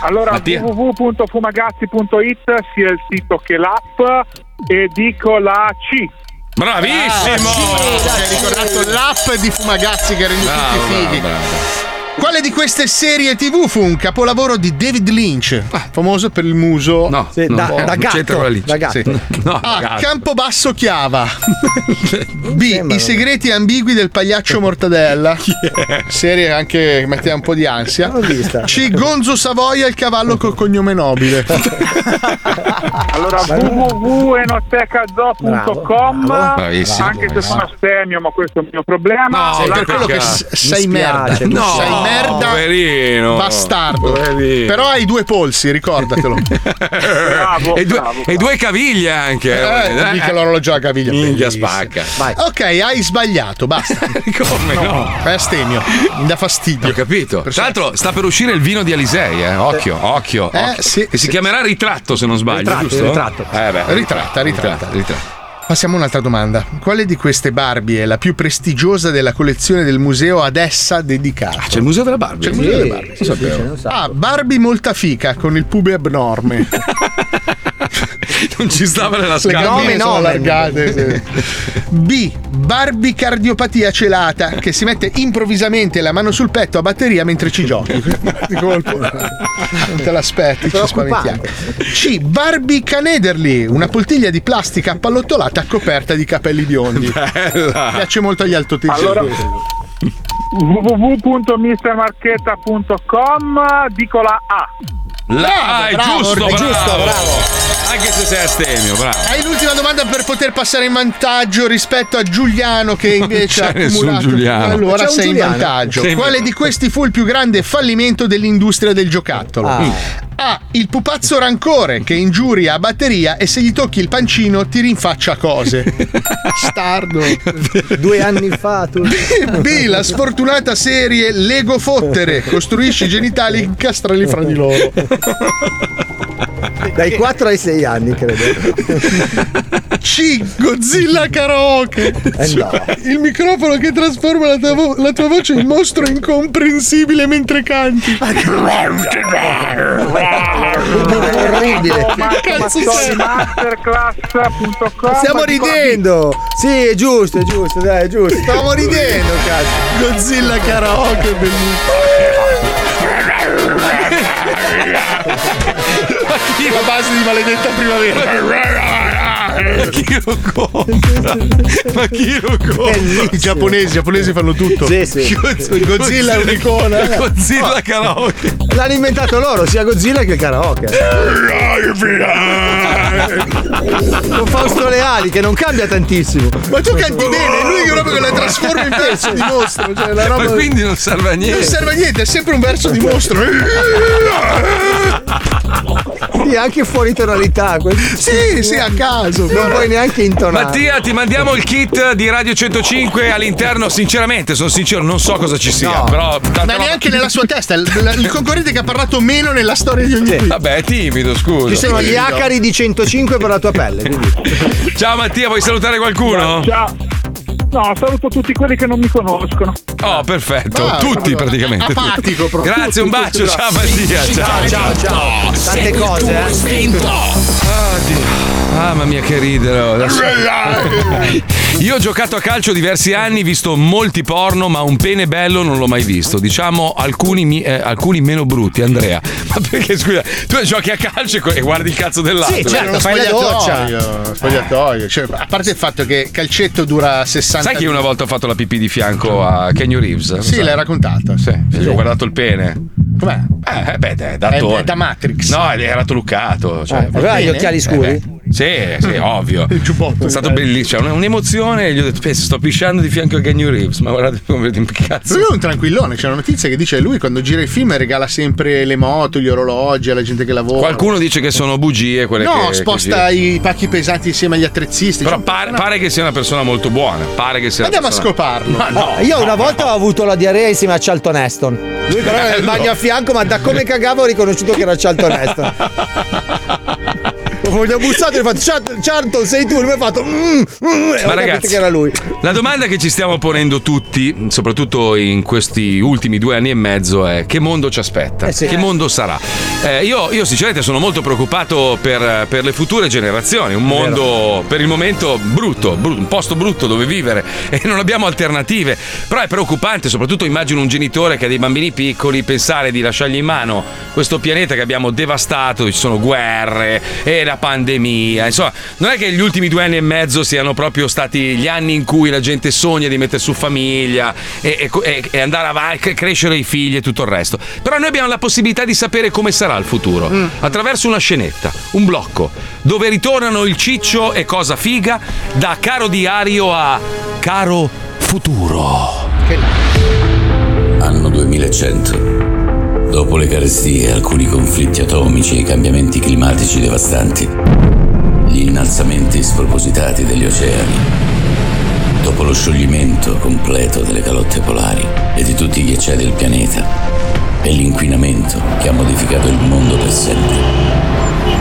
Speaker 9: Allora,
Speaker 6: Mattia.
Speaker 9: www.fumagazzi.it sia il sito che l'app e dico la C. Ah,
Speaker 5: Bravissimo!
Speaker 6: Hai ricordato l'app di Fumagazzi che era in tutti fighi. Quale di queste serie TV fu un capolavoro di David Lynch, Ah, famoso per il muso
Speaker 5: Sì, no, da- no, da non gatto, c'entra quella Lynch. da gatto. No,
Speaker 6: A.
Speaker 5: gatto. (laughs)
Speaker 6: Campobasso Chiava. B. I segreti ambigui del pagliaccio Mortadella. Serie anche che metteva un po' di ansia. C. Gonzo Savoia, il cavallo col cognome nobile.
Speaker 9: Allora, www.enotecazo.com
Speaker 6: Bravissimo,
Speaker 9: anche se sono astemio, ma questo è il mio problema.
Speaker 6: Ah, No,
Speaker 9: La-
Speaker 6: per quello che s- sei merda. Tu
Speaker 9: No,
Speaker 6: sei merda.
Speaker 9: poverino.
Speaker 6: Bastardo.
Speaker 9: Poverino.
Speaker 6: Però hai due polsi, ricordatelo.
Speaker 5: Eh, e, due, e due caviglie anche.
Speaker 6: Eh, mica l'orologio a caviglia.
Speaker 5: Minchia spacca.
Speaker 6: Ok, hai sbagliato, basta.
Speaker 5: Come no?
Speaker 6: Fai astemio, mi dà fastidio.
Speaker 5: Ho capito. Tra l'altro sta per uscire il vino di Alisei, eh. Occhio, occhio.
Speaker 6: Eh,
Speaker 5: occhio.
Speaker 6: sì,
Speaker 5: Che si chiamerà Ritratto se non sbaglio,
Speaker 6: Ritratto,
Speaker 5: giusto?
Speaker 6: ritratto.
Speaker 5: Eh, beh.
Speaker 6: Ritratta, ritratta.
Speaker 5: ritratta.
Speaker 6: Passiamo a un'altra domanda. Quale di queste Barbie è la più prestigiosa della collezione del museo ad essa dedicata?
Speaker 5: Ah, c'è il museo della Barbie.
Speaker 6: C'è il museo
Speaker 5: Sì,
Speaker 6: della Barbie.
Speaker 5: sì,
Speaker 6: lo
Speaker 5: sì,
Speaker 6: sapevo.
Speaker 5: ce ne un sacco.
Speaker 6: ah,
Speaker 5: (laughs)
Speaker 6: Barbie molta fica con il pube abnorme.
Speaker 5: (laughs) Non ci stava nella
Speaker 6: Le
Speaker 5: scatola.
Speaker 6: gambe sono allargate. sì. B. Barbie cardiopatia celata che si mette improvvisamente la mano sul petto a batteria mentre
Speaker 5: (laughs)
Speaker 6: ci giochi. Di colpo. Non te l'aspetti, ci spaventiamo. C. Barbie canederli, una poltiglia di plastica appallottolata coperta di capelli biondi.
Speaker 5: Bella.
Speaker 6: Piace molto agli altotesi.
Speaker 24: Allora- www.mistermarchetta.com dico la A.
Speaker 5: La, ah, è
Speaker 6: Bravo,
Speaker 5: giusto, bravo.
Speaker 6: bravo, è giusto, bravo.
Speaker 5: Anche se sei astemio, bravo.
Speaker 6: Hai l'ultima domanda per poter passare in vantaggio rispetto a Giuliano che invece
Speaker 5: c'è
Speaker 6: ha
Speaker 5: nessun
Speaker 6: accumulato.
Speaker 5: Giuliano.
Speaker 6: Allora
Speaker 5: C'è un
Speaker 6: sei in
Speaker 5: Giuliano.
Speaker 6: vantaggio.
Speaker 5: Sei in
Speaker 6: Quale di questi fu il più grande fallimento dell'industria del giocattolo?
Speaker 5: Ah.
Speaker 6: A. Il pupazzo rancore che ingiuria a batteria e se gli tocchi il pancino ti rinfaccia cose. (laughs) Stardo.
Speaker 7: Due anni fa tu.
Speaker 6: B. La sfortunata serie Lego Fottere. Costruisci i genitali e incastrali fra di loro.
Speaker 7: Dai 4 ai 6 anni,
Speaker 6: (laughs)
Speaker 7: credo.
Speaker 6: C. Godzilla Karaoke.
Speaker 7: Eh no.
Speaker 6: Il microfono che trasforma la tua, vo- la tua voce in mostro incomprensibile mentre canti.
Speaker 7: Orribile. Stiamo ridendo. Sì, è giusto, è giusto, dai, è giusto.
Speaker 6: Stavo ridendo, cazzo. Godzilla Karaoke, (laughs) bellissimo. La base di maledetta primavera.
Speaker 5: chi lo
Speaker 7: (laughs)
Speaker 5: compra? Ma chi lo compra?
Speaker 6: I giapponesi, i giapponesi fanno tutto.
Speaker 7: Sì, sì.
Speaker 6: Godzilla è un'icona. eh. Ah.
Speaker 5: Godzilla karaoke.
Speaker 7: L'hanno inventato loro, sia Godzilla che il karaoke. Con Fausto Leali che non cambia tantissimo.
Speaker 6: Ma tu canti bene, è lui che proprio che la trasforma in pezzo di mostro. Cioè, la roba...
Speaker 5: Ma quindi non serve a niente.
Speaker 6: Non serve a niente, è sempre un verso di mostro.
Speaker 7: Sì, anche fuori tonalità. eh.
Speaker 6: Sì, sì, a caso.
Speaker 7: Non puoi neanche intonare.
Speaker 5: Mattia, ti mandiamo il kit di Radio 105 all'interno. Sinceramente, sono sincero, non so cosa ci sia. Però. tanta
Speaker 6: Ma
Speaker 5: roba-
Speaker 6: neanche nella sua testa, il, il concorrente che ha parlato meno nella storia di ogni qui.
Speaker 5: Vabbè, è timido, scusa.
Speaker 7: Ci sono gli acari di 105 per la tua pelle. quindi.
Speaker 5: Ciao Mattia, vuoi salutare qualcuno?
Speaker 24: Ciao. No, saluto tutti quelli che non mi conoscono.
Speaker 5: Oh, perfetto.
Speaker 24: Ah,
Speaker 5: tutti
Speaker 24: allora,
Speaker 5: praticamente.
Speaker 24: apatico proprio.
Speaker 5: Grazie, un bacio. Ciao Mattia. Ciao, ciao, ciao.
Speaker 7: Tante cose, eh.
Speaker 5: Ah, Mamma mia, che ridere.
Speaker 7: eh.
Speaker 5: oh, adesso- Io ho giocato a calcio diversi anni, visto molti porno, ma un pene bello non l'ho mai visto. Diciamo alcuni, mi- eh, alcuni meno brutti, Andrea. Ma perché scusa, tu giochi a calcio e co- e guardi il cazzo dell'altro?
Speaker 7: certo,
Speaker 6: Uno spogliatoio, uno Spogliatoio. Cioè, a parte il fatto che calcetto dura 60
Speaker 5: Eh. Sai che io una volta ho fatto la pipì di fianco a Kenny Reeves?
Speaker 6: Sì,
Speaker 5: Sai?
Speaker 6: l'hai raccontata.
Speaker 5: Sì, gli ho guardato il pene.
Speaker 6: Com'è?
Speaker 5: Eh, beh, dai, da,
Speaker 6: È-
Speaker 5: attore.
Speaker 6: è da Matrix.
Speaker 5: No, era truccato. Cioè,
Speaker 7: Ah, aveva gli occhiali scuri?
Speaker 5: Eh, beh, sì, sì, ovvio. Il giubbotto. È stato bellissimo. Cioè, un- un'emozione. Gli ho detto, penso, sto pisciando di fianco a Kenny Reeves. Ma guardate come che (laughs) cazzo.
Speaker 6: Lui è un tranquillone, c'è una notizia che dice lui quando gira i film regala sempre le moto, gli orologi alla gente che lavora.
Speaker 5: Qualcuno dice che sono bugie quelle che.
Speaker 6: no,
Speaker 5: che
Speaker 6: sposta
Speaker 5: gira.
Speaker 6: i pacchi pesanti insieme agli attrezzisti.
Speaker 5: Però
Speaker 6: Cioè,
Speaker 5: pare,
Speaker 6: una-
Speaker 5: pare che sia una persona molto buona. Pare che sia. una
Speaker 6: Andiamo a
Speaker 5: persona-
Speaker 6: scoparlo.
Speaker 5: Ma no,
Speaker 7: Ah, io una volta ho avuto la diarrea insieme a Charlton Heston. Lui però era nel
Speaker 5: Bello.
Speaker 7: bagno a fianco, ma da come cagavo ho riconosciuto che era Charlton Heston. Gli ho bussato e gli ho fatto "Char- Charlton sei tu? Lui mi ha fatto "Mm, mm", e ho
Speaker 5: Ma
Speaker 7: capito
Speaker 5: ragazzi,
Speaker 7: che era lui.
Speaker 5: la domanda che ci stiamo ponendo tutti, soprattutto in questi ultimi due anni e mezzo, è che mondo ci aspetta?
Speaker 7: Eh sì.
Speaker 5: Che mondo sarà? Eh, io, io sinceramente sono molto preoccupato per, per le future generazioni, un mondo per il momento brutto, bru- un posto brutto dove vivere (laughs) e non abbiamo alternative, però è preoccupante, soprattutto immagino un genitore che ha dei bambini piccoli, pensare di lasciargli in mano questo pianeta che abbiamo devastato, ci sono guerre e la pandemia, insomma, non è che gli ultimi due anni e mezzo siano proprio stati gli anni in cui la gente sogna di mettere su famiglia e, e co- e- e andare avanti, cre- crescere i figli e tutto il resto. Però noi abbiamo la possibilità di sapere come sarà il futuro attraverso una scenetta, un blocco, dove ritornano il ciccio e cosa figa da caro diario a caro futuro.
Speaker 10: Anno 2100. Dopo le carestie, alcuni conflitti atomici e i cambiamenti climatici devastanti, gli innalzamenti spropositati degli oceani, dopo lo scioglimento completo delle calotte polari e di tutti i ghiacciai del pianeta, e l'inquinamento che ha modificato il mondo per sempre.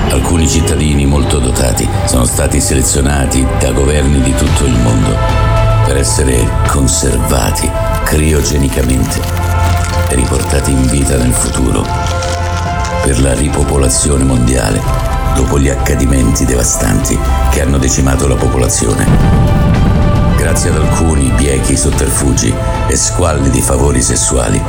Speaker 10: Alcuni cittadini molto dotati sono
Speaker 25: sono stati selezionati da governi di tutto il mondo per essere conservati criogenicamente e riportati in vita nel futuro per la ripopolazione mondiale dopo gli accadimenti devastanti che hanno decimato la popolazione. Grazie ad alcuni biechi sotterfugi e squalli di favori sessuali,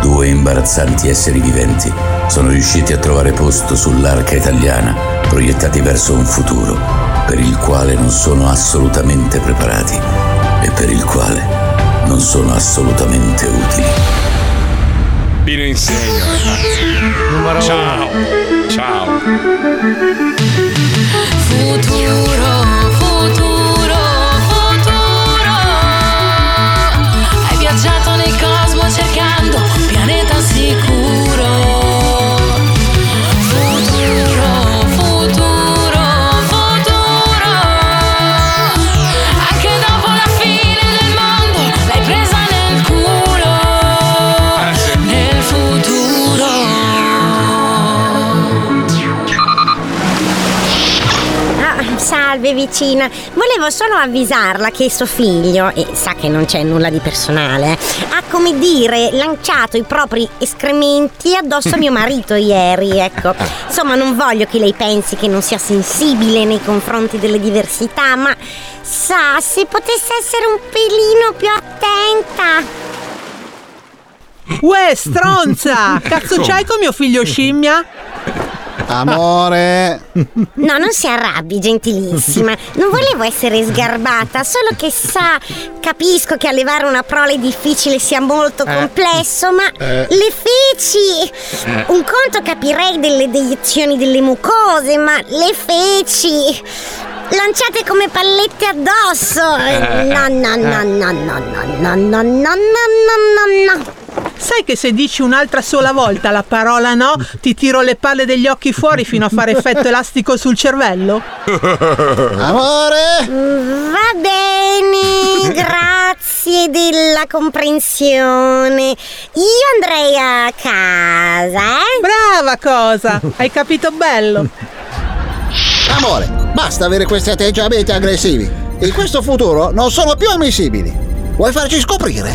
Speaker 25: due imbarazzanti esseri viventi sono riusciti a trovare posto sull'arca italiana, proiettati verso un futuro per il quale non sono assolutamente preparati e per il quale non sono assolutamente utili.
Speaker 5: Pino insegno. Ciao. Ciao.
Speaker 4: Futuro, futuro, futuro. Hai viaggiato nel cosmo cercando un pianeta sicuro. Futuro, futuro, futuro. Anche dopo la fine del mondo l'hai presa nel
Speaker 5: Eh,
Speaker 4: culo. Nel futuro.
Speaker 26: Ah, salve vicina, volevo solo avvisarla che suo figlio, e sa che non c'è nulla di personale, eh, ha come dire lanciato i propri escrementi addosso a mio marito ieri, ecco.
Speaker 13: Ah,
Speaker 26: Insomma, non voglio che lei pensi che non sia sensibile nei confronti delle diversità, ma sa, se potesse essere un pelino più attenta.
Speaker 12: Uè,
Speaker 26: (laughs)
Speaker 12: stronza! Ah, Cazzo
Speaker 26: Come?
Speaker 12: c'hai con mio figlio scimmia?
Speaker 5: (laughs)
Speaker 26: Amore! No, non si arrabbi, gentilissima. Non volevo essere sgarbata, solo che sa, capisco che allevare una prole difficile sia molto
Speaker 4: Eh.
Speaker 26: complesso, ma
Speaker 4: Eh.
Speaker 26: le feci!
Speaker 4: Eh.
Speaker 26: Un conto capirei delle deiezioni delle mucose, ma le feci! Lanciate come pallette addosso! Eh, No, no, no, no, no, no, no, no, no, no, no, no.
Speaker 12: Sai che se dici un'altra sola volta la parola no, ti tiro le palle degli occhi fuori fino a fare effetto elastico sul cervello?
Speaker 26: Amore! Va bene, grazie della comprensione. Io andrei a casa, eh?
Speaker 12: Brava cosa! Hai capito bello?
Speaker 13: Amore, basta avere questi atteggiamenti aggressivi. In questo futuro non sono più ammissibili. Vuoi farci scoprire?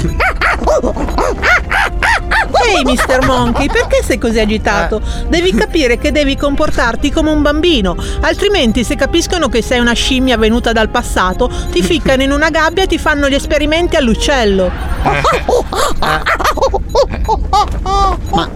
Speaker 12: Ehi, Mr. Monkey, perché sei così agitato? Devi capire che devi comportarti come un bambino, altrimenti se capiscono che sei una scimmia venuta dal passato, ti ficcano in una gabbia e ti fanno gli esperimenti all'uccello.
Speaker 13: (laughs) Ma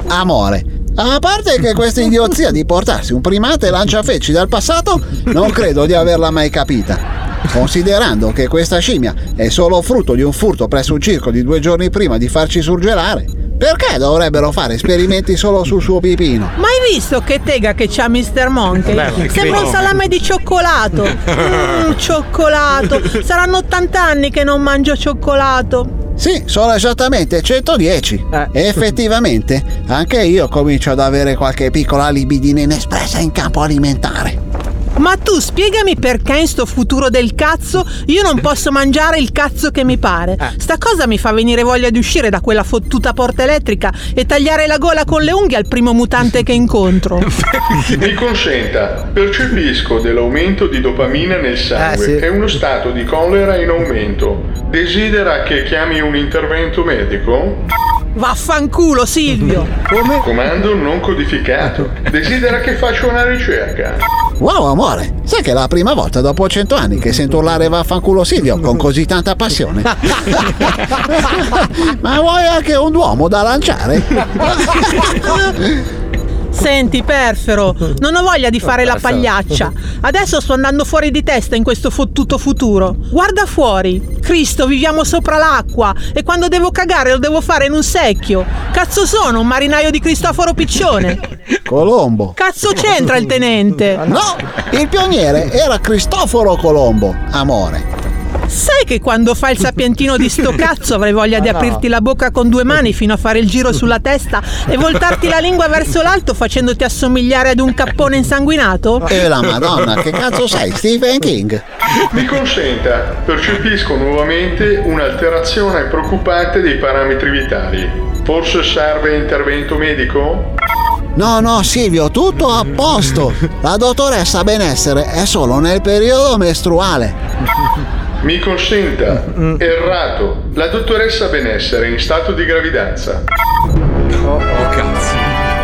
Speaker 13: amore, a parte che questa idiozia di portarsi un primate lanciafeci dal passato, non credo di averla mai capita. Considerando che questa scimmia è solo frutto di un furto presso un circo di due giorni prima di farci surgelare, perché dovrebbero fare esperimenti solo sul
Speaker 12: (laughs)
Speaker 13: suo pipino?
Speaker 12: Ma hai visto che tega che c'ha Mr. Monkey?
Speaker 13: Beh, ma
Speaker 12: Sembra un
Speaker 13: che-
Speaker 12: salame di
Speaker 13: (laughs)
Speaker 12: cioccolato. Mmm, cioccolato. Saranno 80 anni che non mangio cioccolato. Eh.
Speaker 13: Sì, sono esattamente 110. E effettivamente, anche io comincio ad avere qualche piccola libidine inespressa in campo alimentare.
Speaker 12: Ma tu spiegami perché in sto futuro del cazzo io non posso mangiare il cazzo che mi pare. Sta cosa mi fa venire voglia di uscire da quella fottuta porta elettrica e tagliare la gola con le unghie al primo mutante che incontro.
Speaker 6: Mi consenta, percepisco dell'aumento di dopamina nel sangue.
Speaker 12: Ah, sì.
Speaker 6: È uno stato di collera in aumento. Desidera che chiami un intervento medico?
Speaker 12: Vaffanculo, Silvio! Come?
Speaker 6: Comando non codificato. Desidera che faccia una ricerca.
Speaker 13: Wow, amore, sai che è la prima volta dopo 100 anni che sento urlare vaffanculo Silvio con così tanta
Speaker 12: (laughs)
Speaker 13: passione? Ma vuoi anche un uomo da lanciare?
Speaker 4: Cioè,
Speaker 12: Senti, Perfero, non ho voglia di fare la pagliaccia. Adesso sto andando fuori di testa in questo fottuto futuro. Guarda fuori. Cristo, viviamo sopra l'acqua e quando devo cagare lo devo fare in un secchio. Cazzo sono un marinaio di Cristoforo Piccione.
Speaker 13: Colombo.
Speaker 12: Cazzo c'entra il tenente?
Speaker 13: No, il pioniere era Cristoforo Colombo, amore.
Speaker 12: Sai che quando fai il sapientino di sto cazzo avrei voglia di
Speaker 13: Ma no.
Speaker 12: aprirti la bocca con due mani fino a fare il giro sulla testa e voltarti la lingua verso l'alto facendoti assomigliare ad un cappone insanguinato?
Speaker 4: Eh,
Speaker 13: E la madonna, che cazzo sei, Stephen King?
Speaker 6: Mi consenta, percepisco nuovamente un'alterazione preoccupante dei parametri vitali. Forse serve intervento medico?
Speaker 13: No, no, Silvio, tutto a posto. La dottoressa benessere è solo nel periodo mestruale.
Speaker 6: Mi consenta,
Speaker 1: Mm.
Speaker 6: errato. La dottoressa benessere è in stato di gravidanza.
Speaker 1: Oh, cazzo.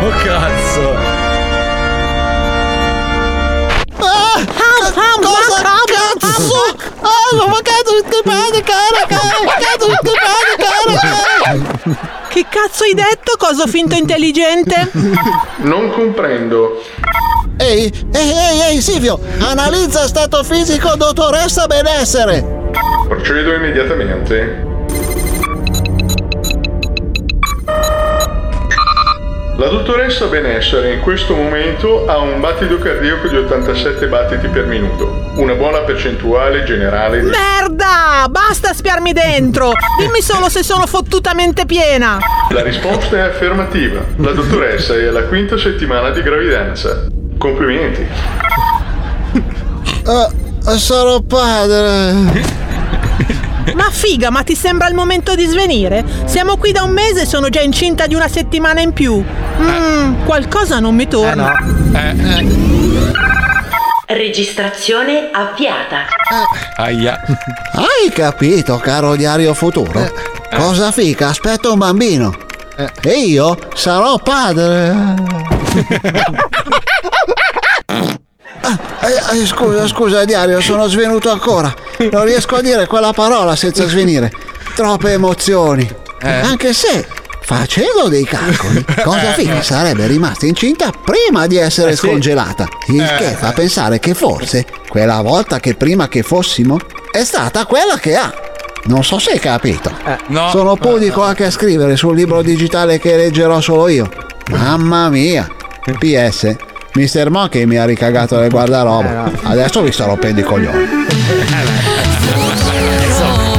Speaker 1: Oh cazzo.
Speaker 4: (laughs) Ah, cosa cazzo? Ah, ma cazzo tutte bene, cara, cara, cazzo tutte bene, cara.
Speaker 12: Che cazzo hai detto? Cosa ho finto intelligente?
Speaker 6: (laughs) Non comprendo.
Speaker 13: Ehi, ehi, ehi, ehi, Silvio, analizza stato fisico dottoressa benessere.
Speaker 6: Procedo immediatamente. La dottoressa Benessere in questo momento ha un battito cardiaco di 87 battiti per minuto, una buona percentuale generale di...
Speaker 12: Merda! Basta spiarmi dentro! Dimmi solo se sono fottutamente piena!
Speaker 6: La risposta è affermativa. La dottoressa è alla quinta settimana di gravidanza. Complimenti.
Speaker 13: Eh, sarò padre.
Speaker 12: Ma figa, ma ti sembra il momento di svenire? Siamo qui da un mese e sono già incinta di una settimana in più. Mmm, qualcosa non mi torna.
Speaker 19: Registrazione avviata.
Speaker 1: Aia.
Speaker 13: Hai capito, caro diario futuro? Cosa fica? Aspetto un bambino. E io sarò padre. Eh, eh, scusa, scusa, diario, sono svenuto ancora. Non riesco a dire quella parola senza svenire. Troppe emozioni. Anche se, facendo dei calcoli, cosa figa sarebbe rimasta incinta prima di essere scongelata. Il che fa pensare che forse, quella volta che prima che fossimo, è stata quella che ha. Non so se hai capito.
Speaker 1: no.
Speaker 13: Sono pudico anche a scrivere sul libro digitale che leggerò solo io. Mamma mia. PS. Mr. Monkey mi ha ricagato le guardaroba. Adesso vi starò pendi i coglioni.
Speaker 1: Esatto.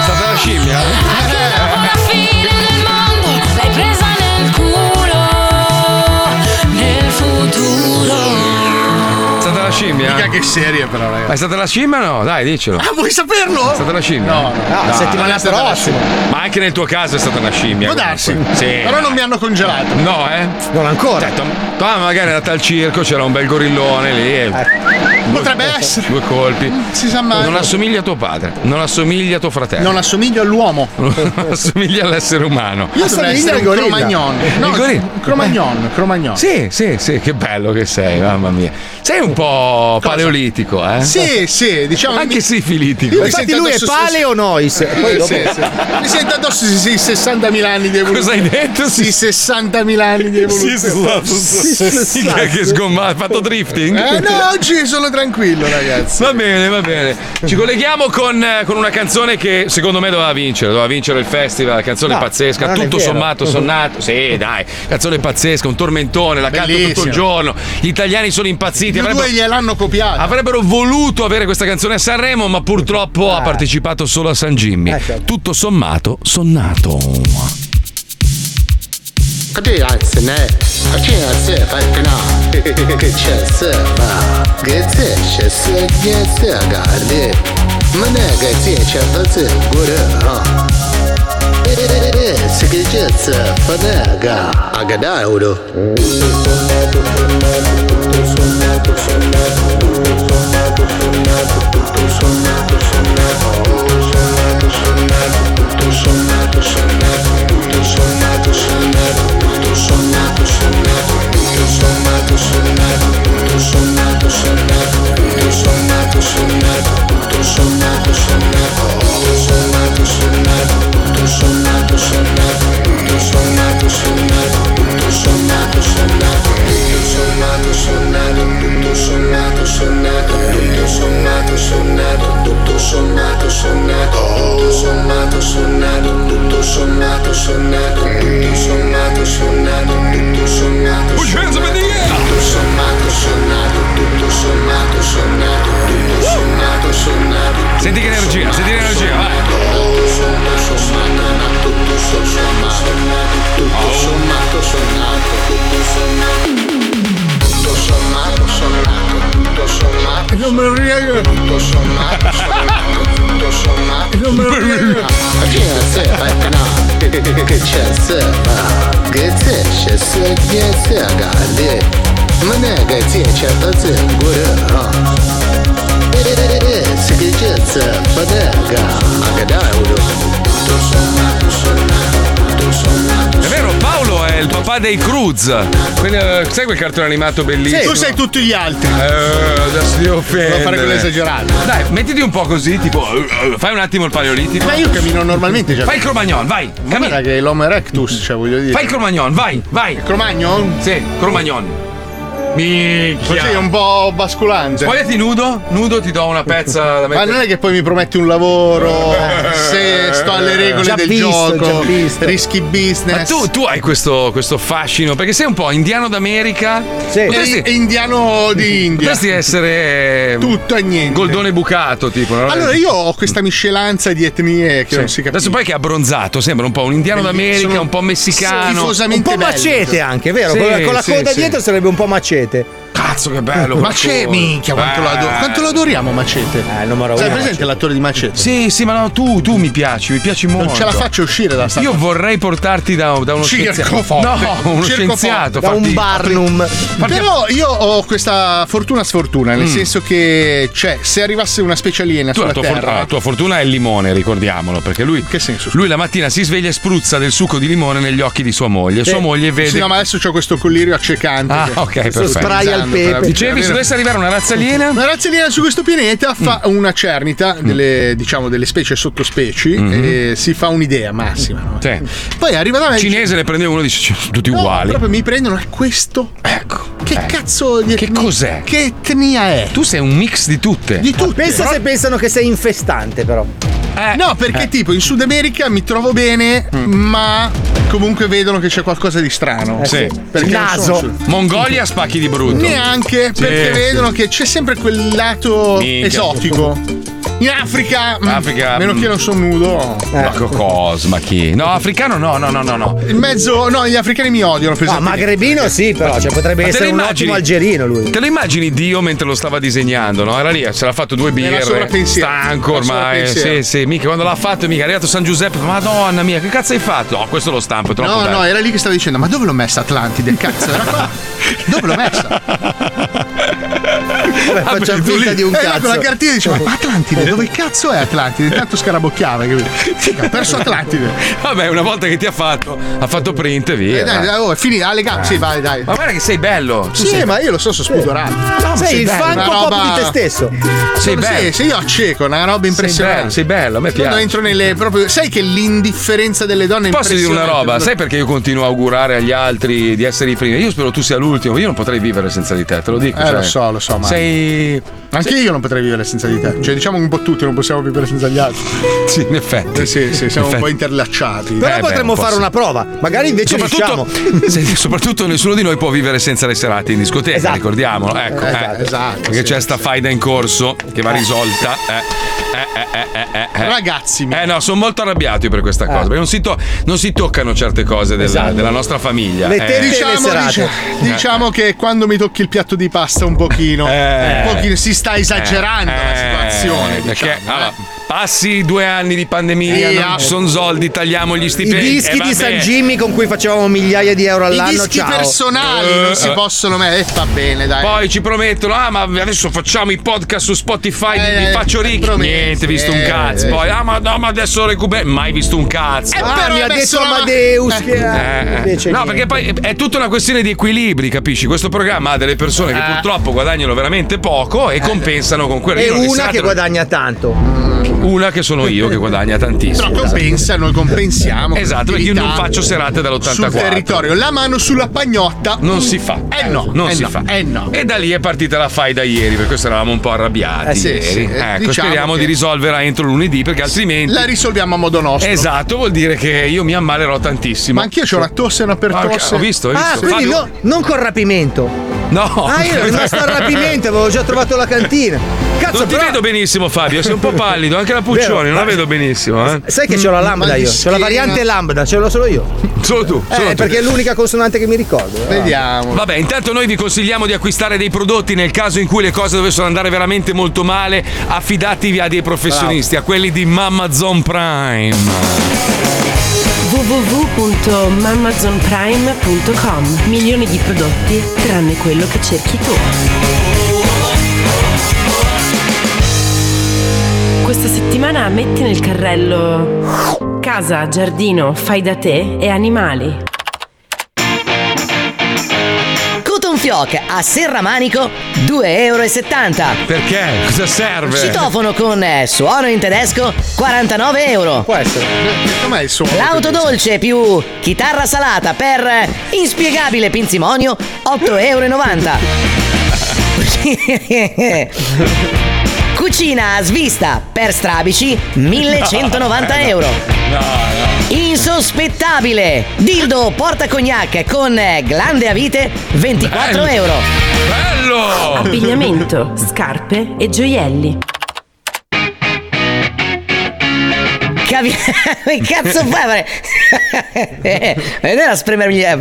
Speaker 1: Stata la scimmia?
Speaker 5: eh.
Speaker 4: fine del mondo l'hai presa nel culo nel futuro
Speaker 21: È stata la scimmia? Mica
Speaker 5: che serie però, ragazzi.
Speaker 21: Ma è stata la scimmia o no? Dai, dicelo.
Speaker 5: Ah,
Speaker 21: È
Speaker 5: vuoi saperlo?
Speaker 21: stata la scimmia?
Speaker 5: No, no. Ah, settimana
Speaker 21: è stata la
Speaker 5: prossima.
Speaker 21: scimmia. Ma anche nel tuo caso è stata una scimmia.
Speaker 5: Può darsi.
Speaker 21: comunque. Sì.
Speaker 5: Però non mi hanno congelato.
Speaker 21: No, eh?
Speaker 5: Non ancora.
Speaker 21: Tom, Tom magari è andata al circo, c'era un bel gorillone lì. e-
Speaker 5: Potrebbe essere.
Speaker 21: Due colpi.
Speaker 5: Si sa mai.
Speaker 21: Non assomiglia a tuo padre, non assomiglia a tuo fratello.
Speaker 5: Non assomiglio
Speaker 21: (laughs)
Speaker 5: all'uomo. (laughs)
Speaker 21: Non assomiglia all'essere umano.
Speaker 5: Io sono essere un cromagnon. No,
Speaker 21: Il gorilla.
Speaker 5: un cromagnon, cromagnon.
Speaker 21: Sì, sì, sì, che bello che sei, mamma mia. Sei un po' paleolitico, eh?
Speaker 5: Sì, sì, diciamo-
Speaker 21: Anche sifilitico.
Speaker 5: Io mi Infatti sento lui è addosso- paleo
Speaker 27: nois.
Speaker 5: Eh, sì, sì. Mi sento addosso sì, sì, 60.000 anni di evoluzione.
Speaker 21: Cosa hai detto?
Speaker 5: Sì, 60.000 anni di evoluzione.
Speaker 21: Sì, che sgomma, hai fatto drifting?
Speaker 5: Eh no, oggi sono tranquillo, ragazzi.
Speaker 21: Va bene, va bene. Ci colleghiamo con, eh, con una canzone che secondo me doveva vincere, doveva vincere il festival, canzone
Speaker 1: No,
Speaker 21: pazzesca,
Speaker 1: non è
Speaker 21: tutto
Speaker 1: vero.
Speaker 21: sommato sonnato.
Speaker 5: (laughs)
Speaker 21: Sì, dai, canzone pazzesca, un tormentone, la canto tutto il
Speaker 5: Bellissima.
Speaker 21: giorno. Gli italiani sono impazziti,
Speaker 5: Più
Speaker 21: avrebbero,
Speaker 5: due gliel'hanno copiata.
Speaker 21: avrebbero voluto avere questa canzone a Sanremo, ma purtroppo
Speaker 6: Eh.
Speaker 21: ha partecipato solo a San Jimmy.
Speaker 6: certo.
Speaker 21: Tutto sommato sonnato.
Speaker 13: Grazie, ne? Grazie, perché no? Grazie, ma... Grazie, grazie, grazie, guardi. Ma ne grazie, c'è grazie, pure, eh, se grazie, fanega, a gadauro.
Speaker 21: Senti che energia, senti che energia, vai. E
Speaker 5: Non me lo riego. Tutto
Speaker 21: E
Speaker 5: sommato, sommato, tutto sommato. Non me lo riego.
Speaker 13: Grazie, perché no?
Speaker 18: Много течет от гура. Скичется подага, а когда
Speaker 5: È vero, Paolo è il papà dei Cruz. Quel, eh, sai quel cartone animato bellissimo?
Speaker 6: Tu sei tutti gli altri.
Speaker 5: Eh, adesso ti offendo.
Speaker 6: Non fare quello esagerato.
Speaker 5: Dai, mettiti un po' così, tipo. eh, eh, Fai un attimo il paleolitico.
Speaker 6: Ma io cammino normalmente. Cioè.
Speaker 5: Fai il cromagnon, vai.
Speaker 6: Guarda che è l'homo erectus, cioè voglio dire.
Speaker 5: Fai il cromagnon, vai, vai. Il
Speaker 6: cromagnon?
Speaker 5: Sì, cromagnon. Minchia.
Speaker 6: Così è un po' basculante.
Speaker 5: Spogliati nudo, nudo ti do una pezza da
Speaker 6: Ma
Speaker 5: mettere.
Speaker 6: non è che poi mi prometti
Speaker 5: (laughs)
Speaker 6: un lavoro se sto alle regole
Speaker 5: Già
Speaker 6: del
Speaker 5: visto, già
Speaker 6: gioco,
Speaker 5: visto.
Speaker 6: rischi business.
Speaker 5: Ma tu, tu hai questo, questo fascino perché sei un po' indiano d'America. Mm-hmm.
Speaker 6: Sì. E indiano di India.
Speaker 5: Potresti essere. ehm,
Speaker 6: Tutto e niente.
Speaker 5: Goldone bucato, tipo. no?
Speaker 6: Allora io ho questa miscelanza di etnie che
Speaker 5: Sì.
Speaker 6: non si capisce.
Speaker 5: Adesso poi che è abbronzato, sembra un po' un indiano d'America,
Speaker 6: Sono
Speaker 5: un po' messicano.
Speaker 7: un po' macete anche, vero?
Speaker 5: Sì,
Speaker 7: con la, con la
Speaker 5: sì,
Speaker 7: coda
Speaker 5: sì.
Speaker 7: dietro sarebbe un po' macete.
Speaker 5: Cazzo, che bello!
Speaker 6: Ma c'è, minchia, quanto lo, adoro, quanto lo adoriamo Macete. Eh,
Speaker 7: numero
Speaker 6: Sai
Speaker 5: uno,
Speaker 6: presente l'attore di Macete?
Speaker 5: Sì, sì, ma no, tu, tu mi piaci, mi piaci molto.
Speaker 6: Non ce la faccio uscire da sta
Speaker 5: Io vorrei portarti da, da uno
Speaker 6: Circo
Speaker 5: scienziato.
Speaker 6: forte.
Speaker 5: No, uno
Speaker 6: Circo
Speaker 5: scienziato.
Speaker 6: forte. Da
Speaker 5: farti-
Speaker 6: un barnum.
Speaker 5: farti-
Speaker 6: Però io ho questa fortuna sfortuna, nel
Speaker 5: Mm.
Speaker 6: senso che, cioè, se arrivasse una specie aliena
Speaker 5: Tu, la,
Speaker 6: sulla
Speaker 5: tua
Speaker 6: Terra,
Speaker 5: for- la tua fortuna è il limone, ricordiamolo, perché lui, lui la mattina si sveglia e spruzza del succo di limone negli occhi di sua moglie. Sua
Speaker 6: Sì.
Speaker 5: moglie vede.
Speaker 6: eh, Sì, no, ma adesso c'ho questo collirio accecante.
Speaker 5: Ah,
Speaker 6: che-
Speaker 5: ok,
Speaker 6: che sto
Speaker 5: perfetto.
Speaker 6: spray al
Speaker 5: Utilizzando per-
Speaker 6: pepe.
Speaker 5: Dicevi, se dovesse arrivare una razza aliena? Mm.
Speaker 6: Una razza aliena su questo pianeta fa una cernita delle, diciamo, delle specie e sottospecie e si fa un'idea massima. no?
Speaker 5: Mm-hmm. Sì.
Speaker 6: Poi arriva da me e
Speaker 5: Il
Speaker 6: dice,
Speaker 5: cinese ne prende uno e dice: "Cioè, sono tutti uguali. Eh.
Speaker 6: proprio mi prendono a questo. Ecco. Che cazzo di
Speaker 5: Che cos'è?
Speaker 6: Che etnia è?
Speaker 5: Tu sei un mix di tutte.
Speaker 6: Di tutte.
Speaker 7: Pensa
Speaker 6: Però-
Speaker 7: se pensano che sei infestante, però.
Speaker 5: Eh.
Speaker 6: No, perché tipo in Sud America mi trovo bene,
Speaker 5: Mm.
Speaker 6: ma comunque vedono che c'è qualcosa di strano.
Speaker 5: Eh, Sì.
Speaker 6: Eh, Perché non sono sud-
Speaker 5: Mongolia spacchi di brutto.
Speaker 6: Neanche
Speaker 5: Sì,
Speaker 6: perché
Speaker 5: sì.
Speaker 6: vedono che c'è sempre quel lato
Speaker 5: Minchia.
Speaker 6: esotico. In Africa, mm,
Speaker 5: Africa,
Speaker 6: meno
Speaker 5: mm.
Speaker 6: che non sono nudo.
Speaker 5: Ma co- cosa, ma Ecco, chi? No, africano no, no, no, no, no.
Speaker 6: In mezzo, no, gli africani mi odiano. Per
Speaker 7: No,
Speaker 6: esempio.
Speaker 7: Ah, magrebino sì, però, cioè potrebbe
Speaker 5: Ma te
Speaker 7: essere
Speaker 5: lo
Speaker 7: un
Speaker 5: immagini?
Speaker 7: ottimo algerino lui.
Speaker 5: Te lo immagini Dio mentre lo stava disegnando, no? Era lì, se l'ha fatto due
Speaker 6: Era
Speaker 5: birre,
Speaker 6: sovrapensiero.
Speaker 5: stanco
Speaker 6: Era
Speaker 5: ormai.
Speaker 6: sovrapensiero.
Speaker 5: Sì, sì, mica quando l'ha fatto, mica è arrivato San Giuseppe, madonna mia, che cazzo hai fatto? No, questo lo stampo, è troppo
Speaker 6: No,
Speaker 5: bello.
Speaker 6: no, era lì che stavo dicendo, ma dove l'ho messa Atlantide? Cazzo, era qua. Dove l'ho messa?
Speaker 5: Vabbè,
Speaker 7: facciamo
Speaker 6: Ah, tu
Speaker 7: finta
Speaker 6: lì-
Speaker 7: di un
Speaker 6: eh,
Speaker 7: cazzo.
Speaker 6: Con la cartina dice, ma Atlantide, dove cazzo è Atlantide? Intanto scarabocchiava, capito? (laughs) Figa, ho perso Atlantide.
Speaker 5: (laughs) Vabbè, una volta che ti ha fatto, ha fatto print e via.
Speaker 6: Eh, dai, dai, oh, è finita. Ah, le gambe, sì, vai, dai.
Speaker 5: Ma guarda che sei bello. Tu
Speaker 6: Sì,
Speaker 5: sei-
Speaker 6: ma io lo so, sono spudorato.
Speaker 5: No, sei
Speaker 6: sei il
Speaker 5: bello.
Speaker 6: fan
Speaker 5: Una roba-
Speaker 6: di te stesso.
Speaker 5: Sei
Speaker 6: Sì,
Speaker 5: bello.
Speaker 6: Sì, io acceco, una roba impressionante.
Speaker 5: Sei bello, sei bello, a me
Speaker 6: Quando
Speaker 5: piace.
Speaker 6: entro nelle proprio. Sai che l'indifferenza delle donne è
Speaker 5: Posso dire una
Speaker 6: impressionante.
Speaker 5: roba? Sai perché io continuo a augurare agli altri di essere i primi? Io spero tu sia l'ultimo, io non potrei vivere senza di te, te lo dico.
Speaker 6: Eh,
Speaker 5: cioè.
Speaker 6: lo so, lo so, ma.
Speaker 5: Sei.
Speaker 6: Anche io non potrei vivere senza di te. Cioè, diciamo che un po' tutti non possiamo vivere senza gli altri.
Speaker 5: Mm. (laughs) Sì, in effetti.
Speaker 6: Eh, sì, sì, siamo
Speaker 5: In
Speaker 6: un po'
Speaker 5: effetti.
Speaker 6: interlacciati. Eh,
Speaker 7: Però potremmo fare una prova. Magari invece
Speaker 5: Soprattutto,
Speaker 7: riusciamo.
Speaker 6: (laughs)
Speaker 5: sì, (laughs) soprattutto nessuno di noi può vivere senza le serate in discoteca,
Speaker 6: Esatto.
Speaker 5: ricordiamolo. Ecco, eh. perché c'è sta faida in corso che
Speaker 6: Eh.
Speaker 5: va risolta.
Speaker 6: Ragazzi, Eh.
Speaker 5: eh no, sono molto arrabbiati per questa cosa. Perché non si, to- non si toccano certe cose della,
Speaker 6: Esatto.
Speaker 5: della nostra famiglia. eh.
Speaker 6: diciamo, dicia- diciamo che quando mi tocchi il piatto di pasta un pochino,
Speaker 5: Eh.
Speaker 6: un pochino si sta esagerando la
Speaker 5: Eh,
Speaker 6: situazione. diciamo. eh.
Speaker 5: perché allora, passi due anni di pandemia,
Speaker 7: Sì,
Speaker 5: non
Speaker 7: ah.
Speaker 5: ci sono soldi, tagliamo gli
Speaker 7: I
Speaker 5: stipendi.
Speaker 7: dischi
Speaker 5: eh,
Speaker 7: di
Speaker 5: vabbè.
Speaker 7: San Jimmy con cui facevamo migliaia di euro all'anno.
Speaker 6: I dischi
Speaker 7: ciao.
Speaker 6: personali
Speaker 5: Eh,
Speaker 6: non si possono mettere. Va bene, dai.
Speaker 5: Poi ci promettono, ah, ma adesso facciamo i podcast su Spotify,
Speaker 6: Eh,
Speaker 5: vi faccio ricchi.
Speaker 6: promesse,
Speaker 5: Niente, visto un
Speaker 6: eh,
Speaker 5: cazzo.
Speaker 6: eh,
Speaker 5: Poi,
Speaker 6: sì.
Speaker 5: ah, ma no, ma adesso recupero. Mai visto un cazzo.
Speaker 7: Ah,
Speaker 6: Eh, però
Speaker 7: mi ha
Speaker 6: hai messo
Speaker 7: detto
Speaker 6: la-
Speaker 7: Amadeus
Speaker 6: Eh.
Speaker 7: che
Speaker 5: Eh,
Speaker 7: invece
Speaker 5: no, perché
Speaker 7: niente.
Speaker 5: poi è tutta una questione di equilibri, capisci? Questo programma ha delle persone che
Speaker 7: Eh.
Speaker 5: purtroppo guadagnano veramente poco
Speaker 6: Eh.
Speaker 5: e compensano con quelle
Speaker 7: E
Speaker 5: Io non le
Speaker 7: una
Speaker 5: serate
Speaker 7: che
Speaker 5: non-
Speaker 7: guadagna tanto.
Speaker 5: Una che sono io che guadagna tantissimo.
Speaker 6: Però compensa, noi compensiamo.
Speaker 5: Esatto, perché io non
Speaker 6: attività
Speaker 5: faccio serate dall'84.
Speaker 6: Sul territorio, la mano sulla pagnotta.
Speaker 5: Non si fa.
Speaker 6: Eh no,
Speaker 5: non
Speaker 6: eh
Speaker 5: si
Speaker 6: no,
Speaker 5: fa.
Speaker 6: Eh no.
Speaker 5: E da lì è partita la fai da ieri, per questo eravamo un po' arrabbiati.
Speaker 6: Eh sì,
Speaker 5: ieri.
Speaker 6: sì, eh,
Speaker 5: ecco,
Speaker 6: diciamo
Speaker 5: speriamo
Speaker 6: che-
Speaker 5: di risolverla entro lunedì, perché altrimenti.
Speaker 6: La risolviamo a modo nostro.
Speaker 5: Esatto, vuol dire che io mi ammalerò tantissimo.
Speaker 6: Ma anch'io c'ho una tosse e una pertosse.
Speaker 5: Ho visto, ho visto.
Speaker 7: Ah, quindi
Speaker 5: Fabio-
Speaker 7: no- non col rapimento.
Speaker 5: No. (laughs)
Speaker 7: Ah, io ero rimasto al rapimento, avevo già trovato la cantina. Cazzo,
Speaker 5: non ti
Speaker 7: però
Speaker 5: vedo benissimo, Fabio. Sei un po' pallido, anche la Puccione,
Speaker 7: Vero,
Speaker 5: non la
Speaker 7: dai.
Speaker 5: vedo benissimo. Eh?
Speaker 7: sai che c'ho
Speaker 6: Mm,
Speaker 7: la lambda io, c'ho la variante lambda, ce l'ho solo io.
Speaker 5: Solo tu,
Speaker 7: Eh,
Speaker 5: solo tu.
Speaker 7: perché è l'unica consonante che mi ricordo. Eh.
Speaker 6: Vediamo.
Speaker 5: Vabbè, intanto noi vi consigliamo di acquistare dei prodotti nel caso in cui le cose dovessero andare veramente molto male, affidatevi a dei professionisti, a quelli di Mamazon Prime.
Speaker 11: www.mamazonprime.com Milioni di prodotti tranne quello che cerchi tu. Questa settimana metti nel carrello casa, giardino, fai da te e animali.
Speaker 14: Cotton Fioc a Serramanico 2,70 euro.
Speaker 5: Perché? Cosa serve?
Speaker 14: Citofono con eh, suono in tedesco 49 euro. Può essere.
Speaker 6: Com'è il suono?
Speaker 14: L'auto
Speaker 6: tedesco?
Speaker 14: dolce più chitarra salata per eh, inspiegabile pinzimonio 8,90 euro. Cucina a svista per strabici 1190 euro.
Speaker 5: No, no.
Speaker 14: Insospettabile! Dildo porta cognac con eh, glande a vite 24
Speaker 11: Bello.
Speaker 14: euro.
Speaker 11: Abbigliamento, scarpe e gioielli.
Speaker 14: Cavi- (laughs) che cazzo fai? Eh, non era spremermi. eh.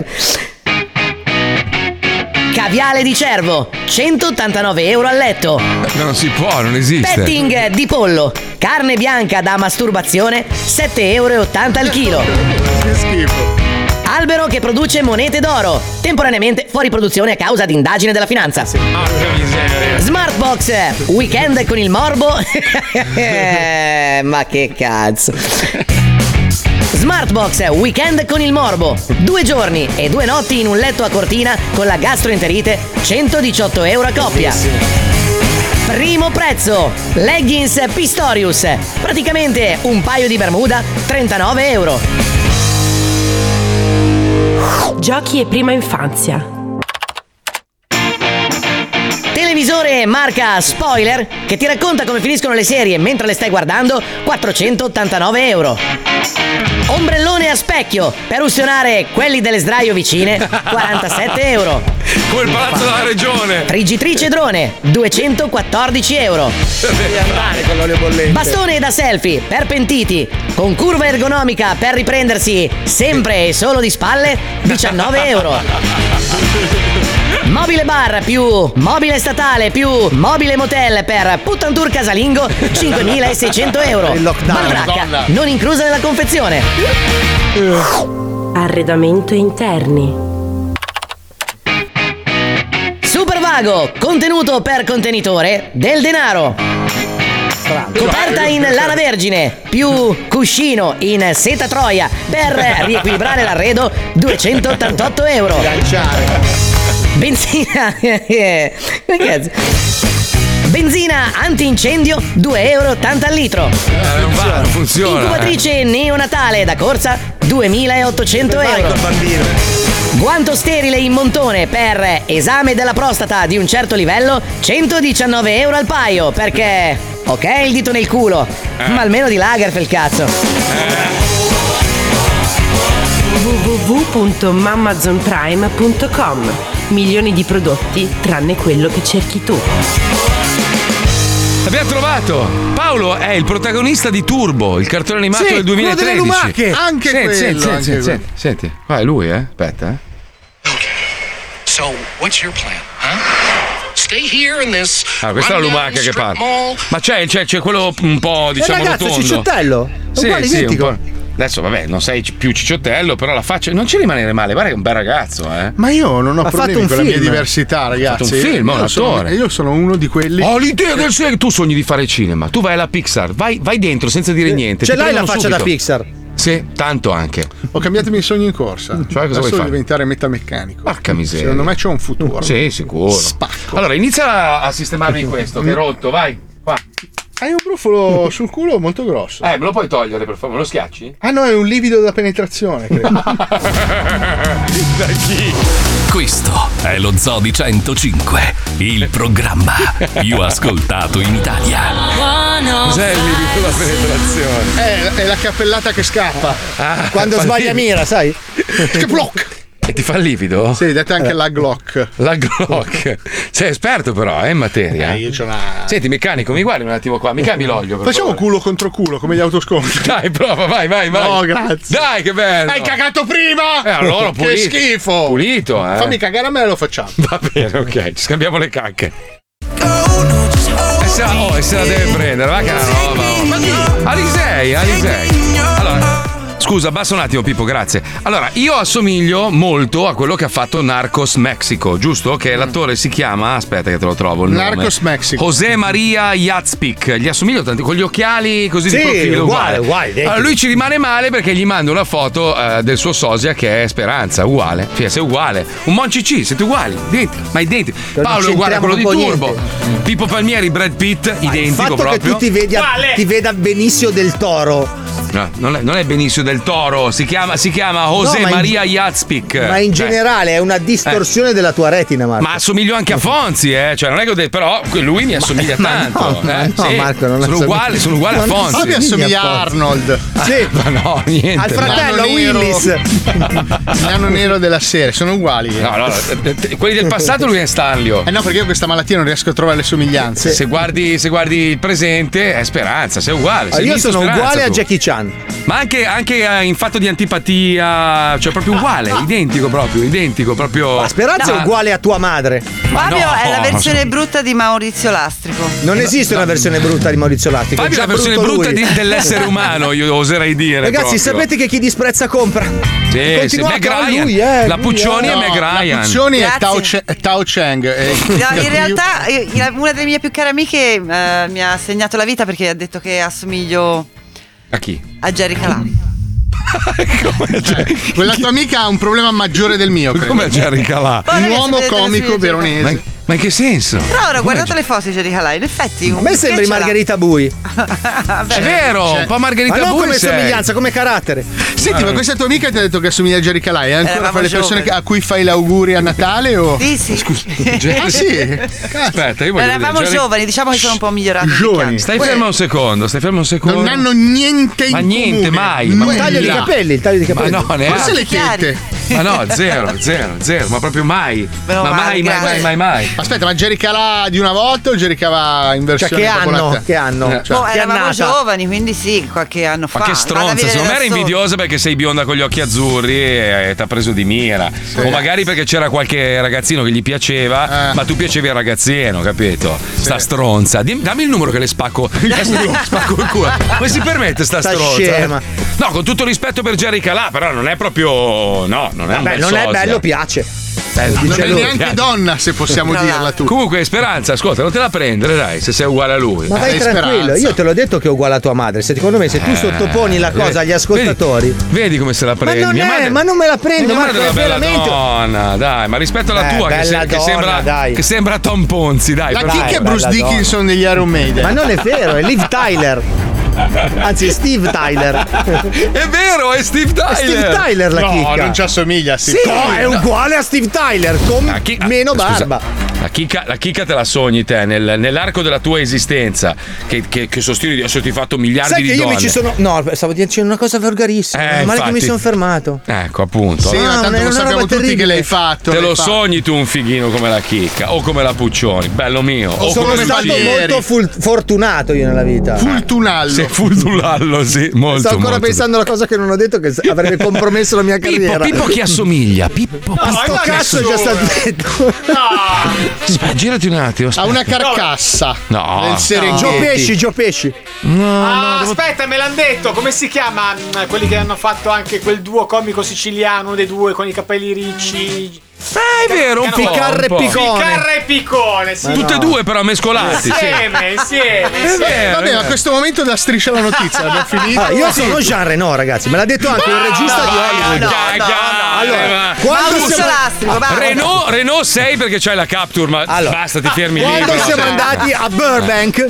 Speaker 14: Caviale di cervo, 189 euro a letto.
Speaker 5: Non si può, non esiste.
Speaker 14: Petting di pollo, carne bianca da masturbazione, 7,80 euro al chilo.
Speaker 6: Che schifo.
Speaker 14: Albero che produce monete d'oro, temporaneamente fuori produzione a causa di indagine della finanza.
Speaker 5: Porca miseria.
Speaker 14: Smartbox, weekend con il morbo. Eh, (laughs) Ma che cazzo. Smartbox, weekend con il morbo. Due giorni e due notti in un letto a cortina con la gastroenterite, 118 euro a coppia. Primo prezzo, leggings Pistorius, praticamente un paio di bermuda, 39 euro.
Speaker 11: Giochi e prima infanzia.
Speaker 14: Televisore marca Spoiler che ti racconta come finiscono le serie mentre le stai guardando, 489 euro. Ombrellone a specchio per ustionare quelli delle sdraio vicine, 47 euro.
Speaker 5: Come il palazzo della regione.
Speaker 14: Friggitrice drone, 214 euro.
Speaker 5: Devi andare con l'olio bollente.
Speaker 14: Bastone da selfie per pentiti, con curva ergonomica per riprendersi sempre e solo di spalle,
Speaker 11: (laughs)
Speaker 14: 19 euro. Mobile bar più mobile statale più mobile motel per Puttantur casalingo
Speaker 11: (laughs)
Speaker 14: 5.600 euro.
Speaker 11: Il lockdown,
Speaker 14: Baldracca
Speaker 11: Madonna.
Speaker 14: non inclusa nella confezione.
Speaker 11: Arredamento interni.
Speaker 14: Supervago, contenuto per contenitore del denaro.
Speaker 8: Eh,
Speaker 14: Coperta
Speaker 5: Cioè,
Speaker 14: in lana vergine più cuscino in seta troia per riequilibrare l'arredo 288 euro. Benzina. (laughs) Che cazzo? Benzina antincendio 2,80 euro al litro.
Speaker 5: Eh, non va, non funziona.
Speaker 14: Incubatrice neonatale da corsa 2800 euro. Guanto sterile in montone per esame della prostata di un certo livello 119 euro al paio perché ok il dito nel culo ma almeno di Lagerfeld cazzo.
Speaker 11: www.mamazonprime.com Milioni di prodotti tranne quello che cerchi tu.
Speaker 5: Abbiamo trovato! Paolo è il protagonista di Turbo, il cartone animato
Speaker 19: Sì,
Speaker 5: del
Speaker 19: quello
Speaker 5: 2013.
Speaker 19: delle lumache. Anche
Speaker 5: senti,
Speaker 19: quello,
Speaker 5: Senti,
Speaker 19: anche
Speaker 5: senti,
Speaker 19: quello.
Speaker 5: senti, senti. Vai, lui, eh. Aspetta, eh.
Speaker 21: So, what's your plan, huh? Stay here in this.
Speaker 5: Ah, questa è la
Speaker 21: rundown
Speaker 5: lumaca che
Speaker 21: strip
Speaker 5: parla.
Speaker 21: mall.
Speaker 5: Ma c'è, c'è, c'è quello un po', diciamo,
Speaker 7: ragazzo,
Speaker 5: rotondo.
Speaker 7: cicciottello. È
Speaker 5: Sì,
Speaker 7: uguale,
Speaker 5: sì,
Speaker 7: identico.
Speaker 5: un po'. Adesso, vabbè, non sei più cicciottello, però la faccia... Non ci rimanere male, guarda che è un bel ragazzo, eh.
Speaker 6: Ma io non ho
Speaker 5: Ha
Speaker 6: problemi
Speaker 5: fatto un
Speaker 6: con la mia
Speaker 5: film.
Speaker 6: diversità,
Speaker 5: Ha
Speaker 6: ragazzi.
Speaker 5: fatto un film,
Speaker 6: io
Speaker 5: un
Speaker 6: sono,
Speaker 5: attore.
Speaker 6: io sono uno di quelli.
Speaker 5: Ho l'idea del se- Tu sogni di fare cinema, tu vai alla Pixar, vai, vai dentro senza dire niente.
Speaker 6: Eh, ce
Speaker 5: ti
Speaker 6: l'hai la
Speaker 5: prendono
Speaker 6: faccia
Speaker 5: subito.
Speaker 6: da Pixar?
Speaker 5: Sì, tanto anche.
Speaker 6: Ho cambiato i miei sogni in corsa.
Speaker 5: Cioè, cosa vuoi
Speaker 6: Adesso voglio
Speaker 5: fare?
Speaker 6: diventare metalmeccanico.
Speaker 5: Porca miseria.
Speaker 6: Secondo me c'è un futuro.
Speaker 5: Sì, sicuro. Allora, inizia a- a sistemarmi
Speaker 6: Ecco.
Speaker 5: questo, che è rotto, vai. Qua.
Speaker 6: Hai un
Speaker 5: (laughs)
Speaker 6: brufolo sul culo molto grosso.
Speaker 5: Eh, me lo puoi togliere, per favore, me lo
Speaker 6: (laughs)
Speaker 5: schiacci?
Speaker 6: Ah no, è un livido da
Speaker 5: (laughs)
Speaker 6: penetrazione, credo.
Speaker 5: da chi?
Speaker 2: Questo è lo Zoo di 105, il programma più ascoltato in Italia.
Speaker 5: Cos'è il limite della penetrazione?
Speaker 6: È, è la cappellata che scappa.
Speaker 5: Ah,
Speaker 7: Quando
Speaker 5: fa
Speaker 7: sbaglia
Speaker 5: livido.
Speaker 7: mira, sai?
Speaker 5: (laughs)
Speaker 6: che block!
Speaker 5: E ti fa il livido?
Speaker 6: Sì, date anche la Glock.
Speaker 5: La Glock. Sei esperto però, eh, in materia.
Speaker 6: Eh, io c'ho una-
Speaker 5: Senti, meccanico, mi guardi un attimo qua, mi cambi l'olio. per
Speaker 6: Facciamo
Speaker 5: favore.
Speaker 6: culo contro culo come gli autoscontri.
Speaker 5: Dai, prova, vai, vai, vai.
Speaker 6: No, grazie.
Speaker 5: Dai, che bello.
Speaker 6: Hai cagato prima!
Speaker 5: Eh, allora,
Speaker 6: che
Speaker 5: pulito.
Speaker 6: schifo!
Speaker 5: Pulito, eh.
Speaker 6: Fammi cagare a me e lo facciamo.
Speaker 5: Va bene, ok, ci scambiamo le cacche. E se la, oh, e se la deve prendere, va che è una roba. oh. Alisei, Alisei. Allora, Scusa, basta un attimo, Pippo, grazie. Allora, io assomiglio molto a quello che ha fatto Narcos Mexico, giusto? Che l'attore si chiama. Aspetta, che te lo trovo. Il nome.
Speaker 6: Narcos Mexico.
Speaker 5: José Maria Yazpic. Gli assomiglio tanto, con gli occhiali così
Speaker 6: Sì,
Speaker 5: di profilo.
Speaker 6: uguale, uguale, identico.
Speaker 5: Allora, lui ci rimane male perché gli manda una foto eh, del suo sosia che è Speranza, uguale. Cioè, sei uguale. Un Monci siete uguali, identici, ma identici. Paolo è uguale a quello di
Speaker 7: c'entriamo
Speaker 5: Turbo.
Speaker 7: un po'
Speaker 5: Pippo Palmieri, Brad Pitt, identico
Speaker 7: Il fatto
Speaker 5: proprio.
Speaker 7: che tu ti, vedi a- ti veda benissimo del toro.
Speaker 5: No, non, è, non è Benicio del Toro, si chiama, si chiama José
Speaker 7: ma in-
Speaker 5: Maria Yazpic.
Speaker 7: Ma in
Speaker 5: Cioè,
Speaker 7: generale è una distorsione della tua retina, Marco.
Speaker 5: Ma assomiglio anche a Fonzi, eh? Cioè, non è che ho detto- però lui mi assomiglia
Speaker 7: ma
Speaker 5: tanto.
Speaker 7: no, ma
Speaker 5: eh,
Speaker 7: no,
Speaker 5: sì.
Speaker 7: Marco, non
Speaker 5: sono
Speaker 7: assomiglia-
Speaker 5: uguale, sono uguale a
Speaker 7: Non
Speaker 5: Fonzi.
Speaker 7: assomiglia a
Speaker 6: assomiglia a
Speaker 7: Fonzi.
Speaker 6: Arnold.
Speaker 5: Sì. Ma Ah, no, niente.
Speaker 6: Al fratello
Speaker 5: Nano nero. (laughs)
Speaker 6: Willis. Il nano nero della serie, sono uguali.
Speaker 5: No, no, no, eh, eh, quelli del passato lui è Stanlio.
Speaker 6: Eh no, perché io questa malattia non riesco a trovare le somiglianze.
Speaker 5: Se guardi, se guardi il presente è speranza, sei uguale.
Speaker 6: Ah,
Speaker 5: sei
Speaker 6: io
Speaker 5: misto
Speaker 6: sono
Speaker 5: Speranza,
Speaker 6: uguale a
Speaker 5: tu.
Speaker 7: Jackie Chan.
Speaker 5: Ma anche, anche, eh, in fatto di antipatia, cioè proprio uguale, identico proprio, identico proprio.
Speaker 7: Ma Speranza è
Speaker 5: Ah,
Speaker 7: uguale a tua madre.
Speaker 5: cioè,
Speaker 8: Fabio è la versione brutta di Maurizio Lastrico.
Speaker 7: Non esiste una versione brutta di Maurizio Latti.
Speaker 5: Fabio è la versione brutta di- dell'essere
Speaker 7: (laughs)
Speaker 5: umano, io oserei dire.
Speaker 7: Ragazzi,
Speaker 5: proprio.
Speaker 7: sapete che chi disprezza compra.
Speaker 5: Sì, sì,
Speaker 7: Continua
Speaker 5: Meg
Speaker 7: a farlo
Speaker 5: Ryan.
Speaker 7: lui, eh,
Speaker 5: la
Speaker 7: lui,
Speaker 5: Puccioni
Speaker 7: eh.
Speaker 5: è Meg
Speaker 6: No, la
Speaker 5: Ryan.
Speaker 6: Puccioni è Tao,
Speaker 8: Grazie.
Speaker 6: Che- Tao Cheng. eh.
Speaker 7: (laughs)
Speaker 8: No, in realtà eh, la- una delle mie più care amiche eh, mi ha segnato la vita perché ha detto che assomiglio
Speaker 5: A chi?
Speaker 8: a Jerry Calà.
Speaker 6: Eh, quella tua amica ha un problema maggiore del mio. credo.
Speaker 5: Come Jerry Calà?
Speaker 8: Poi
Speaker 6: Un
Speaker 8: ragazzi,
Speaker 6: uomo
Speaker 8: vedete le
Speaker 6: comico
Speaker 8: sue-
Speaker 6: veronese.
Speaker 5: Ma, ma in che senso?
Speaker 8: (laughs) Però ora ho guardato le foto di Jerry Calà, in effetti.
Speaker 7: A me sembri Margherita Bui.
Speaker 8: Ah,
Speaker 7: Cioè,
Speaker 5: È vero, un po' Margherita
Speaker 6: Ma non
Speaker 5: Bui
Speaker 6: come
Speaker 5: sei.
Speaker 6: somiglianza,
Speaker 7: come carattere.
Speaker 6: Senti,
Speaker 5: Ah.
Speaker 6: ma questa tua amica ti ha detto che assomiglia a Jerry Calai? È ancora
Speaker 5: Eravamo
Speaker 6: fra le persone
Speaker 5: giovani.
Speaker 6: che- a cui fai l'auguri a Natale? O...
Speaker 8: Sì, sì.
Speaker 5: (laughs)
Speaker 6: Ah, sì?
Speaker 5: Aspetta, io voglio
Speaker 8: Eravamo
Speaker 5: vedere, Jerry-
Speaker 8: giovani, diciamo che sono un po' migliorati.
Speaker 5: Stai fermo un secondo, stai fermo un secondo.
Speaker 6: Non hanno niente in
Speaker 5: Ma niente,
Speaker 6: comune.
Speaker 5: mai.
Speaker 6: Ma
Speaker 5: ma
Speaker 7: il taglio di
Speaker 5: nulla.
Speaker 7: capelli, il taglio di
Speaker 5: Ma
Speaker 7: capelli.
Speaker 5: no, neanche.
Speaker 6: Forse le tette.
Speaker 5: Ma no, zero, zero, zero, ma proprio mai.
Speaker 6: Meno
Speaker 5: ma
Speaker 6: male,
Speaker 5: mai, mai,
Speaker 6: grazie.
Speaker 5: mai, mai, mai.
Speaker 6: Aspetta, ma Jerry Calà di una volta o Jerry Calà in versione
Speaker 7: Cioè, che
Speaker 6: popolata?
Speaker 7: anno? Che anno?
Speaker 6: Eh,
Speaker 8: Boh,
Speaker 6: che
Speaker 8: eravamo
Speaker 6: annata?
Speaker 8: giovani, quindi sì, qualche anno fa.
Speaker 5: Ma che
Speaker 7: Ah,
Speaker 8: Vado a
Speaker 5: stronza,
Speaker 8: vedere
Speaker 5: secondo me era
Speaker 8: adesso.
Speaker 5: invidiosa perché sei bionda con gli occhi azzurri e ti ha preso di mira. O magari perché c'era qualche ragazzino che gli piaceva,
Speaker 7: Eh.
Speaker 5: ma tu piacevi al ragazzino, capito? Sta stronza. Dim- dammi il numero che le
Speaker 7: (laughs)
Speaker 5: spacco. Adesso spacco il culo. Come si permette sta,
Speaker 7: Sta
Speaker 5: stronza?
Speaker 7: scema.
Speaker 5: No, con tutto rispetto per Jerry Calà, però non è proprio. No, non è un
Speaker 7: Vabbè,
Speaker 5: bel
Speaker 7: non è
Speaker 5: sosia. Eh,
Speaker 7: bello, piace.
Speaker 5: Bello.
Speaker 7: Non è neanche
Speaker 6: donna, se possiamo
Speaker 7: Tra dirla l'altro.
Speaker 5: Comunque, Speranza, ascolta, non te la prendere, dai, se sei uguale a lui.
Speaker 7: Ma vai
Speaker 5: Eh,
Speaker 7: tranquillo,
Speaker 5: Speranza.
Speaker 7: io te l'ho detto che è uguale a tua madre. Se- Secondo me, se tu
Speaker 5: Eh,
Speaker 7: sottoponi la cosa agli
Speaker 5: vedi-
Speaker 7: ascoltatori.
Speaker 5: Vedi, vedi come se la
Speaker 7: Ma
Speaker 5: prendi.
Speaker 7: non,
Speaker 5: Mia
Speaker 7: è,
Speaker 5: madre-
Speaker 7: ma non me la prendo,
Speaker 5: Mia madre
Speaker 7: Marco,
Speaker 5: è
Speaker 7: è
Speaker 5: una bella
Speaker 7: veramente.
Speaker 5: donna, dai, ma rispetto alla
Speaker 7: Eh,
Speaker 5: tua, che,
Speaker 7: bella
Speaker 5: se- che
Speaker 7: donna,
Speaker 5: sembra,
Speaker 7: dai.
Speaker 5: che sembra Tom Ponzi, dai.
Speaker 6: La
Speaker 5: per
Speaker 6: chicca
Speaker 5: favore.
Speaker 6: è Bruce Dickinson degli Iron Maiden.
Speaker 7: Ma non è vero, è Liv Tyler. Anzi, è Steve Tyler.
Speaker 5: È vero, è Steve Tyler.
Speaker 7: È Steve Tyler la
Speaker 6: No,
Speaker 7: chicca.
Speaker 6: non ci assomiglia a Steve
Speaker 7: Sì,
Speaker 6: Tyler.
Speaker 7: è uguale a Steve Tyler, con
Speaker 5: La chicca-
Speaker 7: meno
Speaker 5: Ah, scusa,
Speaker 7: barba.
Speaker 5: La chicca, la chicca te la sogni te nel- nell'arco della tua esistenza che, che, che sostieni di esserti fatto miliardi
Speaker 7: Sai
Speaker 5: di
Speaker 7: che io
Speaker 5: donne.
Speaker 7: mi ci sono. No, stavo dicendo una cosa volgarissima.
Speaker 5: Eh,
Speaker 7: Male che mi
Speaker 5: infatti.
Speaker 7: sono fermato.
Speaker 5: Ecco, appunto.
Speaker 6: Sì,
Speaker 7: Ah,
Speaker 6: ma
Speaker 7: non è
Speaker 6: tanto
Speaker 7: una
Speaker 6: lo sappiamo
Speaker 7: roba
Speaker 6: tutti che
Speaker 7: terribile.
Speaker 6: l'hai fatto.
Speaker 5: Te
Speaker 6: l'hai
Speaker 5: lo
Speaker 6: fatto.
Speaker 5: sogni tu un fighino come la chicca o come la Puccioni, bello mio. O
Speaker 7: sono
Speaker 5: come
Speaker 7: stato
Speaker 5: Puccioni.
Speaker 7: molto ful- fortunato io nella vita.
Speaker 6: Fultunallo.
Speaker 5: Sì, Fultunallo, sì, molto.
Speaker 7: Sto ancora
Speaker 5: molto.
Speaker 7: pensando alla cosa che non ho detto che avrebbe compromesso la mia
Speaker 5: Pippo,
Speaker 7: carriera.
Speaker 5: Pippo chi assomiglia? Pippo,
Speaker 7: No,
Speaker 5: Pippo
Speaker 7: sto
Speaker 5: chi
Speaker 7: cazzo è già
Speaker 5: assomiglia?
Speaker 7: stato
Speaker 5: (laughs)
Speaker 7: detto.
Speaker 5: Aspetta, girati un attimo.
Speaker 6: Ha una
Speaker 5: aspetta.
Speaker 6: carcassa.
Speaker 5: No.
Speaker 6: Del Serengeti.
Speaker 7: Gio Pesci, Gio Pesci.
Speaker 23: Ah, aspetta, me l'hanno detto. Come si chiama mm, quelli che hanno fatto anche quel duo comico siciliano, uno dei due con i capelli ricci?
Speaker 5: Eh, è vero, un po'.
Speaker 23: Piccarre
Speaker 5: un po'.
Speaker 23: Piccarra e Picone, sì.
Speaker 5: Tutte e due però mescolati.
Speaker 23: Insieme, insieme, insieme.
Speaker 6: Vabbè, ma questo momento da striscia la notizia l'abbiamo finito.
Speaker 7: Ah, io sono Jean Reno, ragazzi, me l'ha detto anche il regista di Hollywood. Allora, quando
Speaker 5: Maurizio
Speaker 7: siamo-
Speaker 8: Lastrico, va.
Speaker 5: Ah, Renault, Renault 6 perché c'hai la capture, ma basta, ti fermi lì. Ecco.
Speaker 7: Quando
Speaker 5: però.
Speaker 7: siamo andati a Burbank,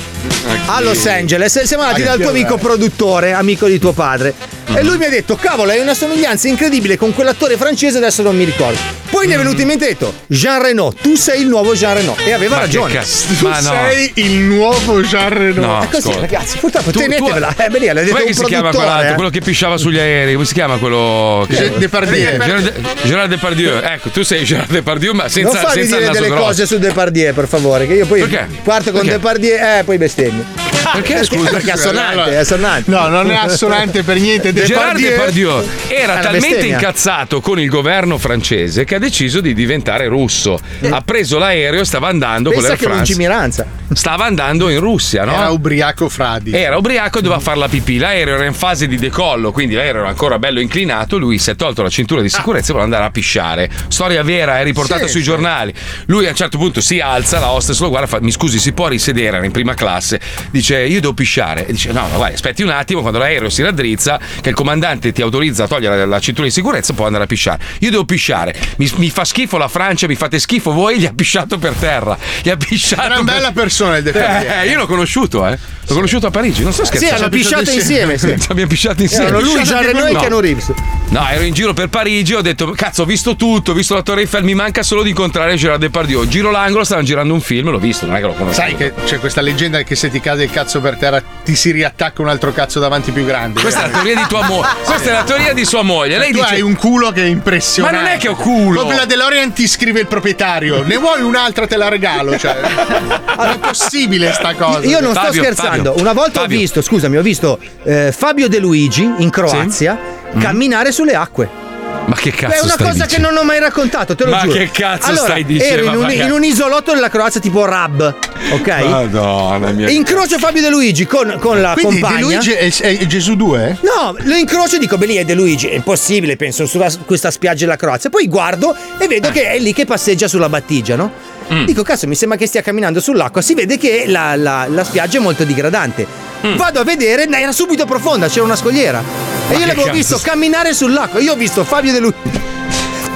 Speaker 7: a Los Angeles, siamo
Speaker 5: Ah,
Speaker 7: andati dal tuo amico produttore, amico di tuo padre. E lui mi ha detto: Cavolo, hai una somiglianza incredibile con quell'attore francese, adesso non mi ricordo. Poi gli
Speaker 5: Mm.
Speaker 7: è venuto in mente e ha detto: Jean Reno, tu sei il nuovo Jean Reno. E aveva
Speaker 5: Ma che
Speaker 7: ragione.
Speaker 5: cazzo-
Speaker 7: Tu
Speaker 5: ma no.
Speaker 7: sei-
Speaker 6: il nuovo Jean Reno.
Speaker 5: No,
Speaker 7: è così,
Speaker 5: ascolta.
Speaker 7: ragazzi, purtroppo
Speaker 5: Tu-
Speaker 7: tenetevela.
Speaker 5: tu-
Speaker 7: eh, beh, lì, l'ha detto
Speaker 5: Com'è
Speaker 7: un
Speaker 5: che si chiama
Speaker 7: produttore,
Speaker 5: quell'altro?
Speaker 7: eh.
Speaker 5: Quello che pisciava sugli aerei? Come si chiama quello? Che...
Speaker 6: Ge- Depardieu.
Speaker 5: Gerard, Gerard Depardieu. Ecco, tu sei Gerard Depardieu, ma senza,
Speaker 7: non farmi
Speaker 5: senza il
Speaker 7: dire
Speaker 5: naso
Speaker 7: delle
Speaker 5: grosso.
Speaker 7: cose su Depardieu, per favore, che io poi
Speaker 5: Perché?
Speaker 7: parto con
Speaker 5: Perché?
Speaker 7: Depardieu e poi bestemmio.
Speaker 5: Perché, scusa?
Speaker 6: Perché è assonante,
Speaker 5: Allora-
Speaker 6: è assonante. No, non è assonante per niente.
Speaker 5: Gerard Depardieu
Speaker 6: È
Speaker 5: era
Speaker 6: una
Speaker 5: talmente
Speaker 6: bestemmia.
Speaker 5: incazzato con il governo francese che ha deciso di diventare russo. Ha preso l'aereo e stava andando con
Speaker 7: Pensa
Speaker 5: l'Air
Speaker 7: che
Speaker 5: France.
Speaker 7: lungimiranza.
Speaker 5: Stava andando in Russia, no?
Speaker 7: Eh,
Speaker 5: Eh,
Speaker 6: Era ubriaco Fradi.
Speaker 5: Era ubriaco e doveva fare la pipì. L'aereo era in fase di decollo, quindi l'aereo era ancora bello inclinato. Lui si è tolto la cintura di sicurezza e voleva andare a pisciare. Storia vera, è riportata
Speaker 19: Sì,
Speaker 5: sui
Speaker 19: sì.
Speaker 5: giornali. Lui a un certo punto si alza, la hostess lo guarda, fa, mi scusi, si può risedere era in prima classe? Dice, io devo pisciare. E dice, no, ma vai, aspetti un attimo, quando l'aereo si raddrizza, che il comandante ti autorizza a togliere la, la cintura di sicurezza, può andare a pisciare. Io devo pisciare. Mi, mi fa schifo la Francia, mi fate schifo voi, gli ha pisciato per terra. Gli ha pisciato.
Speaker 6: Una
Speaker 5: per-
Speaker 6: bella persona il De Carlo.
Speaker 5: eh, io l'ho conosciuto, eh. L'ho conosciuto a Parigi, non sto
Speaker 6: Ah, Sì,
Speaker 5: scherzando.
Speaker 6: hanno pisciato insieme, sì.
Speaker 5: Ci (laughs) abbiamo pisciato insieme.
Speaker 7: Erano lui, Jean Reno e
Speaker 5: No.
Speaker 7: Keanu Reeves.
Speaker 5: No, ero in giro per Parigi, ho detto, cazzo, ho visto tutto, ho visto la Torre Eiffel, mi manca solo di incontrare Gerard Depardieu. Giro l'angolo, stavano girando un film, l'ho visto, non è che lo conosco.
Speaker 6: Sai che c'è questa leggenda che se ti cade il cazzo per terra ti si riattacca un altro cazzo davanti più grande.
Speaker 5: Questa è la teoria di tua
Speaker 6: (laughs)
Speaker 5: moglie. Questa è la teoria di sua moglie. Lei
Speaker 6: tu
Speaker 5: dice
Speaker 6: hai un culo che è impressionante.
Speaker 5: Ma non è che ho culo.
Speaker 6: Proprio la DeLorean ti scrive il proprietario. Ne vuoi un'altra te la regalo, (laughs) cioè. Non è possibile sta cosa.
Speaker 7: Io non sto scherzando. Una volta ho visto, scusami, ho visto eh, Fabio De Luigi in Croazia camminare sulle acque.
Speaker 5: Mm. Ma che cazzo
Speaker 7: È una
Speaker 5: stai
Speaker 7: cosa che
Speaker 5: dicendo?
Speaker 7: non ho mai raccontato, te lo
Speaker 5: Ma
Speaker 7: giuro.
Speaker 5: che cazzo
Speaker 7: allora,
Speaker 5: stai dicendo,
Speaker 7: Ero in un,
Speaker 5: ma
Speaker 7: in un isolotto della Croazia tipo Rab, ok?
Speaker 5: Madonna mia.
Speaker 7: Incrocio Fabio De Luigi con, con la
Speaker 6: Quindi
Speaker 7: compagna.
Speaker 6: De Luigi è, è Gesù
Speaker 5: Eh?
Speaker 6: 2?
Speaker 7: No, lo incrocio e dico, beh lì è De Luigi, è impossibile, penso, sulla questa spiaggia della Croazia. Poi guardo e
Speaker 5: Eh.
Speaker 7: vedo che è lì che passeggia sulla battigia, no?
Speaker 5: Mm.
Speaker 7: Dico, cazzo, mi sembra che stia camminando sull'acqua. Si vede che la, la- la spiaggia è molto degradante.
Speaker 5: Mm.
Speaker 7: Vado a vedere, era subito profonda, c'era una scogliera. e io
Speaker 9: che
Speaker 7: l'avevo
Speaker 9: cazzo
Speaker 7: visto
Speaker 9: sta-
Speaker 7: camminare sull'acqua. Io ho visto Fabio De Luigi.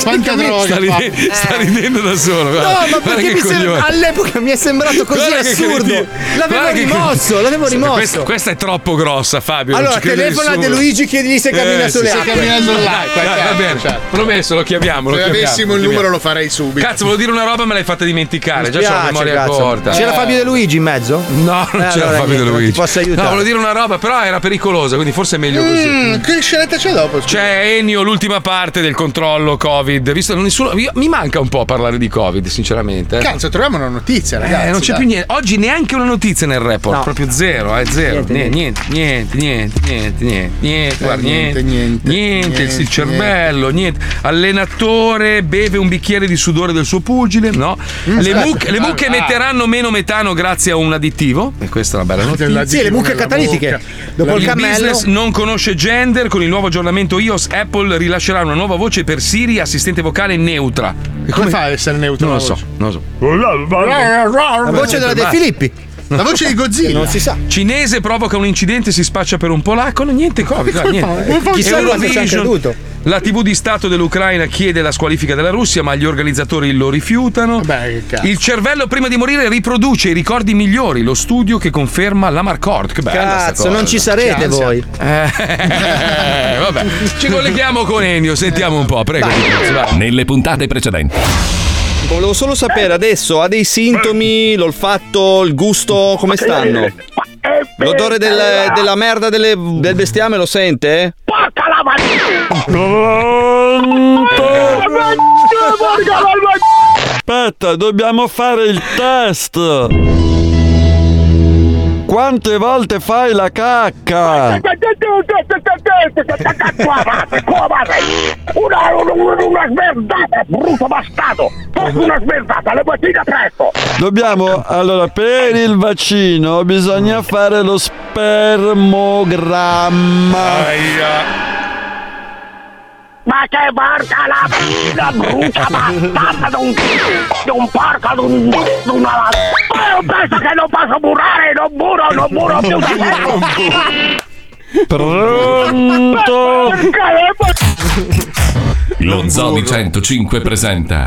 Speaker 6: Quanta
Speaker 5: Sta, ride- sta ridendo da solo.
Speaker 7: No,
Speaker 5: Eh. guarda.
Speaker 7: ma
Speaker 5: Guarda
Speaker 7: perché
Speaker 5: che
Speaker 7: mi sem-
Speaker 5: coglione.
Speaker 7: all'epoca mi è sembrato così
Speaker 5: Guarda che
Speaker 7: assurdo.
Speaker 5: cretino.
Speaker 7: L'avevo
Speaker 5: Guarda che
Speaker 7: rimosso,
Speaker 5: cretino.
Speaker 7: l'avevo
Speaker 5: Sì,
Speaker 7: rimosso.
Speaker 5: Questa, questa è troppo grossa, Fabio. non
Speaker 7: Allora,
Speaker 5: ci crede
Speaker 7: telefona
Speaker 5: nessuno. Eh,
Speaker 7: De Luigi, chiedigli se cammina
Speaker 5: sì,
Speaker 7: sulle
Speaker 5: sì,
Speaker 7: acque.
Speaker 5: sì.
Speaker 7: Cammina
Speaker 6: sull'acqua,
Speaker 5: Dai, va
Speaker 6: certo,
Speaker 5: bene.
Speaker 6: certo.
Speaker 5: Promesso, lo chiamiamo. Lo
Speaker 6: Se
Speaker 5: chiamiamo,
Speaker 6: avessimo
Speaker 5: lo
Speaker 6: il numero
Speaker 5: chiamiamo.
Speaker 6: lo farei subito.
Speaker 5: Cazzo, volevo dire una roba, me l'hai fatta dimenticare. Già c'ho la
Speaker 7: Piace,
Speaker 5: memoria
Speaker 7: cazzo.
Speaker 5: corta.
Speaker 7: C'era Fabio De Luigi in mezzo?
Speaker 5: No, non c'era Fabio De Luigi.
Speaker 7: Ti posso aiutare?
Speaker 5: No, volevo dire una roba, però era pericolosa, quindi forse è meglio così.
Speaker 6: Mm, che scenetta c'è dopo?
Speaker 5: C'è Ennio, l'ultima parte del controllo Covid. Visto che nessuno. io- mi manca un po' parlare di Covid, sinceramente. eh.
Speaker 6: Cazzo, troviamo una notizia,
Speaker 5: Eh,
Speaker 6: ragazzi.
Speaker 5: non c'è
Speaker 6: dai.
Speaker 5: più niente. Oggi neanche una notizia nel report.
Speaker 6: No.
Speaker 5: Proprio zero, eh, zero.
Speaker 6: Niente,
Speaker 5: Niente, niente, niente, niente, niente, niente, niente,
Speaker 6: Eh,
Speaker 5: guarda, niente,
Speaker 6: niente,
Speaker 5: niente,
Speaker 6: niente,
Speaker 5: il cervello, niente. Allenatore beve un bicchiere di sudore del suo pugile, no? Le,
Speaker 6: aspetta,
Speaker 5: mucche, le
Speaker 6: vai,
Speaker 5: mucche
Speaker 6: vai.
Speaker 5: metteranno meno metano grazie a un additivo. E questa è una bella notizia.
Speaker 6: Dell'additivo Sì, le mucche nella catalitiche. bocca. Dopo il cammello-
Speaker 5: business non conosce gender. Con il nuovo aggiornamento iOS, Apple rilascerà una nuova voce per Siri, assistente vocale neutra. E
Speaker 6: Come fa a essere neutro?
Speaker 5: Non lo
Speaker 6: la
Speaker 5: so,
Speaker 6: voce?
Speaker 5: non lo so.
Speaker 6: Eh, La voce della De Filippi. La voce di Godzilla. Non si sa.
Speaker 5: Cinese provoca un incidente, si spaccia per un polacco. no, Niente
Speaker 6: (laughs)
Speaker 5: Covid.
Speaker 6: Ma
Speaker 5: dai,
Speaker 6: che
Speaker 5: niente.
Speaker 6: fa? Ma chissà
Speaker 5: Eurovision.
Speaker 6: quanto ci ha creduto.
Speaker 5: La TV di Stato dell'Ucraina chiede la squalifica della Russia, ma gli organizzatori lo rifiutano.
Speaker 6: cazzo.
Speaker 5: Il cervello prima di morire riproduce i ricordi migliori, lo studio che conferma la Marcord. Che bella sta
Speaker 7: Cazzo,
Speaker 5: cosa.
Speaker 7: non ci sarete
Speaker 5: Che ansia.
Speaker 7: voi.
Speaker 5: Eh, (laughs) vabbè. Ci colleghiamo con Ennio, sentiamo un po', prego.
Speaker 15: Nelle puntate precedenti. Volevo solo sapere adesso, ha dei sintomi, l'olfatto, il gusto, come stanno? L'odore del- della merda delle- del bestiame lo sente?
Speaker 20: Aspetta, dobbiamo fare il test. Quante volte fai la cacca?
Speaker 4: Una, una, una sverdata, brutto bastardo! Porca una sverdata, le mattina presto!
Speaker 20: Dobbiamo, allora, per il vaccino bisogna fare lo spermogramma.
Speaker 4: Ma che porca la vita, brutta bastarda d'un d'un porco d'un d'un una Io penso che non posso burrare, non burro, non burro più da
Speaker 20: Pronto?
Speaker 2: Lo Zoo di 105 presenta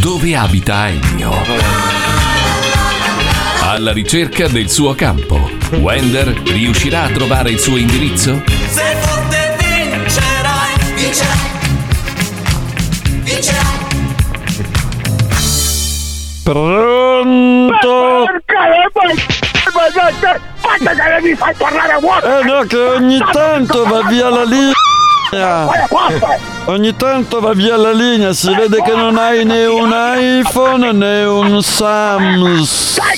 Speaker 2: Dove abita Ennio? Alla ricerca del suo campo, Wender riuscirà a trovare il suo indirizzo?
Speaker 4: Se forte vincerai, vincerai, vincerai
Speaker 20: Pronto?
Speaker 4: Fate che mi fai parlare a vuoto!
Speaker 20: Eh no, che ogni tanto va via la linea. linea. Ogni tanto va via la linea, si vede che non hai né un iPhone né un
Speaker 4: Sai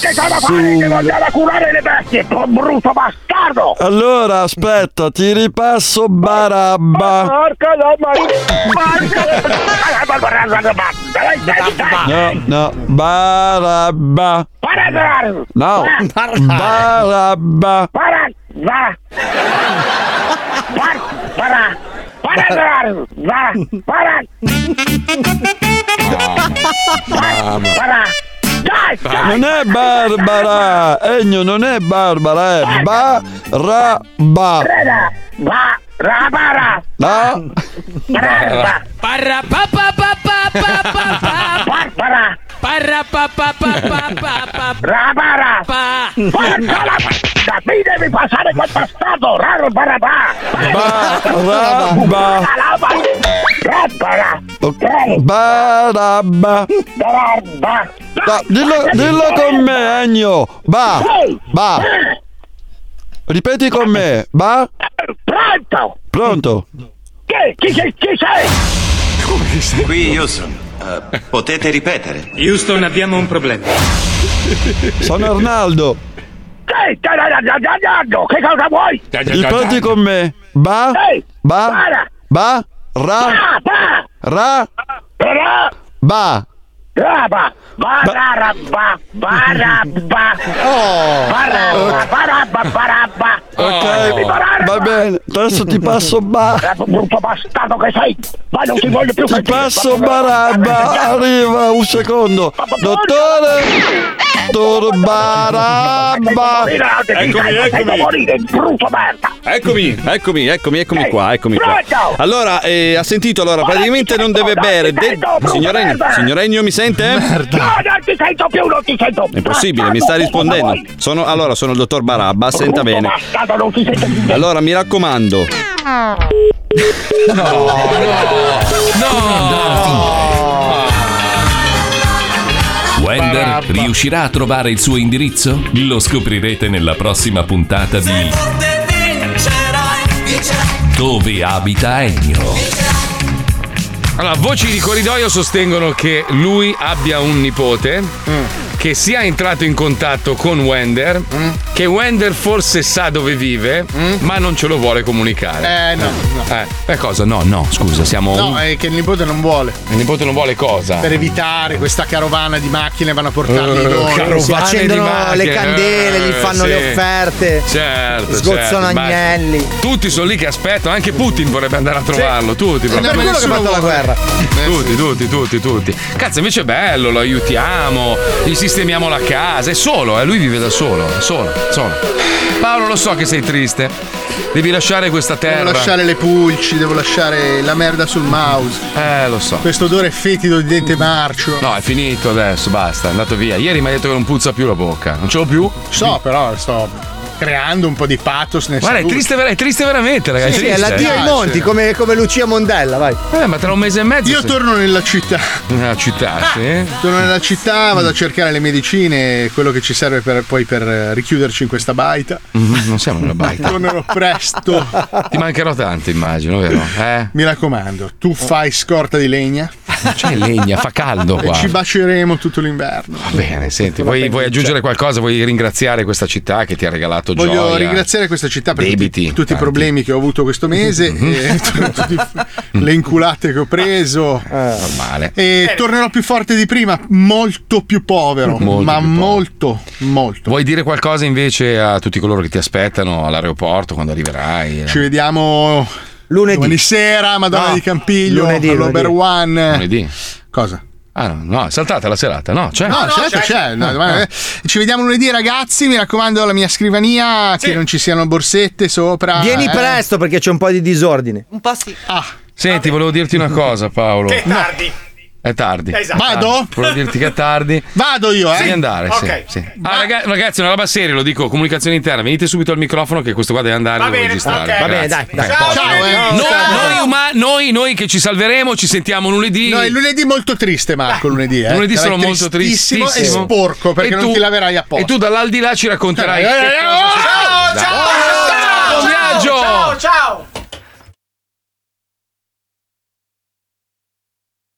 Speaker 4: che cosa fare? Devo
Speaker 20: Samsung.
Speaker 4: andare a curare le bestie, po' brutto bastardo!
Speaker 20: Allora aspetta, ti ripasso Barabba.
Speaker 4: Porca la ma...
Speaker 20: No, no, Barabba.
Speaker 4: Barabba.
Speaker 20: No,
Speaker 4: Eh,
Speaker 20: Barabba.
Speaker 4: Va! Par, para! Para andare! Va! Para!
Speaker 5: (laughs)
Speaker 4: Para! Dai!
Speaker 20: Non è Barbara, Egno, non è Barbara, è Barabba.
Speaker 4: Ecco. Preda! Va! Rabara!
Speaker 20: No?
Speaker 4: Barabba! Parra pa pa pa pa pa pa pa! Barbara! Parra pa pa pa pa pa pa! Rabara! Pa! Porca la... Mi devi passare quel bastardo! Raro barabà!
Speaker 20: Barabba.
Speaker 4: Rabara!
Speaker 20: Barabba.
Speaker 4: Barabba!
Speaker 20: No, dillo, dillo con me, Egno. Ba. Ba. Ripeti con me. Ba.
Speaker 4: Pronto.
Speaker 20: Pronto.
Speaker 4: Chi, chi, chi, chi sei?
Speaker 1: Qui Houston, Eh, potete ripetere? Houston, abbiamo un problema.
Speaker 20: Sono Arnaldo.
Speaker 4: Ehi, dai, dai, dai, dai, dai, dai, che cosa vuoi?
Speaker 20: Ripeti con me. Ba. Ba. Ba. Ra. Ra.
Speaker 4: Ra.
Speaker 20: Ba.
Speaker 4: Brava! Barabba! Barabba!
Speaker 20: Oh.
Speaker 4: Barabba! Barabba! Barabba!
Speaker 20: Ok, va bene, adesso ti passo ba.
Speaker 4: Brutto bastardo che sei! Ma non ti voglio più
Speaker 20: Ti
Speaker 4: sentire.
Speaker 20: passo Barabba, arriva un secondo.
Speaker 4: Eh,
Speaker 20: Dottore, dottor Barabba.
Speaker 4: Eccomi, eccomi! Brutto merda!
Speaker 24: Eccomi, eccomi, eccomi, eccomi qua, eccomi qua.
Speaker 4: Pronto?
Speaker 24: Allora, eh, ha sentito, allora, praticamente non deve bere. De- signor Ennio, signor Ennio, mi sente?
Speaker 4: No, non ti sento più, non ti sento!
Speaker 24: È impossibile, mi sta rispondendo. Sono, allora, sono il dottor Barabba, senta bene.
Speaker 4: Bastardo, non ti sento più!
Speaker 24: Allora, mi raccomando.
Speaker 2: Wender riuscirà a trovare il suo indirizzo? Lo scoprirete nella prossima puntata di Dove abita Ennio?
Speaker 5: Allora, voci di corridoio sostengono che lui abbia un nipote.
Speaker 6: Mm.
Speaker 5: Che sia entrato in contatto con Wender,
Speaker 6: Mm.
Speaker 5: che Wender forse sa dove vive, ma non ce lo vuole comunicare.
Speaker 6: Eh, no,
Speaker 5: Eh, eh, cosa? No, no, scusa, siamo.
Speaker 6: No, è che il nipote non vuole.
Speaker 5: Il nipote non vuole cosa?
Speaker 6: Per evitare questa carovana di macchine vanno a portarli
Speaker 5: Ah. Eh,
Speaker 6: loro.
Speaker 5: carovane
Speaker 6: Si
Speaker 5: di
Speaker 6: accendono
Speaker 5: macchine,
Speaker 6: le candele, gli
Speaker 5: eh,
Speaker 6: fanno
Speaker 5: sì.
Speaker 6: le offerte.
Speaker 5: Certo,
Speaker 6: Sgozzano
Speaker 5: certo, immagino.
Speaker 6: agnelli.
Speaker 5: Tutti sono lì che aspettano, anche Putin vorrebbe andare a trovarlo, tutti
Speaker 6: È per
Speaker 5: proprio.
Speaker 6: quello che ha
Speaker 5: Nessuno
Speaker 6: fatto la
Speaker 5: vuole.
Speaker 6: guerra.
Speaker 5: Tutti, tutti, tutti, tutti. Cazzo, invece è bello, lo aiutiamo, gli sistemiamo la casa, è solo, eh, lui vive da solo, è solo, solo. Paolo, lo so che sei triste. Devi lasciare questa terra.
Speaker 6: Devo lasciare le pulci, devo lasciare la merda sul mouse.
Speaker 5: Eh, lo so.
Speaker 6: Questo odore fetido di dente marcio.
Speaker 5: No, è finito adesso, basta, è andato via. Ieri mi ha detto che non puzza più la bocca, non ce l'ho più.
Speaker 6: So, però sto creando un po' di pathos nel
Speaker 5: Guarda, è
Speaker 6: saluto.
Speaker 5: triste, ver- è triste veramente, ragazzi.
Speaker 6: Eh, Sì, sì,
Speaker 5: è
Speaker 6: è
Speaker 5: triste.
Speaker 6: l'addio ai
Speaker 5: Eh,
Speaker 6: monti,
Speaker 5: sì.
Speaker 7: Come, come Lucia Mondella, vai.
Speaker 5: Eh, ma tra un mese e mezzo.
Speaker 6: Io
Speaker 5: se-
Speaker 6: torno nella città. Ah!
Speaker 5: Nella città, sì.
Speaker 6: Torno nella città, vado a cercare le medicine, quello che ci serve per, poi per eh, richiuderci in questa baita.
Speaker 5: Mm, Non siamo una baita.
Speaker 6: Tornerò presto.
Speaker 5: Ti mancherò tanto, immagino, vero? Eh?
Speaker 6: Mi raccomando, tu fai scorta di
Speaker 5: (laughs)
Speaker 6: legna.
Speaker 5: Non c'è legna, fa caldo
Speaker 6: E
Speaker 5: qua.
Speaker 6: ci baceremo tutto l'inverno.
Speaker 5: Va bene, senti, vuoi, vuoi aggiungere qualcosa? Vuoi ringraziare questa città che ti ha regalato
Speaker 6: Voglio
Speaker 5: gioia?
Speaker 6: ringraziare questa città per tutti,
Speaker 5: Debiti,
Speaker 6: tutti i
Speaker 5: tanti. Mm-hmm.
Speaker 6: problemi che ho avuto questo mese,
Speaker 5: (laughs)
Speaker 6: e tutti le inculate che ho preso.
Speaker 5: Eh, Normale.
Speaker 6: E tornerò più forte di prima, molto più povero,
Speaker 5: Molto
Speaker 6: ma
Speaker 5: più
Speaker 6: molto, molto.
Speaker 5: Vuoi dire qualcosa invece a tutti coloro che ti aspettano all'aeroporto quando arriverai?
Speaker 6: Ci vediamo lunedì sera, Madonna
Speaker 5: No.
Speaker 6: di Campiglio,
Speaker 5: Lunedì,
Speaker 6: all'Ober
Speaker 5: lunedì.
Speaker 6: One.
Speaker 5: Lunedì.
Speaker 6: Cosa?
Speaker 5: Ah, no, no, è saltata la serata, Eh. no? C'è? Ah.
Speaker 6: No, certo, c'è. No, domani- Ci vediamo lunedì, ragazzi. Mi raccomando, la mia scrivania, che non ci siano borsette sopra.
Speaker 7: Vieni
Speaker 6: eh.
Speaker 7: presto perché c'è un po' di disordine.
Speaker 28: Un po' sì.
Speaker 6: Ah.
Speaker 5: Senti, volevo dirti una cosa, Paolo.
Speaker 6: Che è
Speaker 29: tardi.
Speaker 5: È tardi.
Speaker 29: Esatto.
Speaker 6: Vado?
Speaker 5: Volevo dirti che è tardi.
Speaker 6: Vado io, eh?
Speaker 5: Devi andare, sì,
Speaker 29: Ok.
Speaker 5: sì. Ah, raga- ragazzi, una roba seria, lo dico, comunicazione interna. Venite subito al microfono che questo qua deve andare
Speaker 29: Va
Speaker 5: devo
Speaker 29: bene,
Speaker 5: registrare.
Speaker 29: ok. Va
Speaker 5: Grazie.
Speaker 29: bene, dai, dai.
Speaker 5: Dai,
Speaker 29: Ciao,
Speaker 5: posto.
Speaker 29: ciao, eh.
Speaker 5: No,
Speaker 29: Ciao.
Speaker 5: noi, uma- noi- noi che ci salveremo, ci sentiamo lunedì.
Speaker 6: No, è lunedì molto triste, Marco. Lunedì, eh.
Speaker 5: Lunedì
Speaker 6: Sarai
Speaker 5: sono molto
Speaker 6: tristissimo
Speaker 5: tristissimo
Speaker 6: E sporco perché
Speaker 5: E
Speaker 6: non
Speaker 5: tu-
Speaker 6: ti laverai apposta.
Speaker 5: E tu dall'aldilà ci racconterai.
Speaker 6: Eh,
Speaker 5: che
Speaker 6: eh,
Speaker 5: cosa
Speaker 6: eh,
Speaker 5: succede.